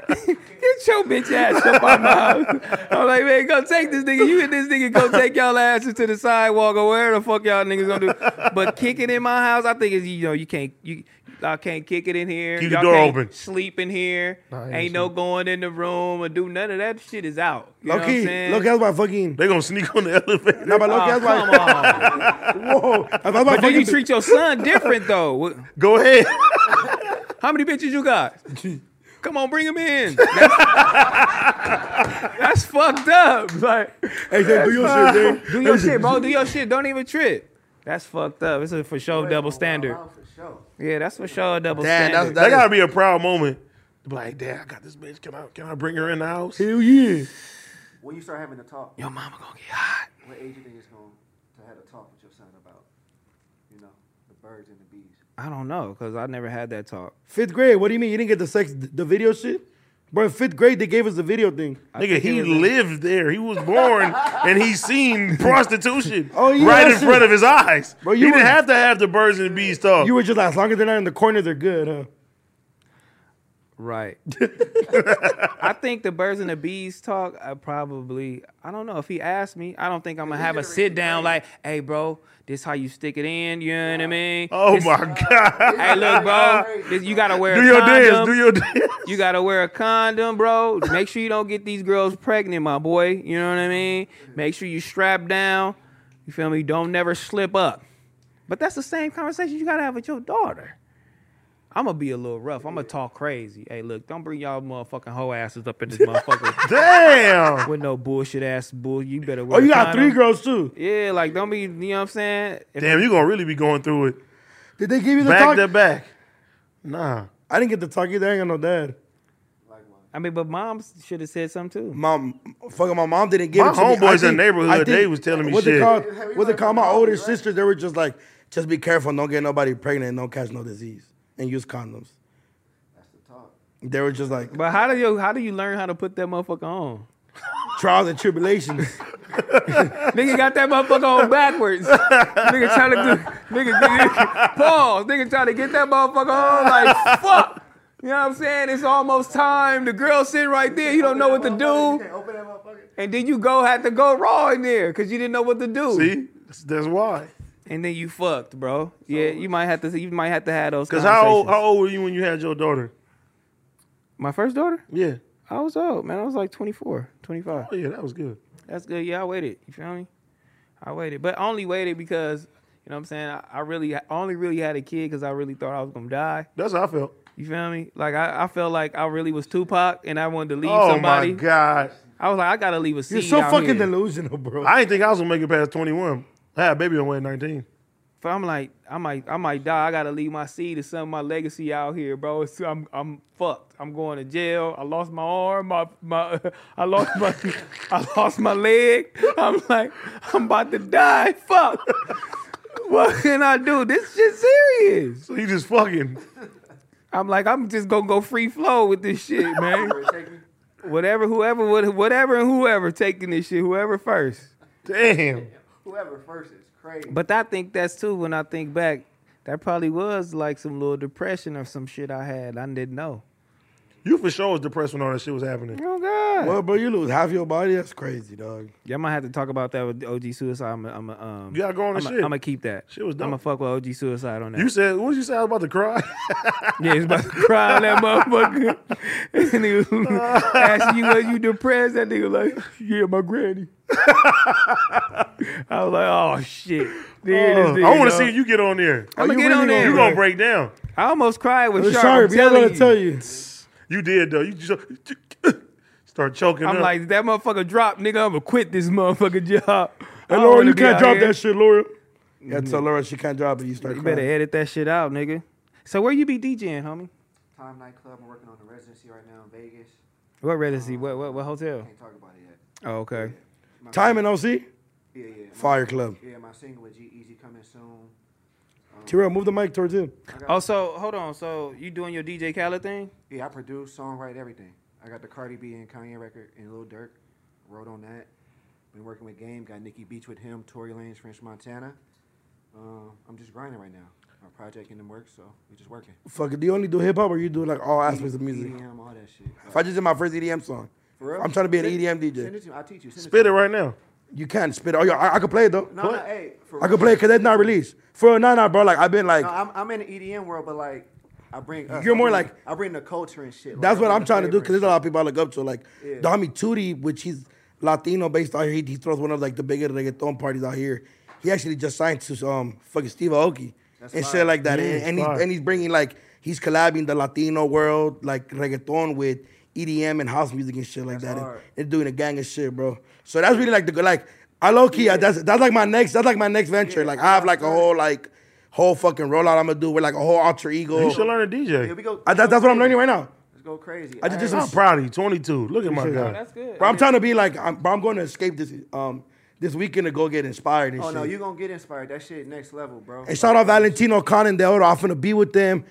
Get your bitch ass up out my house. I'm like, man, go take this nigga. You and this nigga go take y'all asses to the sidewalk or where the fuck y'all niggas gonna do. But kick it in my house, I think is you know you can't you I can't kick it in here. Keep the y'all door can't open. Sleep in here. Nah, I ain't ain't no going in the room or do none of that shit is out. You know what I'm Loki, saying? Loki, that's my fucking. They gonna sneak on the elevator. Nah, but Loki, Oh, that's my. come on. Whoa, that's my But do fucking. you treat your son different though? Wh- Go ahead. How many bitches you got? Come on, bring him in. That's, that's fucked up. Like, hey, say, do your shit, dude. Do your shit, bro. Do your shit. Don't even trip. That's fucked up. It's a for sure double standard. For sure. Yeah, that's for sure a double Damn, that's standard. that. That Got, gotta be a proud moment. Be like, Dad, I got this bitch. Can I can I bring her in the house? hell yeah. When you start having a talk, Your mama gonna get hot. what age you think it's going to have a talk with your son about, you know, the birds and the bees? I don't know, cause I never had that talk. Fifth grade. What do you mean you didn't get the sex, the video shit? Bro, in fifth grade they gave us the video thing. Nigga, think it he was a- lived there. He was born and he seen prostitution Oh, yeah, right that in shit- front of his eyes. Bro, he you didn't were- have to have the birds and the bees talk. You were just like, as long as they're not in the corner, they're good, huh? Right. I think the birds and the bees talk. I probably. I don't know if he asked me. I don't think I'm gonna have a sit down like, hey, bro, this how you stick it in. You know what I mean? oh This- my god. Hey, look, bro. This, you gotta wear. Do a your condom. dance. Do your dance. You gotta wear a condom, bro. Make sure you don't get these girls pregnant, my boy. You know what I mean? Make sure you strap down. You feel me? Don't never slip up. But that's the same conversation you gotta have with your daughter. I'm gonna be a little rough. I'm gonna talk crazy. Hey, look, don't bring y'all motherfucking hoe asses up in this motherfucker Damn. with no bullshit ass bull. You better wear Oh, you a got condom. three girls too. Yeah, like don't be, you know what I'm saying? If- Damn, you gonna really be going through it. Did they give you the Back talk? to back. Nah. I didn't get the talk either. I ain't got no dad. Likewise. I mean, but moms should have said something too. Mom, fucking my mom didn't give My it to me. homeboys I in the neighborhood, I they was telling me what shit. They called, Have you what they called heard from my your older homeboys, right? sisters, they were just like, just be careful, don't get nobody pregnant, don't catch no disease, and use condoms. That's the talk. They were just like But how do you how do you learn how to put that motherfucker on? trials and tribulations. Nigga got that motherfucker on backwards. nigga trying to do, nigga, nigga pause. Nigga trying to get that motherfucker on like fuck. You know what I'm saying? It's almost time. The girl sitting right there. You don't know what to You do, can't open that motherfucker. and then you go had to go raw in there because you didn't know what to do. See? That's, that's why. And then you fucked, bro. yeah, you might have to. You might have to have those. Because how old, how conversations. old were you when you had your daughter? My first daughter, Yeah. I was old, man. I was like 24, 25. Oh, yeah, that was good. That's good. Yeah, I waited. You feel me? I waited, but only waited because you know what I'm saying. I, I really, I only really had a kid because I really thought I was gonna die. That's how I felt. You feel me? Like I, I felt like I really was Tupac, and I wanted to leave oh, somebody. my God. I was like, I gotta leave a seed. You're so out fucking here. delusional, bro. I didn't think I was going to make it past 21. I had a baby on way at 19. But I'm like, I might, I might die. I gotta leave my seed or something, my legacy out here, bro. It's, I'm, I'm fucked. I'm going to jail. I lost my arm. My, my, I lost my, I lost my leg. I'm like, I'm about to die. Fuck. what can I do? This shit serious. So you just fucking. I'm like, I'm just gonna go free flow with this shit, man. Where it take me? whatever, whoever, what- whatever, and whoever taking this shit, whoever first. Damn. Whoever first is crazy. But I think that's too. When I think back, that probably was like some little depression or some shit I had. I didn't know. You for sure was depressed when all that shit was happening. Oh God! Well, bro, you lose half your body. That's crazy, dog. Y'all might have to talk about that with OG Suicide. I'm, a, I'm, a, um, You gotta go on I'm, the a- shit. I'm gonna keep that. Shit was I'm gonna dope. fuck with OG Suicide on that. You said, what did you say? I was about to cry. yeah, he's about to cry on that motherfucker. and he was asking you, "Are you depressed?" That nigga like, "Yeah, my granny." I was like, "Oh shit!" Oh, I want to see you get on there. I'm you gonna get really on gonna- there. You gonna break down. I almost cried with Sharp, sharp Sharp. I'm yeah, I'm telling gonna tell you. You did though. You just start choking I'm up. like, that motherfucker dropped, nigga. I'm gonna quit this motherfucking job. I Hey, don't Laura, wanna Oh, you be can't out drop here. that shit, Laura. Yeah, tell Laura she can't drop it. You start You crying. better edit that shit out, nigga. So where you be DJing, homie? Time nightclub. I'm working on the residency right now in Vegas. What residency? What what what hotel? Can't talk about it yet. Oh, okay. My- Oh. Time and OC. Yeah, yeah. my- Fire Club. Yeah, my single with G Easy coming soon. Terrell, move the mic towards him. I got, Also, hold on. Oh, So you doing your DJ Khaled thing? yeah, I produce, songwrite, everything. I got the Cardi B and Kanye record and Lil Durk. Wrote on that. Been working with Game. Got Nikki Beach with him. Tory Lanez, French Montana. Um, I'm just grinding right now. My project in the works, so we're just working. Fuck it. Do you only do hip hop or you do like all aspects of music? EDM, all that shit. Mm-hmm. If I just did my first EDM song, For real? I'm trying to be an E EDM Send- DJ. Send it to me. I'll teach you. Send spit to it me. right now. you can't spit. Oh, yeah, I, I could play it though. No, no, hey. For I could play it because that's not released. For a nine, bro. Like I've been like, No, I'm, I'm in the EDM world, but like, I bring. us. You're I more bring- like- I bring the culture and shit. like, that's I what bring I'm the trying to do flavor because there's and a lot of people I look up to. Like Yeah. Dami Tutti, which he's Latino based out here. He, he throws one of like the biggest reggaeton parties out here. He actually just signed to um fucking Steve Aoki That's and fire. shit like that. Yeah, and, and he's fire. and he's bringing like he's collabing the Latino world like reggaeton with EDM and house music and shit like That's that. And, hard. and doing a gang of shit, bro. So that's really like the good like I low key that's that's like my next that's like my next venture. Yeah, like I have like a that's whole like whole fucking rollout I'm gonna do with like a whole alter ego. You should learn to shit. Here DJ. we go. I, that, that's what I'm learning right now. Let's go crazy. I just did All some- right. I'm proud of you. 22. Look at my guy. That's good. Bro, I'm trying to be like, I'm, bro, I'm going to escape this um this weekend to go get inspired and Oh shit. no, you gonna get inspired. That shit next level, bro. and shout out Valentino Khan and Del Oro. I'm finna be with them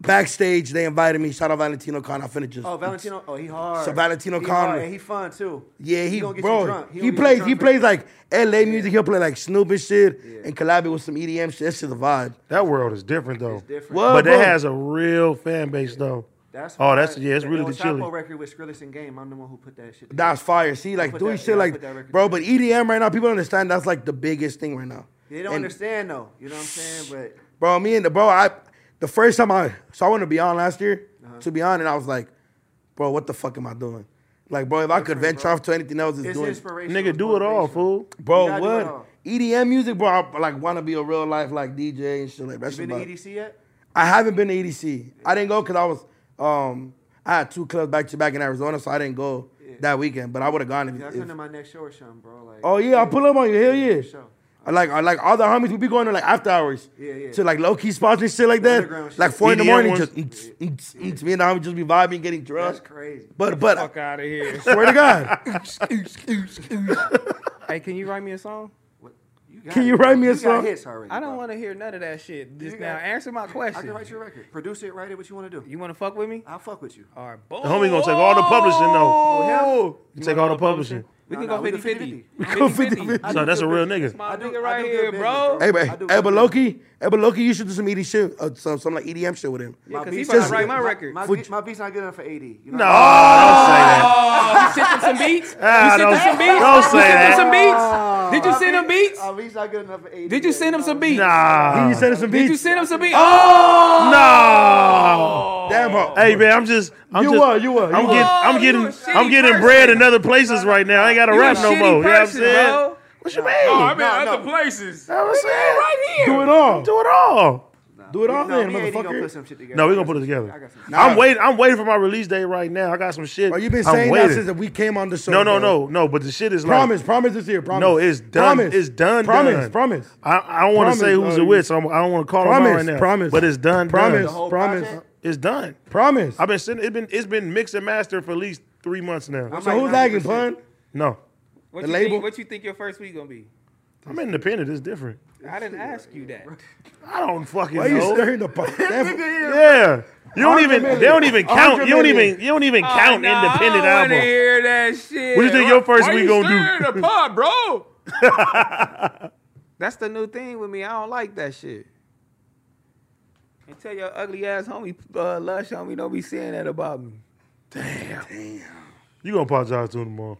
backstage. They invited me. Shout out Valentino Khan. I'm finna just. Oh Valentino, oh he hard. So Valentino he Conrad. hard, and he fun too. Yeah, he, gonna get you bro. drunk. He, gonna get you plays. drunk He for- plays like L.A. music. He'll play like Snoop and shit, Yeah. and collaborate with some EDM shit. That's just a vibe. That world is different though. It's different. What? But bro. that has a real fan base though. That's oh, that's yeah. It's the really El the Chapo chili. record with Skrillex and Game. I'm the one who put that shit. together. That's fire. See, like put doing that- shit yeah, I like, put that record bro. But EDM right now, people don't understand. That's like the biggest thing right now. They don't And- understand though. You know what I'm saying? But Bro, me and the bro, I the first time I so I went to Beyond last year Uh-huh. to Beyond, and I was like, bro, what the fuck am I doing? Like, bro, if I could Different, venture bro. off to anything else, it's, it's doing. inspirational. Nigga, it's do it all, motivational. fool. You Bro, gotta do it all. what EDM music, bro? I like want to be a real life like DJ and shit like that. You been to E EDC yet? I haven't been to EDC. I didn't go because I was um I had two clubs back to back in Arizona, so I didn't go Yeah. that weekend. But I would have gone if. Yeah, I if- come to my next show or something, bro. Like, oh yeah, I'll pull up on you. Hell yeah. Show. I like I like all the homies we be going to like after hours. Yeah, yeah. To like low key spots and shit like that. Underground shit. E Like four in the EDM morning, ones. just eats, eats, eats. me and the homies just be vibing, getting That's drunk. crazy. But but fuck out of here. swear to God, hey, can you write me a song? What, you got Can it, you bro. write me a got song? hits already, I don't bro. want to hear none of that shit. Just You now, got- answer my I can question. write you a record. Produce it, write it, what you want to do. You want to fuck with me? I'll fuck with you. All right, boom. The homie gonna take all the publishing, though. Oh, hell. Oh, You take all the publishing. We No, can no, go we 50 can 50. 50. We go can 50 50. So that's a real nigga. My I do- nigga I right do here, good bro. business, hey, I but, do hey, good but Loki, hey, but Loki, you should do some EDC, shit, uh, some some like EDM shit with him. Yeah, My because he's beats- about to Just- write my record. My, You beat, my beat's not good enough for 80. You know No, what sent him some beats? Ah, You sent him don't- some beats? don't You say sent him that. some beats? Did I'm you saying? send him My beat- beats? My beat's not good enough for 80. Did you yeah, send him no. some beats? He nah, sent us some beats. Did you send him some beats? Oh! no. Damn, bro. Hey man, I'm just. I'm You just, were, you were, you I'm were. getting. Oh, I'm you getting. a shitty I'm getting person. bread in other places right now. I ain't got to You a rap no shitty more. You know what I'm person, saying? bro. What you mean? I mean, No, other no. places. That was it. Right here. do it all. Do it all. Do it all, No, then, me and 80 gonna put motherfucker. some shit together. No, we're I gonna got put it some- I together. got some shit. I'm waiting. I'm waiting for my release date right now. I got some shit. Bro, you've been I'm saying that waiting. since we came on the show. No, no, bro. no, no. But the shit is Promise, like. promise this year. Promise. No, it's done. Promise. It's done. Promise, done. promise. I, I don't want to Promise, say who's dog. it with, so I'm, I don't want to call them out right Promise, now. promise. But it's done. Promise, Done. whole promise, project? It's done. promise. I've been sending. It's been. It's been mixed and mastered for at least three months now. So who's lagging, pun? No, What The you label? Think, what you think your first week gonna be? I'm independent. It's different. I didn't ask you that. I don't fucking Why are you know. stirring the pot? Yeah. You don't 100 even. million. They don't even count. 100 You don't million. even. You don't even count Oh, nah, independent I don't wanna album. hear that shit. What you think your first Why week you gonna do? stirring the pot, bro? That's the new thing with me. I don't like that shit. And tell your ugly ass homie, uh, lush homie, don't be saying that about me. You gonna apologize to him tomorrow?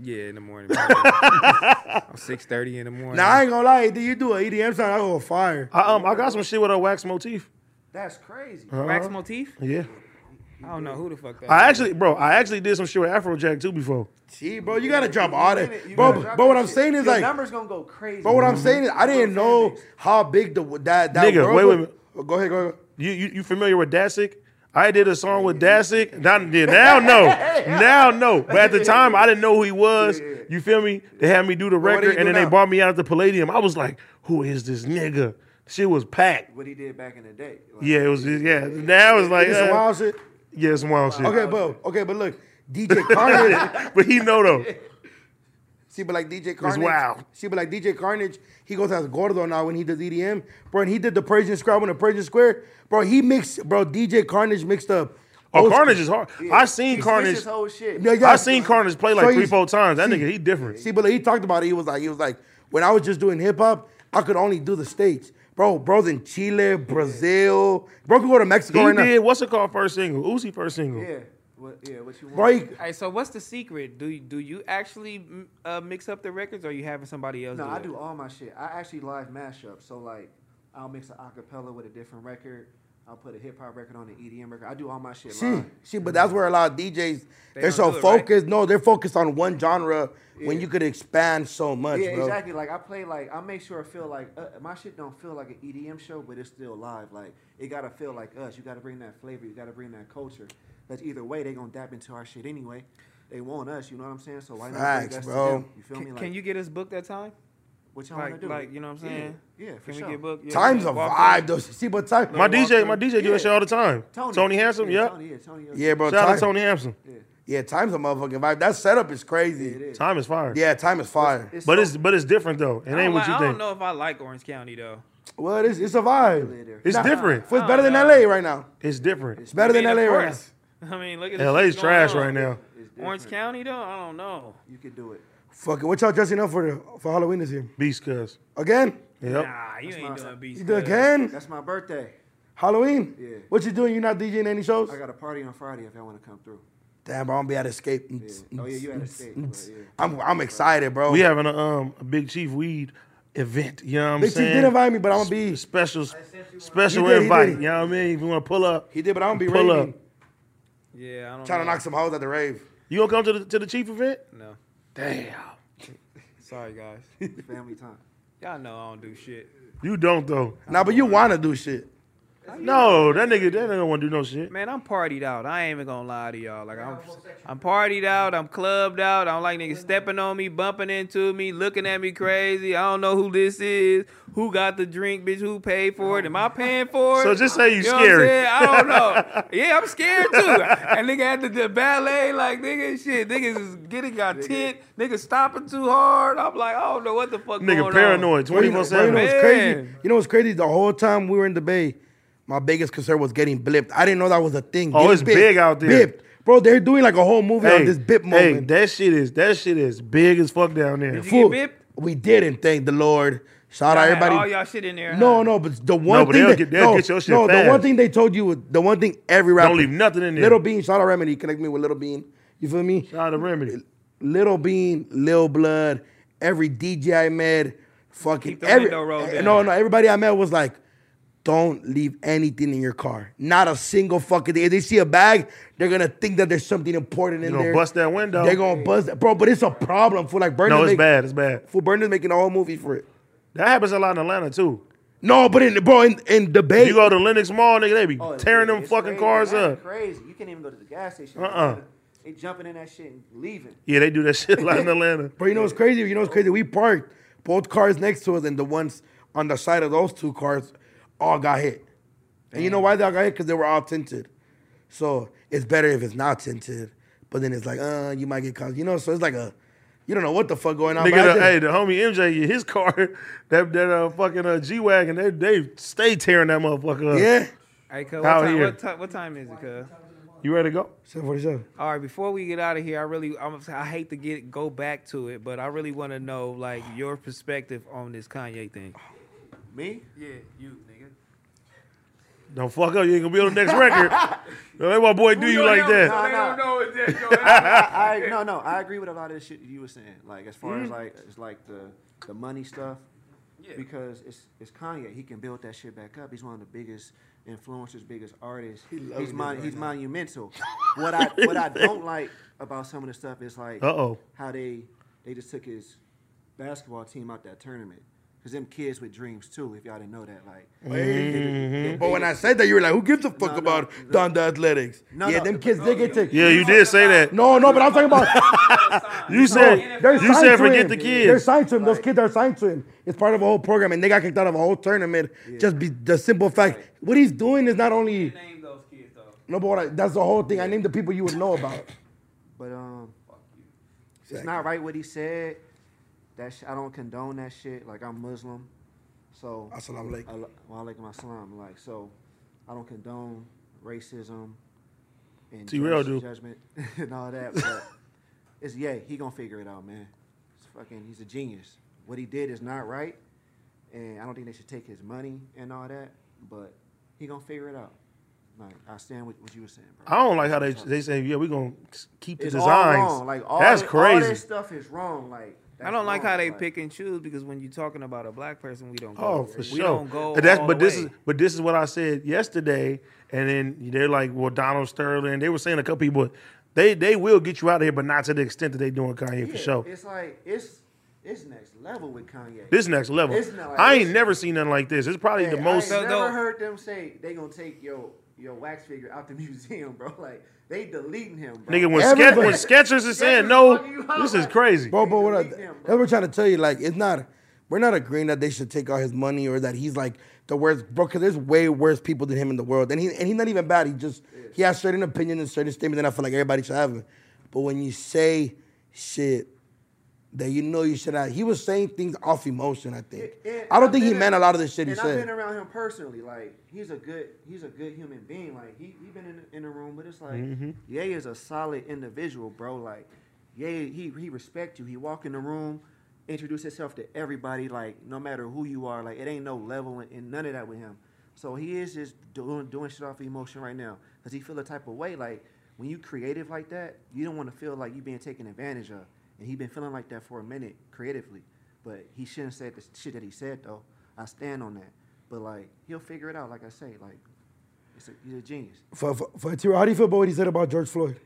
Yeah, in the morning. I'm six thirty in the morning. Now I ain't gonna lie, dude, you do E an EDM song, I go fire. I um I got some shit with a wax motif. That's crazy. Wax motif? Yeah. I don't know who the fuck that. I is. actually, bro, I actually did some shit with Afrojack too before. See, bro, you gotta drop all that. You Bro, gotta drop but what that I'm shit. saying is Your like, numbers gonna go crazy. but what I'm saying is I didn't know how big the that that Nigga, world wait, wait a was- Go ahead, go ahead. You you, you familiar with Dasik? I did a song with Dasik. Now, now no, now no. But at the time, I didn't know who he was. You feel me? They had me do the what do record, you and do then they now? brought me out at the Palladium. I was like, "Who is this nigga?" Shit was packed. what he did back in the day. Like, Yeah, it was. Yeah, now it's like, It's some uh, wild shit. yeah, it's wild shit. Okay, but okay, but look, DJ Carnage. but he know though. See, but like DJ Carnage. wild. See, but like DJ Carnage, he goes as Gordo now when he does EDM. Bro, and he did the Persian Square when the Persian Square. Bro, he mixed, bro, DJ Carnage mixed up. Oh, old Carnage is hard. I seen he switched Carnage. His whole shit. Yeah, yeah. I seen Carnage play like So three, he's- four times. That see- nigga, he different. See, but he talked about it. He was like, he was like, when I was just doing hip hop, I could only do the states. Bro, bro's in Chile, Brazil. Bro could go to Mexico He right did. now. What's it called? First single. Uzi first single. Yeah. What, yeah, what you want? Bro, he, All right, so what's the secret? Do do you actually mm, uh, mix up the records, or you having somebody else? No, do I it? do all my shit. I actually live mashups. So like, I'll mix an acapella with a different record. I'll put a hip hop record on an EDM record. I do all my shit see, live. see, but that's where a lot of DJs, they are don't so do it, right? focused. No, they're focused on one genre when you could expand so much, Yeah, bro. exactly. Like I play like I make sure I feel like uh, my shit don't feel like an EDM show, but it's still live. Like it gotta feel like us. You gotta bring that flavor. You gotta bring that culture. But either way, they gonna dap into our shit anyway. They want us. You know what I'm saying? So why not Facts, bring us bro. to them? You feel Can, me? Like, can you get us booked that time? What y'all Like, wanna do? like you know what I'm saying? Yeah, yeah for Can sure. we get booked? Yeah, Time's a yeah, walk vibe, in. though. See, but time. My DJ, walk my DJ do Yeah. that shit all the time. Tony, Tony, Handsome, yeah. yeah. Tony, yeah, Tony, yeah. Yeah, bro. Shout out time, to Tony Handsome. Yeah, time's a motherfucking vibe. That setup is crazy. It is. Time is fire. Yeah, time is fire. It's But so it's but it's different though. It ain't I don't, what like, you I think. don't know if I like Orange County though. Well, it's it's a vibe. lit there. It's Nah. different. It's better than know. LA right now. It's different. It's better than I mean, LA of right now. course. I mean, look at this LA's shit going trash on. right now. It's Orange different. County though, I don't know. You could do it. Fuck it. What y'all dressing up for the, for Halloween this year? Beast cuz. Again? Yep. Nah, you ain't my- doing beast. You do Good. Again? That's my birthday. Halloween? Yeah. What you doing? You not DJing any shows? I got a party on Friday if y'all want to come through. Damn, bro, I'm gonna be out of escape. Oh, yeah, you out of state, but yeah. I'm I'm excited, bro. We having a um a Big Chief Weed event. You know what I'm Big Chief saying? did invite me, but I'm gonna be. special special He did, he invite. did. You know what I mean? If you wanna pull up, He did, but I don't be Pull raving. up. Yeah, I don't. Trying to know. knock some hoes at the rave. you gonna come to the to the Chief event? No, Damn. sorry guys. Family time. Y'all know I don't do shit. You don't though. Nah, but you wanna do shit. No, that nigga that nigga don't wanna do no shit. Man, I'm partied out. I ain't even gonna lie to y'all. Like I'm, I'm partied out. I'm clubbed out. I don't like niggas stepping on me, bumping into me, looking at me crazy. I don't know who this is. Who got the drink, bitch? Who paid for it? Am I paying for it? So just say you know what I'm scary. saying? I don't know. Yeah, I'm scared too. And nigga had the, the ballet, like nigga, shit. Niggas is getting got tent. Niggas stopping too hard. I'm like, I don't know what the fuck. going Nigga on. paranoid Bro, you know- 24 bro, You know 7. what's crazy? Man. You know what's crazy? The whole time we were in the bay, my biggest concern was getting blipped. I didn't know that was a thing. Oh, Getting it's bipped. big out there. Bipped. Bro, they're doing like a whole movie on this bip hey, moment. that shit is that shit is big as fuck down there. you get Fool, bipped? We didn't, thank the Lord. Shout out Y'all had everybody. All y'all shit in there. No, huh? no, but the one but thing they'll that- get- they'll no, get your shit no, fast. the one thing they told you, was the one thing every rapper leave nothing in there. Little Bean, shout out Remedy, connect me with Little Bean. You feel me? Shout out to Remedy. Little Bean, Lil Blood, every DJ I met, fucking Keep the every window rolled eh, down. no, no, everybody I met was like, don't leave anything in your car. Not a single fucking thing. If they see a bag, they're gonna think that there's something important in gonna there. bust that window. They're gonna bust, that. bro. But it's a problem for like Burners. No, it's make- bad. It's bad. For Burners making a whole movie for it. That happens a lot in Atlanta too. No, but in bro, in, in debate, You go to Lennox Mall, nigga, they be Oh, it's- tearing them it's fucking crazy. cars That's up. Crazy. You can't even go to the gas station. Uh-uh. They jumping in that shit and leaving. Yeah, they do that shit a lot in Atlanta. But you know what's crazy? You know what's crazy? We parked both cars next to us, and the ones on the side of those two cars all got hit. And you know why they all got hit? Because they were all tinted. So it's better if it's not tinted. But then it's like, uh, you might get caught. You know, so it's like a, you don't know what the fuck going on. but I Nigga, the, think- hey, the homie MJ, his car, that that uh, fucking uh, G wagon, they they stay tearing that motherfucker up. yeah. Hey, cuz, what, Out time, here. what, ti- what time is it, cuz? You ready to go? 747. All right, before we get out of here, I really I'm, I hate to get go back to it, but I really want to know like your perspective on this Kanye thing. Me? Yeah, you nigga. Don't fuck up. You ain't gonna be on the next record. Don't let my boy do you like that. Nah, nah. that. I no no I agree with a lot of the shit you were saying. Like as far Mm-hmm. as like it's like the the money stuff. Yeah. Because it's it's Kanye. He can build that shit back up. He's one of the biggest influencers, biggest artists. he's mon- he's monumental. what I what I don't like about some of the stuff is like Uh-oh. how they they just took his basketball team out that tournament. Cause them kids with dreams too. If y'all didn't know that, like, they- they- But when I said that, you were like, who gives a fuck no, about no. Don the Athletics? No, yeah, no. them kids, they get taken. Yeah, you did say that. No, no, but I'm talking about You said They're you signed said to forget him. the They're kids. signed to him. Those kids are signed to him. It's part of a whole program, and they got kicked out of a whole tournament. Just be the simple fact. What he's doing is not only Name those kids though. no, but what I, that's the whole thing. I named the people you would know about. But um, it's not right what he said. That sh- I don't condone that shit. Like I'm Muslim, so Assalamu alaikum. Al- wa alaikum assalam. Like so, I don't condone racism and T-Rail do. judgment and all that. But it's yeah, he gonna figure it out, man. It's fucking, he's a genius. What he did is not right, and I don't think they should take his money and all that. But he gonna figure it out. Like I stand with what you were saying, bro. I don't like how they they say yeah we gonna keep the It's designs. All wrong. Like all That's thi- All this crazy. stuff is wrong. Like I don't like how they pick and choose because when you're talking about a black person, we don't go. Oh, for we sure. don't go. And that's all but the this way. is but this is what I said yesterday, and then they're like, well, Donald Sterling. They were saying a couple people, they they will get you out of here, but not to the extent that they doing Kanye for sure. It's like it's it's next level with Kanye. This next level. It's not like I ain't this. never seen nothing like this. It's probably Hey, the I most. ain't never though- heard them say they gonna take your your wax figure out the museum, bro. Like they deleting him, bro. Nigga, when, ske- Everybody- when Skechers is saying Skechers no, fucking you up. this is crazy. Bro, but what I, Damn, that's bro. what we're trying to tell you. Like, it's not. We're not agreeing that they should take all his money or that he's like the worst, bro. Because there's way worse people than him in the world, and he and he's not even bad. He just he has certain opinions and certain statements, and I feel like everybody should have them. But when you say shit that you know you should have, he was saying things off emotion. I think. And I don't I've think he been meant a in- lot of the shit he and I've said. been around him personally. Like he's a good, he's a good human being. Like he, he been in, in the room, but it's like Ye is a solid individual, bro. Like Ye, he he respect you. He walk in the room, introduce himself to everybody. Like no matter who you are, like it ain't no level and, and none of that with him. So he is just doing doing shit off of emotion right now because he feel a type of way. Like when you creative like that, you don't want to feel like you being taken advantage of. And he been feeling like that for a minute creatively. But he shouldn't said the shit that he said though. I stand on that. But like he'll figure it out. Like I say, like it's a, he's a genius. for, for, for Tiro, how do you feel about what he said about George Floyd?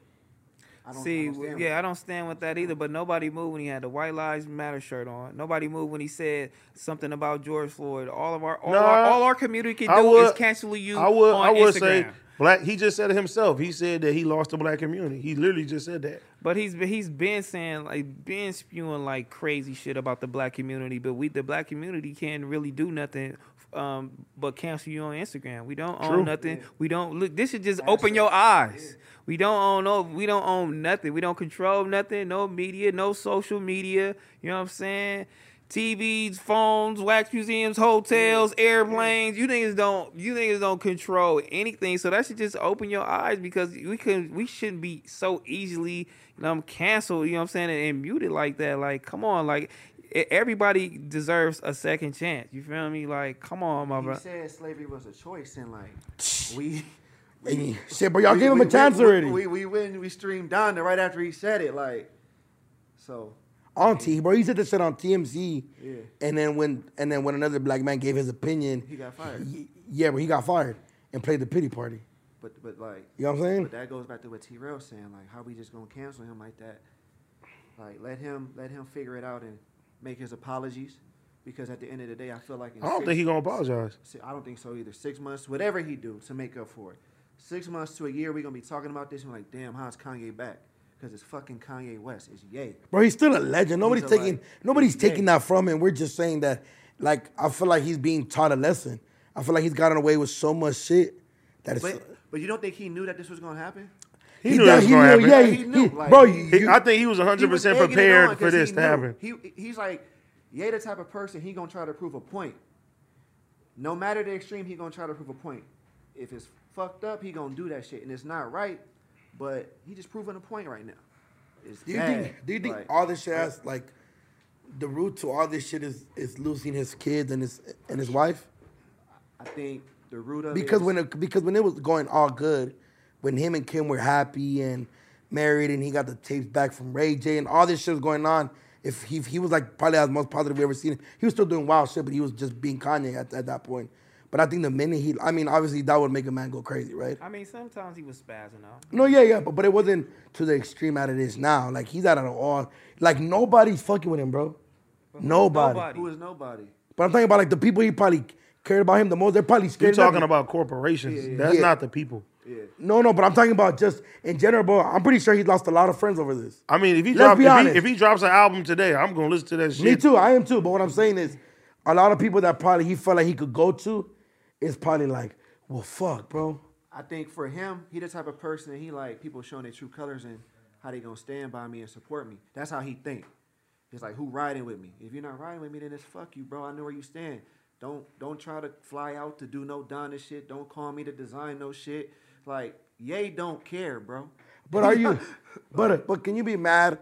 I don't, See, I don't stand yeah, I don't stand with that either. But nobody moved when he had the White Lives Matter shirt on. Nobody moved when he said something about George Floyd. All of our, all, Nah, our, all our community can I do would- is cancel you. I would, on I would Instagram. say black. He just said it himself. He said that he lost the black community. He literally just said that. But he's been- he's been saying like been spewing like crazy shit about the black community, but we the black community can't really do nothing um, but cancel you on Instagram. We don't own True. nothing. We don't look. This should just open your eyes. We don't own no. We don't own nothing. We don't control nothing. No media. No social media. You know what I'm saying? TVs, phones, wax museums, hotels, airplanes. You niggas don't you niggas don't control anything. So that should just open your eyes because we could we shouldn't be so easily you know, canceled, you know what I'm saying, and, and muted like that. Like, come on, like e- everybody deserves a second chance. You feel me? Like, come on, my on it. bro. He said slavery was a choice and like we And he- shit, bro, y'all we- gave him we- a chance we, already. We we went and we streamed Donda right after he said it, like so on T, bro. He said this shit on TMZ. Yeah. And then when and then when another black man gave his opinion, He got fired. y- yeah, but he got fired and played the pity party. but but like You know what I'm saying? But that goes back to what T Rail saying, like how we just gonna cancel him like that. Like let him let him figure it out and make his apologies. Because at the end of the day I feel like in I don't six- think he gonna apologize. Si- I don't think so either. Six months, whatever he do to make up for it. Six months to a year, we're gonna be talking about this and like, damn, how's Kanye back? Because it's fucking Kanye West. It's yay. Bro, he's still a legend. Nobody's a taking legend. nobody's He's dead. taking that from him. We're just saying that, like, I feel like he's being taught a lesson. I feel like he's gotten away with so much shit that it's. But but you don't think he knew that this was gonna happen? He, knew that was gonna happen. Yeah, He he, knew, he- like- bro. He- you- He- I think he was 100 He was percent egging it prepared on for 'cause this he to knew. happen. He he's like, yay the type of person he gonna try to prove a point. No matter the extreme, he gonna try to prove a point. If it's fucked up, he gonna do that shit, and it's not right. But he just proving a point right now. It's Do you bad. think? Do you think Like, all this shit has like the root to all this shit is is losing his kids and his and his wife? I think the root of Because it when it, because when it was going all good, when him and Kim were happy and married, and he got the tapes back from Ray J, and all this shit was going on. If he, if he was like probably the most positive we ever seen, him. he was still doing wild shit, but he was just being Kanye at, at that point. But I think the minute he, I mean, obviously that would make a man go crazy, right? I mean, sometimes he was spazzing out. No, yeah, yeah, but, but it wasn't to the extreme out of this now. Like he's out of all, like nobody's fucking with him, bro. Nobody. Nobody. who is nobody. But I'm talking about like the people he probably cared about him the most. They're probably You're scared. of talking him. about corporations. That's Yeah. not the people. No, no, but I'm talking about just in general. Bro, I'm pretty sure he lost a lot of friends over this. I mean, if he, Let's drop, be if, honest. he if he drops an album today, I'm gonna listen to that shit. Me too. I am too. But what I'm saying is, a lot of people that probably he felt like he could go to, is probably like, well, fuck, bro. I think for him, he the type of person that he like people showing their true colors and how they gonna stand by me and support me. That's how he think. He's like, who riding with me? If you're not riding with me, then it's fuck you, bro. I know where you stand. Don't don't try to fly out to do no Donna shit. Don't call me to design no shit. Like, yay, don't care, bro. But are you? but uh, but can you be mad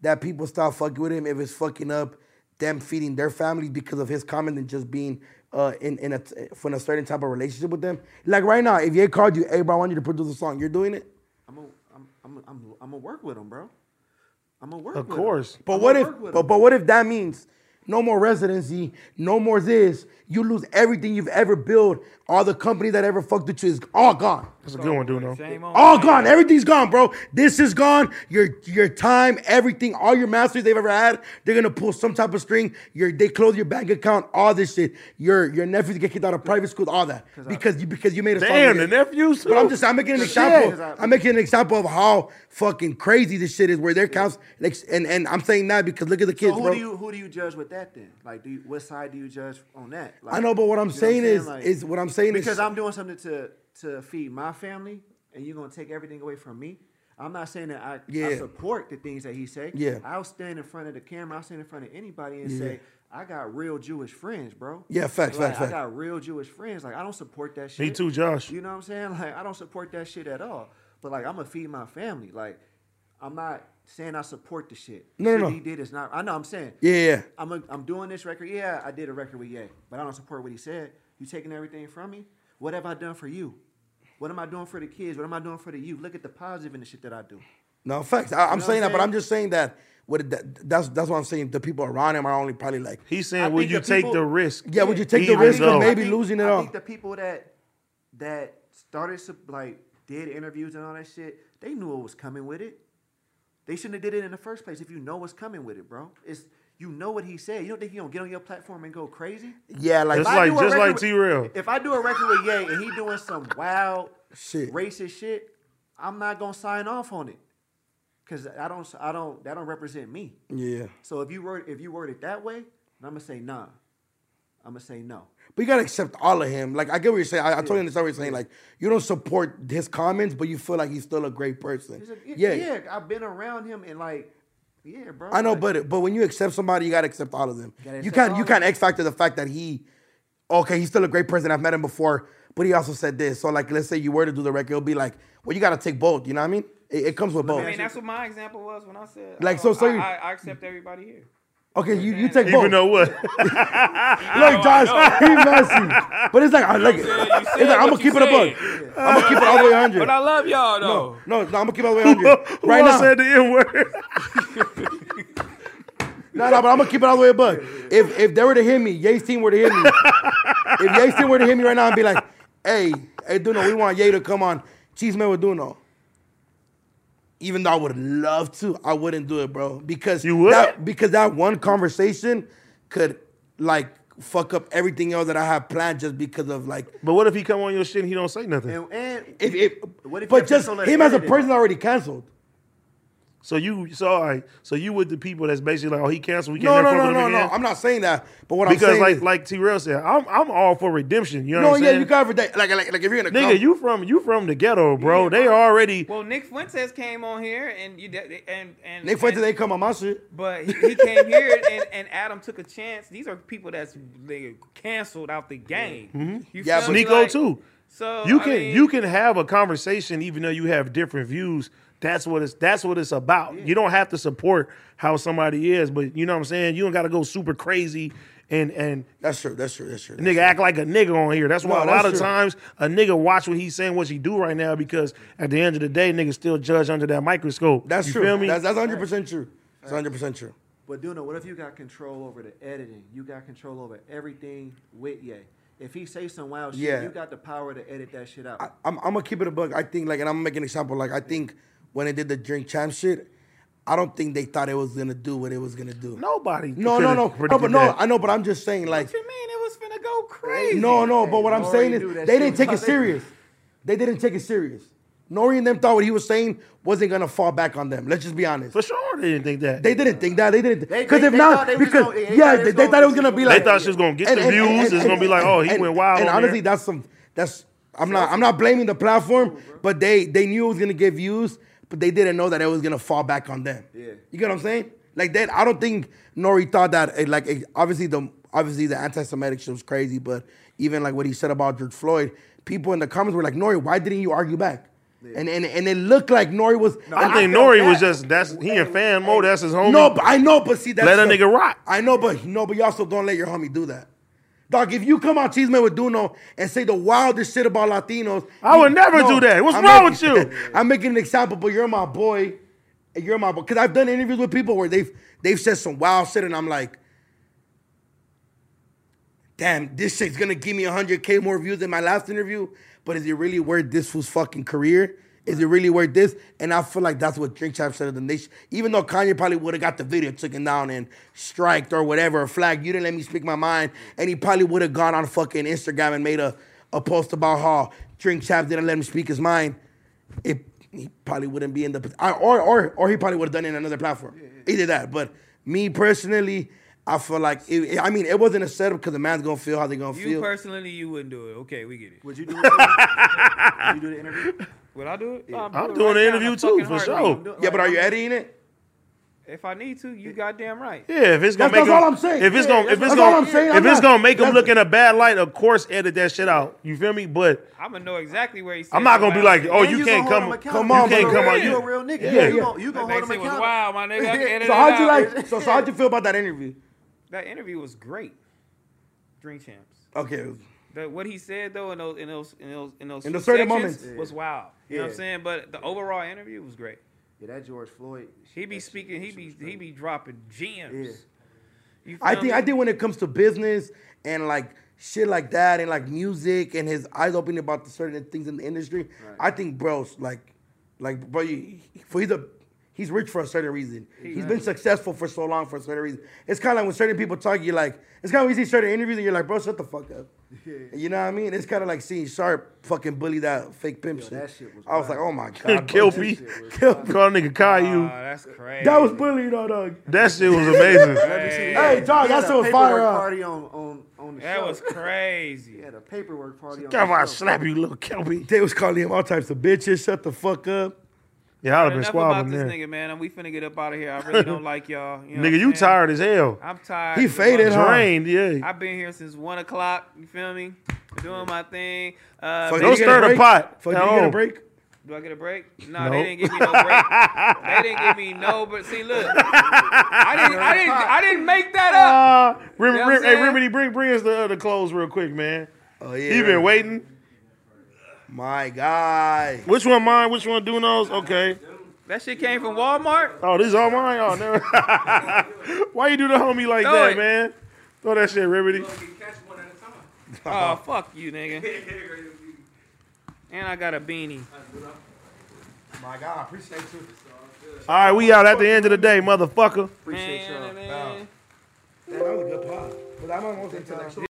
that people stop fucking with him if it's fucking up them feeding their families because of his comment and just being uh in in a from a certain type of relationship with them? Like right now, if Ye called you, hey bro, I want you to produce a song, you're doing it. I'm a, I'm I'm I'm I'm gonna work with him, bro. I'm gonna work. Of with course. him. But I'ma what if? work with But him. but what if that means no more residency, no more this? You lose everything you've ever built. All the company that ever fucked with you is all gone. That's a good one, Duno. Same old All thing. gone. Everything's gone, bro. This is gone. Your your time, everything, all your masters they've ever had, they're gonna pull some type of string. Your they close your bank account, all this shit. Your your nephews get kicked out of private school, all that because you because you made a song Damn, the against- nephews. but I'm just I'm making an example. Shit. I'm making an example of how fucking crazy this shit is. Where their counts, like, and and I'm saying that because look at the kids, So who bro. do you who do you judge with that then? Like, do you, what side do you judge on that? Like, I know, but what I'm you know saying is- Like, is what I'm saying is- because I'm doing something to to feed my family, and you're gonna take everything away from me. I'm not saying that I, Yeah. I support the things that he say. Yeah. I'll stand in front of the camera. I'll stand in front of anybody and say, I got real Jewish friends, bro. Yeah, facts, Like, facts, I facts. got real Jewish friends. Like I don't support that shit. Me too, Josh. You know what I'm saying? Like I don't support that shit at all. But like I'm gonna feed my family. Like I'm not saying I support the shit. No, no, Shit no. He did is not. I know. I'm saying. Yeah, yeah. I'm a, I'm doing this record. Yeah, I did a record with Ye, but I don't support what he said. You taking everything from me? What have I done for you? What am I doing for the kids? What am I doing for the youth? Look at the positive in the shit that I do. No facts. I, I'm what saying that, but I'm saying? I'm just saying that. What that, that's that's what I'm saying. The people around him are only probably like, He's I saying, will think you the take people- the risk? yeah, would you take He the risk resolved. of maybe I think- losing it I all? think the people that that started to, like did interviews and all that shit, they knew what was coming with it. They shouldn't have did it in the first place. If you know what's coming with it, bro, it's you know what he said. You don't think he gonna get on your platform and go crazy? yeah, like It's If I like do a just record like with- T Rail. If I do a record with Ye and he doing some wild Shit. racist shit, I'm not gonna sign off on it because I don't I don't that don't represent me. yeah. So if you word if you word it that way, then I'm gonna say nah. I'm gonna say no. But you gotta accept all of him. Like I get what you're saying. I, I totally understand what you're saying. Like you don't support his comments, but you feel like he's still a great person. He's a- yeah, yeah, yeah, I've been around him and like, yeah, bro. I know, like, but but when you accept somebody, you gotta accept all of them. Gotta You accept can't all you of can't them. X factor the fact that he, okay, he's still a great person. I've met him before, but he also said this. So like, let's say you were to do the record, it'll be like, well, you gotta take both. You know what I mean? It, it comes with both. I mean, that's what my example was when I said, Like, I so- don't- so I, you- I, I accept everybody here. Okay, you, you take both. Even though what? Look, Josh, he messy. But it's like I like it. said- you It's said like I'm gonna what you keep it a book. said. I'm gonna keep it all the way hundred. But I love y'all No, though. no, no, I'm gonna keep it all the way hundred. Who Right now, else said the N word? No, no, but I'm gonna keep it all the way above. If if they were to hit me, Ye's team were to hit me. if Ye's team were to hit me right now and be like, "Hey, hey, Duno, we want Ye to come on Cheese Man with Duno." Even though I would love to, I wouldn't do it, bro, because You would? that, because that one conversation could like fuck up everything else that I have planned just because of like But what if he come on your shit and he don't say nothing? and, and if, if, What if you but have to just still let him it as a edit it? person already canceled. So you, so all right, so you with the people that's basically like, oh, he canceled, we can't No, never no, fuck no, with him no, no. again? I'm not saying that, but what I'm because saying like is, like T Rail said, I'm I'm all for redemption. You know no, what I'm yeah, saying? you got every day. Like, like, like if you're gonna come, Nigga, you from you from the ghetto, bro. they already Well, Nick Fuentes came on here and you de- and and Nick Fuentes and- ain't come on my shit. But he, he came here and, and Adam took a chance. These are people that's they canceled out the game. You Yeah, feel but- me? Nico Like, too. So You I can mean, you can have a conversation even though you have different views. That's what it's that's what it's about. You don't have to support how somebody is, but you know what I'm saying? You don't gotta go super crazy and and That's true. That's true. That's true. nigga act like a nigga on here. That's No, why a lot that's of true. times a nigga watch what he's saying, what he do right now, because at the end of the day, niggas still judge under that microscope. That's you true. Feel me? That's that's hundred percent true. That's hundred percent true. But Duna, what if you got control over the editing? You got control over everything with Ye. If he say some wild shit, Yeah. you got the power to edit that shit out. I, I'm, I'm gonna keep it a buck. I think like, and I'm gonna make an example. Like, I think when they did the drink champ shit, I don't think they thought it was gonna do what it was gonna do. Nobody. no, no, could've no, no, predicted but no, that. I know, but I'm just saying like, What you mean it was finna go crazy? no, no, but what I'm Nori saying knew is that they shit didn't was take it coming. serious. They didn't take it serious. Nori and them thought what he was saying wasn't gonna fall back on them. Let's just be honest. for sure they didn't think that. They didn't think that. They didn't. They- Because they- if they not, thought they was because gonna- they yeah, thought they, they they was thought it was gonna- gonna be They like thought she was gonna get the views. It's gonna be like, oh, he went wild And on honestly, there. that's some. That's I'm not. I'm not blaming the platform, but they they knew it was gonna get views, but they didn't know that it was gonna fall back on them. Yeah. you get what I'm saying? Like that, I don't think Nori thought that. eh, Like eh, obviously the obviously the anti-Semitic shit was crazy, but even like what he said about George Floyd, people in the comments were like, Nori, why didn't you argue back? And, and and it looked like Nori was. I think felt Nori was bad. just that's he in fan mode. That's his homie. No, but I know, but see, that's Let a the- nigga rock. I know, but no, but y'all still don't let your homie do that. Dog, if you come out Cheeseman with Duno and say the wildest shit about Latinos, I would you- never do that. What's wrong making- with you? I'm making an example, but you're my boy. and You're my boy. Cause I've done interviews with people where they've they've said some wild shit, and I'm like, damn, this shit's gonna give me 100k more views than my last interview. But is it really worth this fool's fucking career? Is it really worth this? And I feel like that's what Drink Champ said of the nation. Even though Kanye probably would have got the video taken down and striked or whatever, or flagged, you didn't let me speak my mind. And he probably would have gone on fucking Instagram and made a, a post about how Drink Champ didn't let him speak his mind. It he probably wouldn't be in the I- or or or he probably would have done it in another platform. Either that, but me personally, I feel like it, I mean it wasn't a setup because the man's gonna feel how they're gonna You feel. personally, you wouldn't do it. Okay, we get it. Would you do it? Would you do the interview? Would I do it? I'm doing the interview too for sure. Do it. yeah, but are you editing it? If I need to, you goddamn right. Yeah, if it's gonna That's- make that's him, all I'm saying. if it's Yeah, gonna, if that's- it's that's all gonna, I'm saying. if I'm it's not- gonna make him that's- look in a bad light, of course, edit that shit out. You feel me? But I'm gonna know exactly where he. said I'm not gonna that be last like, shit. oh, And you you can't gonna come, hold him come accountable. on, you can't Come come on, out. You a You, real nigga. Yeah, you yeah. gonna, you That gonna hold him thing was accountable. wild, my nigga. I edited So how'd it you out. like? So, so how'd you feel about that interview? That interview was great. Drink champs. Okay, That what he said though in those in those in those in those In the certain sections moments. was wild. You know what I'm Yeah. saying? But the overall interview was great. Yeah, that George Floyd. He be speaking. He be he be dropping gems. Yeah. You I feel think me? I think when it comes to business and like shit like that and like music and his eyes opening about the certain things in the industry, I think bros like like bro, you, for he's a he's rich for a certain reason. he's been successful for so long for a certain reason. It's kind of like when certain people talk, you're like, it's kind of when you see certain interviews and you're like, bro, shut the fuck up. You know what I mean? It's kind of like seeing Sharp fucking bully that fake pimp shit. that shit was I was like, wild. oh my god, kill bro, me, kill me. call nigga Oh, Caillou. that's crazy. That was bullying, though, dog. That shit was amazing. Hey, Hey, dog, He had that's a so paperwork fire. up. party on on on the that show. was crazy. He had a paperwork party on. Come the on, show. slap you, little Kelby. They was calling him all types of bitches. Shut the fuck up. Yeah, I'd have been Enough about squabbling this there. nigga, man. And we finna get up out of here. I really don't like y'all. You know what Nigga, I'm you saying? tired as hell. I'm tired. He It's faded, about- huh? Drained, yeah. I've been here since one o'clock. You feel me? Doing my thing. Uh, Fuck, did he Don't man, get a stir the break? pot. Fuck, At did you get a home. break? Do I get a break? No, they Nope. didn't give me no break. they didn't give me no break. See, look, I didn't, I didn't, I didn't make that up. Uh, Rim, You know what Rim, I'm hey, saying? Remedy, bring bring us the other clothes real quick, man. Oh yeah. You been waiting. My guy. Which one mine? Which one Duno's? Okay. That shit came from Walmart. Oh, this is all mine. Oh, never. Why you do the homie like Throw that, it. man? Throw that shit, Remedy. Oh, fuck you, nigga. And I got a beanie. My God, I appreciate you. All right, we out at the end of the day, motherfucker. Appreciate y'all. Man, man. That was a good pod. But I'm almost intellectual.